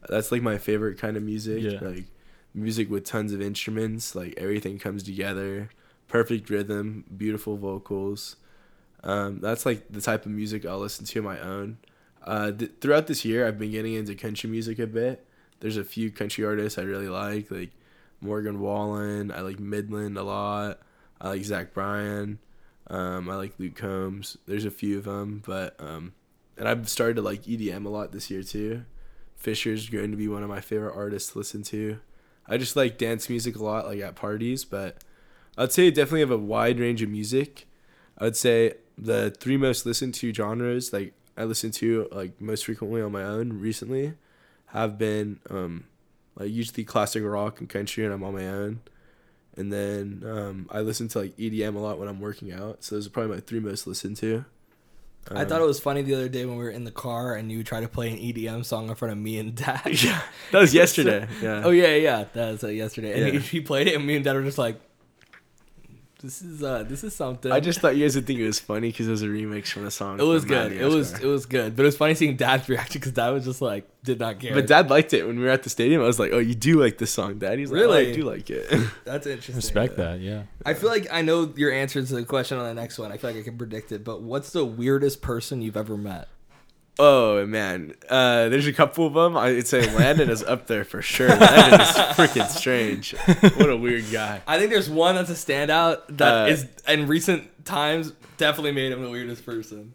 Speaker 3: That's like my favorite kind of music.
Speaker 2: Yeah.
Speaker 3: Like music with tons of instruments. Like everything comes together. Perfect rhythm, beautiful vocals. Um, that's like the type of music I'll listen to on my own. Uh, th- throughout this year, I've been getting into country music a bit. There's a few country artists I really like, like Morgan Wallen. I like Midland a lot. I like Zach Bryan. Um, I like Luke Combs. There's a few of them, but um, and I've started to like EDM a lot this year too. Fisher's going to be one of my favorite artists to listen to. I just like dance music a lot, like at parties. But I'd say I definitely have a wide range of music. I'd say the three most listened to genres, like I listen to like most frequently on my own recently, have been um, like usually classic rock and country, and I'm on my own. And then um, I listen to like EDM a lot when I'm working out. So those are probably my three most listened to. Um.
Speaker 1: I thought it was funny the other day when we were in the car and you tried to play an EDM song in front of me and Dad.
Speaker 3: Yeah, that was yesterday. Yeah.
Speaker 1: Oh yeah, yeah. That was uh, yesterday. And
Speaker 3: Yeah.
Speaker 1: he, he played it, and me and Dad were just like, "This is uh, this is something."
Speaker 3: I just thought you guys would think it was funny because it was a remix from a song.
Speaker 1: it was
Speaker 3: from
Speaker 1: good. It was
Speaker 3: Madagascar.
Speaker 1: it was good, but it was funny seeing Dad's reaction because Dad was just like, did not care.
Speaker 3: But Dad liked it when we were at the stadium. I was like, "Oh, you do like this song, Dad?" He's like, "Oh,
Speaker 1: Really?
Speaker 3: I do like it."
Speaker 1: that's interesting.
Speaker 2: Respect that. Yeah.
Speaker 1: I feel like I know your answer to the question on the next one. I feel like I can predict it. But what's the weirdest person you've ever met?
Speaker 3: oh man, uh, there's a couple of them. I'd say Landon is up there for sure. Landon is freaking strange. What a weird guy.
Speaker 1: I think there's one that's a standout that
Speaker 3: Uh,
Speaker 1: is in recent times definitely made him the weirdest person.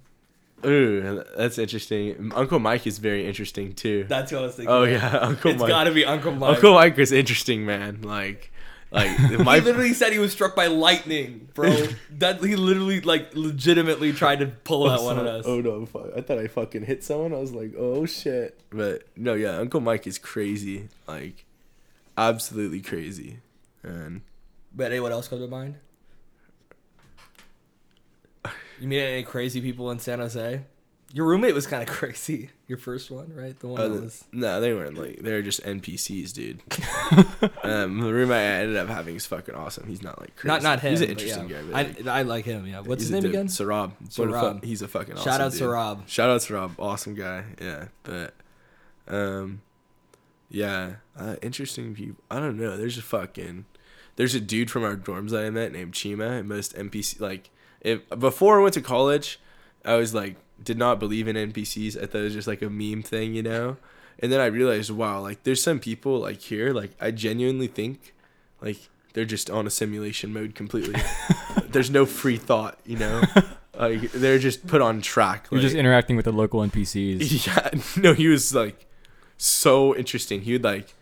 Speaker 3: Ooh, that's interesting. Uncle Mike is very interesting too.
Speaker 1: That's who I was thinking.
Speaker 3: oh
Speaker 1: of.
Speaker 3: yeah, Uncle
Speaker 1: It's
Speaker 3: Mike.
Speaker 1: got to be Uncle Mike.
Speaker 3: Uncle Mike was interesting, man. Like, like my
Speaker 1: he literally said he was struck by lightning, bro. that he literally like legitimately tried to pull out one of us.
Speaker 3: Oh no, fuck. I thought I fucking hit someone. I was like, oh shit. But no, yeah, Uncle Mike is crazy. Like, absolutely crazy. And
Speaker 1: But anyone else come to mind? You meet any crazy people in San Jose? Your roommate was kind of crazy. Your first one, right? The one
Speaker 3: other,
Speaker 1: that was.
Speaker 3: no, they weren't like they were just NPCs, dude. um, the roommate I ended up having is fucking awesome. He's not like crazy.
Speaker 1: Not not him.
Speaker 3: He's an
Speaker 1: but
Speaker 3: interesting
Speaker 1: yeah.
Speaker 3: guy. But, like,
Speaker 1: I, I like him. Yeah. What's his
Speaker 3: he's a
Speaker 1: name
Speaker 3: dude.
Speaker 1: again?
Speaker 3: Sarab. What a
Speaker 1: Sarab.
Speaker 3: fuck- he's a fucking awesome
Speaker 1: Shout out
Speaker 3: dude.
Speaker 1: Sarab.
Speaker 3: Shout out to Rob, awesome guy. Yeah, but um, yeah, uh, interesting people. I don't know. There's a fucking there's a dude from our dorms that I met named Chima. And most NPC like if before I went to college, I was like did not believe in NPCs. I thought it was just like a meme thing, you know. And then I realized, wow, like there's some people like here, like I genuinely think, like they're just on a simulation mode completely. there's no free thought, you know. Like they're just put on track.
Speaker 2: You're
Speaker 3: like-
Speaker 2: just interacting with the local NPCs.
Speaker 3: yeah, no, he was like so interesting. He would like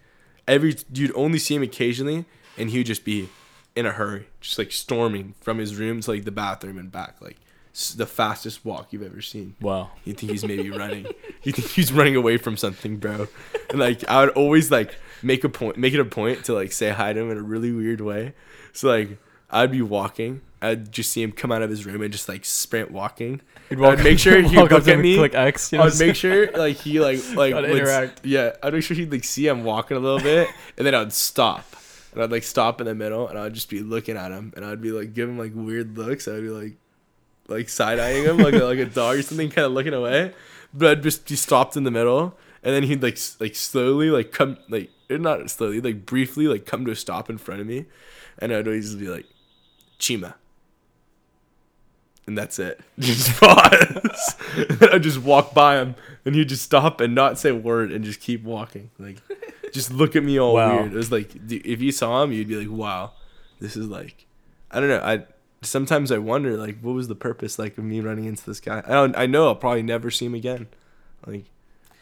Speaker 3: every you'd only see him occasionally, and he would just be in a hurry, just like storming from his room to like the bathroom and back, like s- the fastest walk you've ever seen.
Speaker 2: Wow.
Speaker 3: You think he's maybe running? You think he's running away from something, bro? And like I would always like make a point, make it a point to like say hi to him in a really weird way. So like I'd be walking. I'd just see him come out of his room and just like sprint walking.
Speaker 2: You'd
Speaker 3: I'd make sure
Speaker 2: walk
Speaker 3: he'd
Speaker 2: up to
Speaker 3: look
Speaker 2: him
Speaker 3: at
Speaker 2: and
Speaker 3: me.
Speaker 2: Click X. You know
Speaker 3: I
Speaker 2: what
Speaker 3: would
Speaker 2: I'm
Speaker 3: make
Speaker 2: saying?
Speaker 3: sure like he like like
Speaker 2: Gotta
Speaker 3: would s-
Speaker 2: interact.
Speaker 3: Yeah, I'd make sure he'd like see him walking a little bit, and then I'd stop, and I'd like stop in the middle, and I'd just be looking at him, and I'd be like giving him like weird looks. I'd be like like side eyeing him like a, like a dog or something, kind of looking away, but I'd just be stopped in the middle, and then he'd like s- like slowly like come like eh, not slowly like briefly like come to a stop in front of me, and I'd always be like, Chima. And that's it. Just pause. and I just walk by him, and he'd just stop and not say a word, and just keep walking. Like, just look at me all
Speaker 2: Wow.
Speaker 3: weird. It was like, dude, if you saw him, you'd be like, "Wow, this is like, I don't know." I sometimes I wonder, like, what was the purpose, like, of me running into this guy? I don't, I know I'll probably never see him again. Like,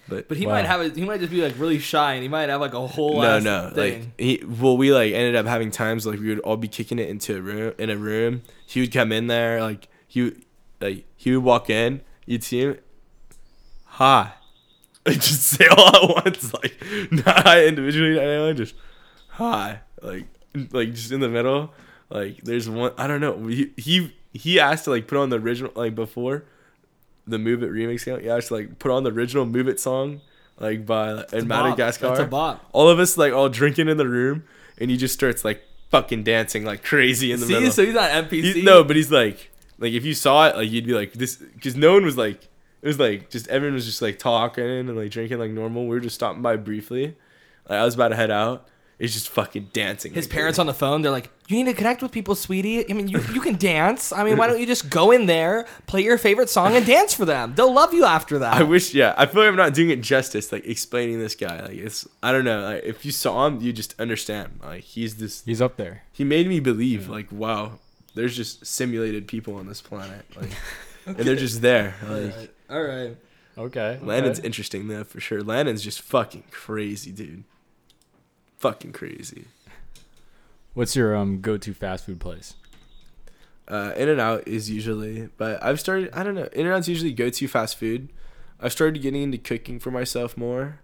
Speaker 3: but,
Speaker 1: But he
Speaker 2: Wow.
Speaker 1: might have a, he might just be like really shy and he might have like a whole
Speaker 3: no,
Speaker 1: ass
Speaker 3: no,
Speaker 1: thing.
Speaker 3: like he. Well, we like ended up having times like we would all be kicking it into a room in a room. He would come in there, like he, would- like he would walk in. You'd see him. Hi. Like just say all at once, like not hi individually, not anyone, just hi, like like just in the middle. Like there's one, I don't know. He he, he asked to like put on the original like before the Move It remix came out. He asked to like put on the original Move It song, like by in
Speaker 1: bop.
Speaker 3: Madagascar.
Speaker 1: That's a bop.
Speaker 3: All of us like all drinking in the room, and he just starts like fucking dancing like crazy in the
Speaker 1: See,
Speaker 3: middle.
Speaker 1: so he's not NPC.
Speaker 3: He- no, but he's like, like if you saw it, like you'd be like this, because no one was like, it was like just everyone was just like talking and like drinking like normal. We were just stopping by briefly. Like I was about to head out. It's just fucking dancing.
Speaker 1: his
Speaker 3: like,
Speaker 1: parents on the phone, they're like, "You need to connect with people, sweetie. I mean, you, you can dance. I mean, why don't you just go in there, play your favorite song, and dance for them? They'll love you after that."
Speaker 3: I wish, yeah, I feel like I'm not doing it justice. Like explaining this guy, like it's, I don't know. Like if you saw him, you just understand. Like he's this.
Speaker 2: He's up there.
Speaker 3: He made me believe. Like wow, there's just simulated people on this planet. Like. And they're just there. Like,
Speaker 1: All right.
Speaker 2: Okay.
Speaker 3: Lannon's interesting though for sure. Lannon's just fucking crazy, dude. Fucking crazy.
Speaker 2: What's your um go-to fast food place?
Speaker 3: Uh, In and Out is usually, but I've started. I don't know. In and Out's usually go to fast food. I've started getting into cooking for myself more.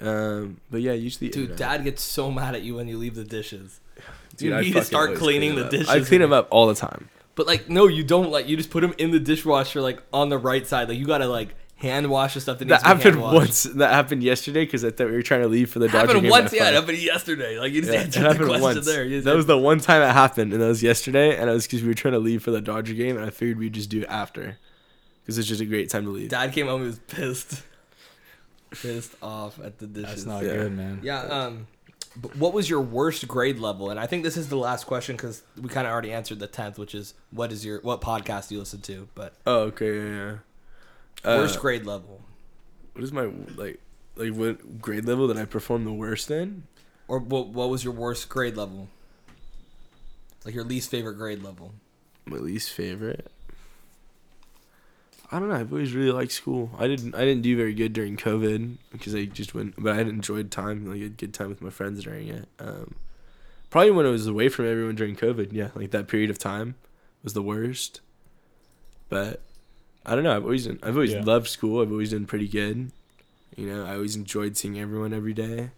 Speaker 3: Um, but yeah, usually
Speaker 1: Dude,
Speaker 3: In-N-Out.
Speaker 1: dad gets so mad at you when you leave the dishes.
Speaker 3: Dude,
Speaker 1: you
Speaker 3: I
Speaker 1: need to
Speaker 3: fucking
Speaker 1: start
Speaker 3: always
Speaker 1: cleaning
Speaker 3: clean
Speaker 1: the
Speaker 3: them up. I
Speaker 1: dishes,
Speaker 3: clean
Speaker 1: man.
Speaker 3: them up all the time.
Speaker 1: But like, no, you don't. Like, you just put them in the dishwasher, like on the right side. Like, you gotta like hand wash the stuff that needs
Speaker 3: That
Speaker 1: to be hand
Speaker 3: happened
Speaker 1: washed.
Speaker 3: once. That happened yesterday because I thought we were trying to leave for the Dodger
Speaker 1: Happened
Speaker 3: game
Speaker 1: once,
Speaker 3: at
Speaker 1: yeah. It
Speaker 3: five.
Speaker 1: happened yesterday. Like, you just
Speaker 3: Yeah, it
Speaker 1: answered the
Speaker 3: happened
Speaker 1: question
Speaker 3: once.
Speaker 1: there. You just
Speaker 3: That was the one time it happened, and that was yesterday. And it was because we were trying to leave for the Dodger game, and I figured we'd just do it after, because it's just a great time to leave.
Speaker 1: dad came home. He was pissed, pissed off at the dishes.
Speaker 2: That's not
Speaker 3: Yeah.
Speaker 2: good, man.
Speaker 1: Yeah. Um, but what was your worst grade level? And I think this is the last question because we kind of already answered the tenth, which is what is your what podcast do you listen to? But
Speaker 3: Oh, okay, yeah, yeah. Uh,
Speaker 1: worst grade level
Speaker 3: What is my like, like what grade level that I performed the worst in?
Speaker 1: or what, what was your worst grade level? Like your least favorite grade level.
Speaker 3: My least favorite. I don't know. I've always really liked school. I didn't. I didn't do very good during COVID because I just went. But I had enjoyed time. Like I had good time with my friends during it. Um, probably when I was away from everyone during COVID. Yeah, like that period of time was the worst. But I don't know. I've always. I've always
Speaker 2: Yeah.
Speaker 3: loved school. I've always done pretty good. You know, I always enjoyed seeing everyone every day.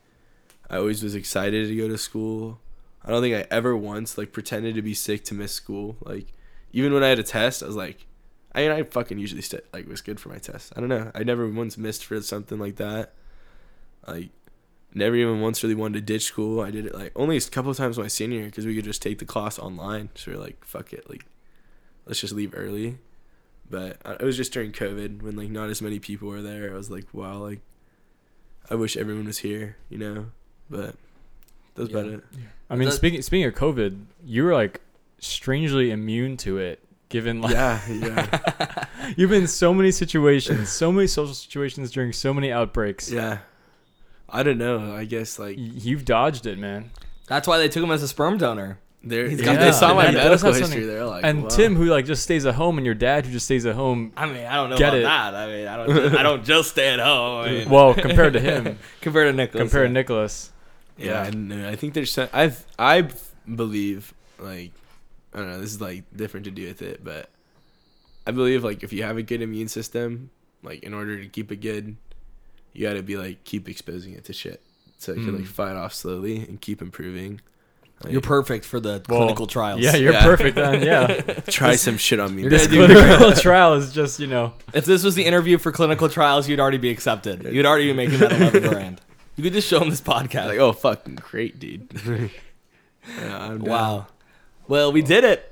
Speaker 3: I always was excited to go to school. I don't think I ever once like pretended to be sick to miss school. Like even when I had a test, I was like, I mean, I fucking usually st- like was good for my tests. I don't know. I never once missed for something like that. Like never even once really wanted to ditch school. I did it like only a couple of times my senior year because we could just take the class online. So we are like, fuck it, like let's just leave early. But I, it was just during COVID when like not as many people were there. I was like, wow, like I wish everyone was here, you know. But that's
Speaker 1: Yeah.
Speaker 3: about it.
Speaker 2: I mean,
Speaker 1: That-
Speaker 2: speaking speaking of COVID, you were like strangely immune to it, given like
Speaker 3: Yeah, yeah,
Speaker 2: you've been in so many situations, so many social situations during so many outbreaks.
Speaker 3: yeah. I don't know. I guess like
Speaker 2: Y- You've dodged it, man.
Speaker 1: That's why they took him as a sperm donor.
Speaker 3: they're,
Speaker 1: He's
Speaker 3: they-
Speaker 1: got
Speaker 3: they
Speaker 1: that-
Speaker 3: saw my
Speaker 1: that-
Speaker 2: that's
Speaker 3: medical
Speaker 2: not
Speaker 3: history.
Speaker 2: something-
Speaker 3: They're like,
Speaker 2: and
Speaker 3: wow.
Speaker 2: Tim, who like just stays at home, and your dad, who just stays at home.
Speaker 1: I mean, I don't know
Speaker 2: Get
Speaker 1: about
Speaker 2: it.
Speaker 1: that. I mean, I don't. I don't just stay at home. I mean,
Speaker 2: Well, compared to him,
Speaker 1: compared to Nicholas.
Speaker 2: compared to Nicholas,
Speaker 3: Yeah, I don't know. I think there's some, I've I b- believe like I don't know. This is like different to do with it, but I believe like if you have a good immune system, like in order to keep it good, you got to be like keep exposing it to shit so it can
Speaker 2: Mm.
Speaker 3: like fight off slowly and keep improving. Like,
Speaker 1: You're perfect for the
Speaker 2: Well,
Speaker 1: clinical trials.
Speaker 2: yeah, you're
Speaker 3: Yeah.
Speaker 2: perfect then. Yeah,
Speaker 3: try some shit on me.
Speaker 2: this
Speaker 3: dude.
Speaker 2: clinical trial is just you know
Speaker 1: If this was the interview for clinical trials, you'd already be accepted. You'd already be making that 11 grand. You could just show them this podcast.
Speaker 3: like oh fucking great, dude. Yeah, I'm down.
Speaker 1: wow. Well, we did it.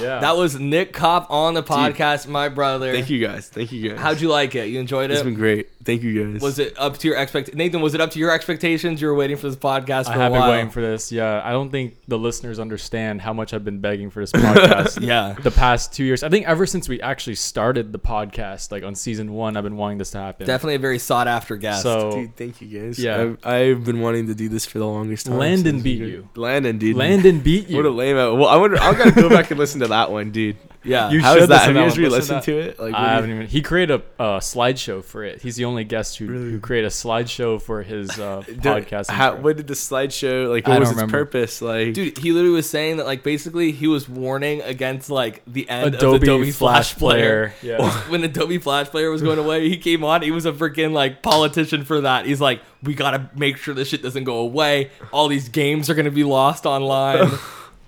Speaker 2: yeah.
Speaker 1: That was Nick Cop on the podcast, my brother.
Speaker 3: Thank you guys. Thank you guys.
Speaker 1: How'd you like it? You enjoyed
Speaker 3: It's
Speaker 1: it?
Speaker 3: been great. Thank you guys.
Speaker 1: Was it up to your expect? Nathan, was it up to your expectations? You were waiting for this podcast for
Speaker 2: I
Speaker 1: a
Speaker 2: have been
Speaker 1: while.
Speaker 2: waiting for this. Yeah, I don't think the listeners understand how much I've been begging for this podcast.
Speaker 1: yeah.
Speaker 2: the past two years, I think ever since we actually started the podcast, like on season one, I've been wanting this to happen.
Speaker 1: Definitely a very sought after guest.
Speaker 2: So
Speaker 3: Dude, thank you guys.
Speaker 2: Yeah.
Speaker 3: I've, I've been wanting to do this for the longest time.
Speaker 2: Landon
Speaker 3: since
Speaker 2: beat
Speaker 3: we-
Speaker 2: you.
Speaker 3: Landon, dude.
Speaker 2: Landon beat you.
Speaker 3: What a lame. Well, I wonder. I gotta go back and listen to that one, dude.
Speaker 1: yeah.
Speaker 2: You
Speaker 3: How
Speaker 2: should
Speaker 3: is that?
Speaker 2: listen
Speaker 3: Have
Speaker 2: to
Speaker 3: you
Speaker 2: that
Speaker 3: guys
Speaker 2: one.
Speaker 3: re-listened
Speaker 2: Listen to
Speaker 3: to it? Like, what do
Speaker 2: I
Speaker 3: you-
Speaker 2: haven't even. He created a uh, slideshow for it. He's the only guest who, who
Speaker 3: Really?
Speaker 2: created a slideshow for his uh,
Speaker 3: Did-
Speaker 2: podcast.
Speaker 3: How,
Speaker 2: intro.
Speaker 3: what did the slideshow like?
Speaker 2: I
Speaker 3: What was
Speaker 2: don't
Speaker 3: its
Speaker 2: remember.
Speaker 3: purpose? Like,
Speaker 1: Dude, he literally was saying that like basically he was warning against like the end of
Speaker 2: Adobe,
Speaker 1: the Adobe
Speaker 2: Flash Player. Yeah.
Speaker 1: when Adobe Flash Player was going away, he came on. He was a freaking like politician for that. He's like, we gotta make sure this shit doesn't go away. All these games are gonna be lost online.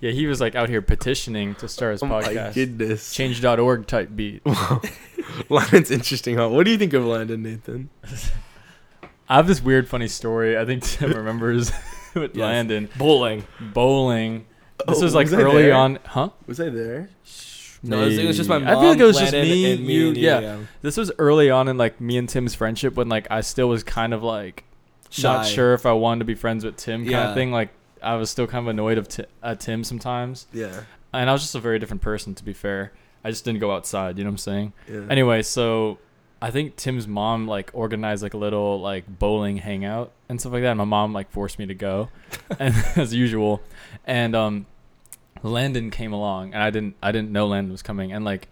Speaker 2: yeah, he was like out here petitioning to start his
Speaker 3: oh my
Speaker 2: podcast.
Speaker 3: goodness,
Speaker 2: Change.org type beat.
Speaker 3: Landon's interesting. Huh? What do you think of Landon, Nathan?
Speaker 2: I have this weird, funny story. I think Tim remembers with
Speaker 1: Yes.
Speaker 2: Landon
Speaker 1: Bowling.
Speaker 2: bowling. This
Speaker 3: Oh,
Speaker 2: was like
Speaker 3: was I
Speaker 2: early
Speaker 3: there?
Speaker 2: on, huh?
Speaker 3: Was I there?
Speaker 1: No, it was, it was just my
Speaker 2: Maybe.
Speaker 1: mom.
Speaker 2: I feel like it was just
Speaker 1: Landon,
Speaker 2: me,
Speaker 1: and
Speaker 2: you-
Speaker 1: and
Speaker 2: yeah.
Speaker 1: yeah.
Speaker 2: This was early on in like me and Tim's friendship when like I still was kind of like not
Speaker 1: Shy.
Speaker 2: sure if I wanted to be friends with Tim kind
Speaker 1: Yeah.
Speaker 2: of thing. Like I was still kind of annoyed of Ti- uh, Tim sometimes,
Speaker 3: Yeah.
Speaker 2: and I was just a very different person to be fair. I just didn't go outside. You know what I'm saying?
Speaker 3: yeah.
Speaker 2: Anyway, so I think Tim's mom like organized like a little like bowling hangout and stuff like that. And my mom like forced me to go, and as usual. And um, Landon came along, and I didn't I didn't know Landon was coming. And like,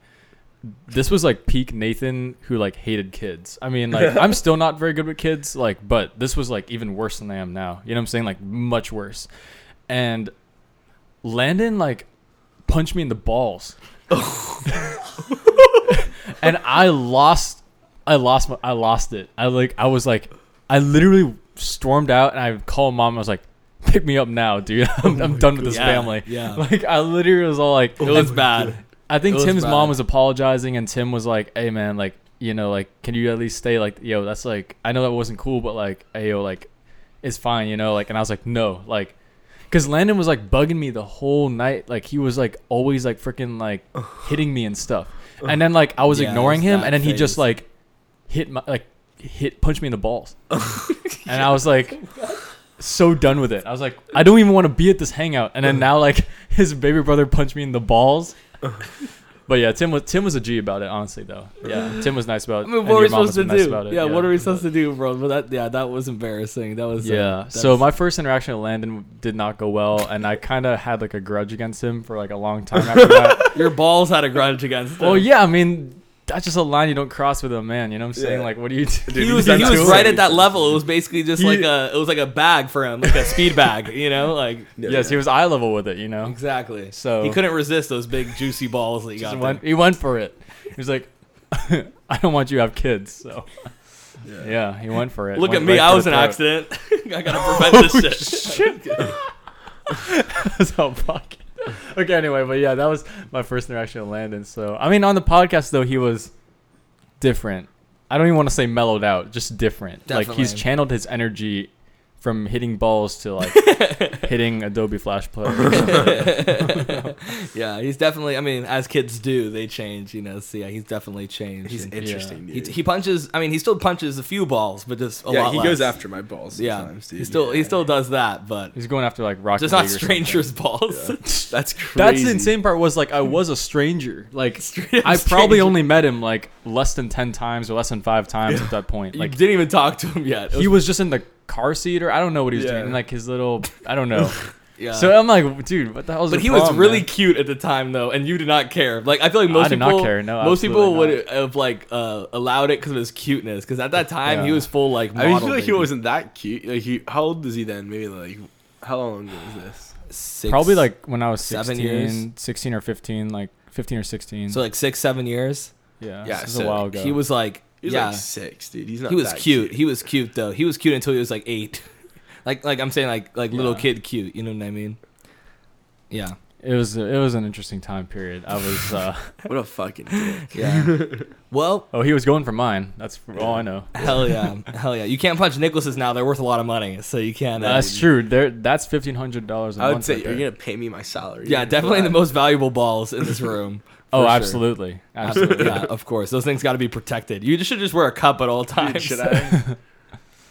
Speaker 2: this was like peak Nathan who like hated kids. I mean, like I'm still not very good with kids, like, but this was like even worse than I am now. You know what I'm saying? Like much worse. And Landon like punched me in the balls. and I lost I lost my I lost it. I like I was like I literally stormed out and I called mom. I was like, "Pick me up now, dude. I'm, I'm done with this
Speaker 1: Oh Yeah,
Speaker 2: family."
Speaker 1: yeah. Oh,
Speaker 2: Like I literally was all like,
Speaker 1: It was bad.
Speaker 2: I think
Speaker 1: It was
Speaker 2: Tim's
Speaker 1: bad.
Speaker 2: mom was apologizing, and Tim was like, "Hey, man, like, you know, like, can you at least stay? Like, yo, that's like, I know that wasn't cool, but like, hey, yo, like, it's fine, you know." Like, and I was like, "No, like." Cause Landon was like bugging me the whole night, like he was like always like freaking like hitting me and stuff, and then like I was
Speaker 1: Yeah,
Speaker 2: ignoring
Speaker 1: it's
Speaker 2: him,
Speaker 1: that
Speaker 2: and then he just
Speaker 1: phase.
Speaker 2: like hit my like hit punched me in the balls, and I was like so done with it. I was like, I don't even want to be at this hangout, and then now like his baby brother punched me in the balls, but yeah, Tim was Tim was a G about it, honestly. Though, yeah, Tim was nice about. it.
Speaker 1: I mean,
Speaker 2: and
Speaker 1: what are we
Speaker 2: your mom
Speaker 1: supposed
Speaker 2: was
Speaker 1: to
Speaker 2: nice
Speaker 1: do?
Speaker 2: about it,
Speaker 1: yeah, what are we supposed to do, bro? But that, yeah, that was embarrassing. That was uh,
Speaker 2: Yeah.
Speaker 1: that's-
Speaker 2: So my first interaction with Landon did not go well, and I kind of had like a grudge against him for like a long time after that.
Speaker 1: your balls had a grudge against.
Speaker 2: well,
Speaker 1: them.
Speaker 2: yeah, I mean, that's just a line you don't cross with a man. You know what I'm saying?
Speaker 3: Yeah.
Speaker 2: Like, what do you? do?
Speaker 3: Dude,
Speaker 1: he was,
Speaker 3: he's
Speaker 1: he
Speaker 3: done
Speaker 1: was
Speaker 3: too.
Speaker 1: right at that level. It was basically just
Speaker 2: He-
Speaker 1: like a it was like a bag for him, like a speed bag, you know, like
Speaker 3: No,
Speaker 2: yes, he was eye level with it. You know,
Speaker 1: exactly.
Speaker 2: So-
Speaker 1: he couldn't resist those big juicy balls that he
Speaker 2: Just
Speaker 1: got.
Speaker 2: went-
Speaker 1: there.
Speaker 2: he went for it. He was like, I don't want you to have kids. So
Speaker 3: Yeah.
Speaker 2: yeah, he went for it.
Speaker 1: Look
Speaker 2: Went
Speaker 1: at me,
Speaker 2: right
Speaker 1: I
Speaker 2: for
Speaker 1: was
Speaker 2: the
Speaker 1: an
Speaker 2: throat.
Speaker 1: accident. I gotta prevent this shit.
Speaker 2: That's how fucking. Okay, anyway, but yeah, that was my first interaction with Landon. So, I mean, on the podcast though, he was different. I don't even want to say mellowed out, just different. Like he's
Speaker 1: Definitely.
Speaker 2: channeled his energy from hitting balls to like hitting Adobe Flash Player.
Speaker 1: yeah, he's definitely. I mean, as kids do, they change, you know. So yeah, he's definitely changed.
Speaker 3: He's
Speaker 1: And
Speaker 3: interesting,
Speaker 1: he,
Speaker 3: dude.
Speaker 1: he punches. I mean, he still punches a few balls, but just a
Speaker 3: yeah,
Speaker 1: lot.
Speaker 3: he goes
Speaker 1: less.
Speaker 3: after my balls.
Speaker 1: Yeah,
Speaker 3: sometimes, dude.
Speaker 1: he still he
Speaker 3: Yeah.
Speaker 1: still does that, but
Speaker 2: He's going after like rock.
Speaker 1: just not strangers' balls.
Speaker 3: That's crazy.
Speaker 2: That's the insane part was like I was a stranger. Like
Speaker 1: Straight up
Speaker 2: I probably
Speaker 1: stranger.
Speaker 2: only met him like less than ten times or less than five times at that point. Like
Speaker 1: you didn't even talk to him yet. It
Speaker 2: he was just in the car seat or I don't know what he was
Speaker 3: Yeah.
Speaker 2: doing. in, Like his little I don't know.
Speaker 1: yeah.
Speaker 2: So I'm like, dude, what the hell is
Speaker 1: But
Speaker 2: the
Speaker 1: he was
Speaker 2: problem,
Speaker 1: really
Speaker 2: man?
Speaker 1: cute at the time, though, and you did not care. Like I feel like most
Speaker 2: I did not
Speaker 1: people,
Speaker 2: care, no,
Speaker 1: most people
Speaker 2: absolutely
Speaker 1: would have like uh, allowed it because of his cuteness. Because at that time, he
Speaker 2: Yeah.
Speaker 1: was full like.
Speaker 3: I
Speaker 1: Model,
Speaker 3: mean, I feel like he
Speaker 1: maybe.
Speaker 3: wasn't that cute. Like, he, how old is he then? Maybe like, how long ago was this?
Speaker 1: Six-
Speaker 2: probably like when I was
Speaker 1: seven
Speaker 2: 16,
Speaker 1: years.
Speaker 2: 16 or 15, like 15 or 16.
Speaker 1: so like six seven years.
Speaker 2: yeah,
Speaker 3: yeah,
Speaker 2: this was
Speaker 3: so
Speaker 2: a while ago.
Speaker 1: He was like
Speaker 3: He was
Speaker 1: yeah,
Speaker 3: like six, dude. He's not.
Speaker 1: he was
Speaker 3: that
Speaker 1: cute. He was cute though. He was cute until he was like eight. like like I'm saying like like little
Speaker 2: Yeah.
Speaker 1: kid cute. You know what I mean? Yeah.
Speaker 2: it was it was an interesting time period. I was uh
Speaker 3: What a fucking dick.
Speaker 1: Yeah. well,
Speaker 2: oh, he was going for mine. That's for all I know.
Speaker 1: hell yeah, hell yeah. You can't punch Nicholas's now. They're worth a lot of money, so you can't. Uh,
Speaker 2: That's true. There that's $1500 a
Speaker 3: I would
Speaker 2: month.
Speaker 3: say
Speaker 2: right
Speaker 3: you're
Speaker 2: there.
Speaker 3: gonna pay me my salary.
Speaker 1: yeah,
Speaker 3: for
Speaker 1: definitely the
Speaker 3: that.
Speaker 1: most valuable balls in this room
Speaker 2: oh,
Speaker 3: sure.
Speaker 2: absolutely, absolutely.
Speaker 1: Absolutely, yeah, of course. Those things got to be protected. You should just wear a cup at all times.
Speaker 3: Dude, should I?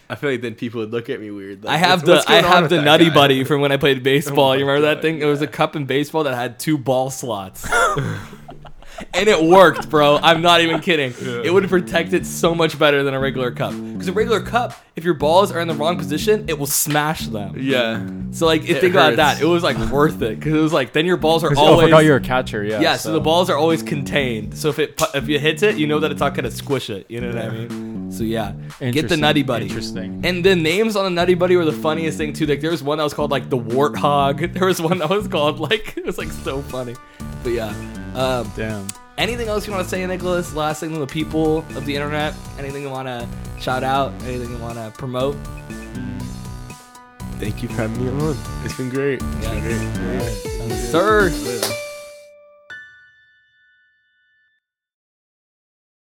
Speaker 3: I feel like then people would look at me weird. Like,
Speaker 1: I have
Speaker 3: what's-
Speaker 1: the I
Speaker 3: what's going on
Speaker 1: have
Speaker 3: with
Speaker 1: the
Speaker 3: that
Speaker 1: nutty
Speaker 3: guy?
Speaker 1: buddy from when I played baseball.
Speaker 3: Oh
Speaker 1: you
Speaker 3: my
Speaker 1: remember that
Speaker 3: God,
Speaker 1: thing? It was a
Speaker 3: yeah.
Speaker 1: cup in baseball that had two ball slots. and it worked, bro. I'm not even kidding. It would protect it so much better than a regular cup. Because a regular cup, if your balls are in the wrong position, it will smash them.
Speaker 3: Yeah.
Speaker 1: So like if
Speaker 3: It
Speaker 1: think about that,
Speaker 3: hurts.
Speaker 1: it was like worth it. Cause it was like then your balls are
Speaker 2: Oh, I
Speaker 1: always
Speaker 2: forgot you're a catcher. Yeah.
Speaker 1: yeah, so. the balls are always contained. So if it pu- if you hits it, you know that it's not gonna squish it. You know what I mean? So yeah, get the
Speaker 2: Interesting,
Speaker 1: Nutty Buddy.
Speaker 2: interesting.
Speaker 1: And the names on the Nutty Buddy were the funniest thing too. Like there was one that was called like the Warthog. There was one that was called like it was like so funny. But yeah, um,
Speaker 2: Damn.
Speaker 1: anything else you want to say, Nicholas? Last thing to the people of the internet. Anything you want to shout out? Anything you want to promote?
Speaker 3: Thank you for having me on. It's been great. It's been
Speaker 1: Yes.
Speaker 3: great.
Speaker 1: Sir.
Speaker 3: Yeah.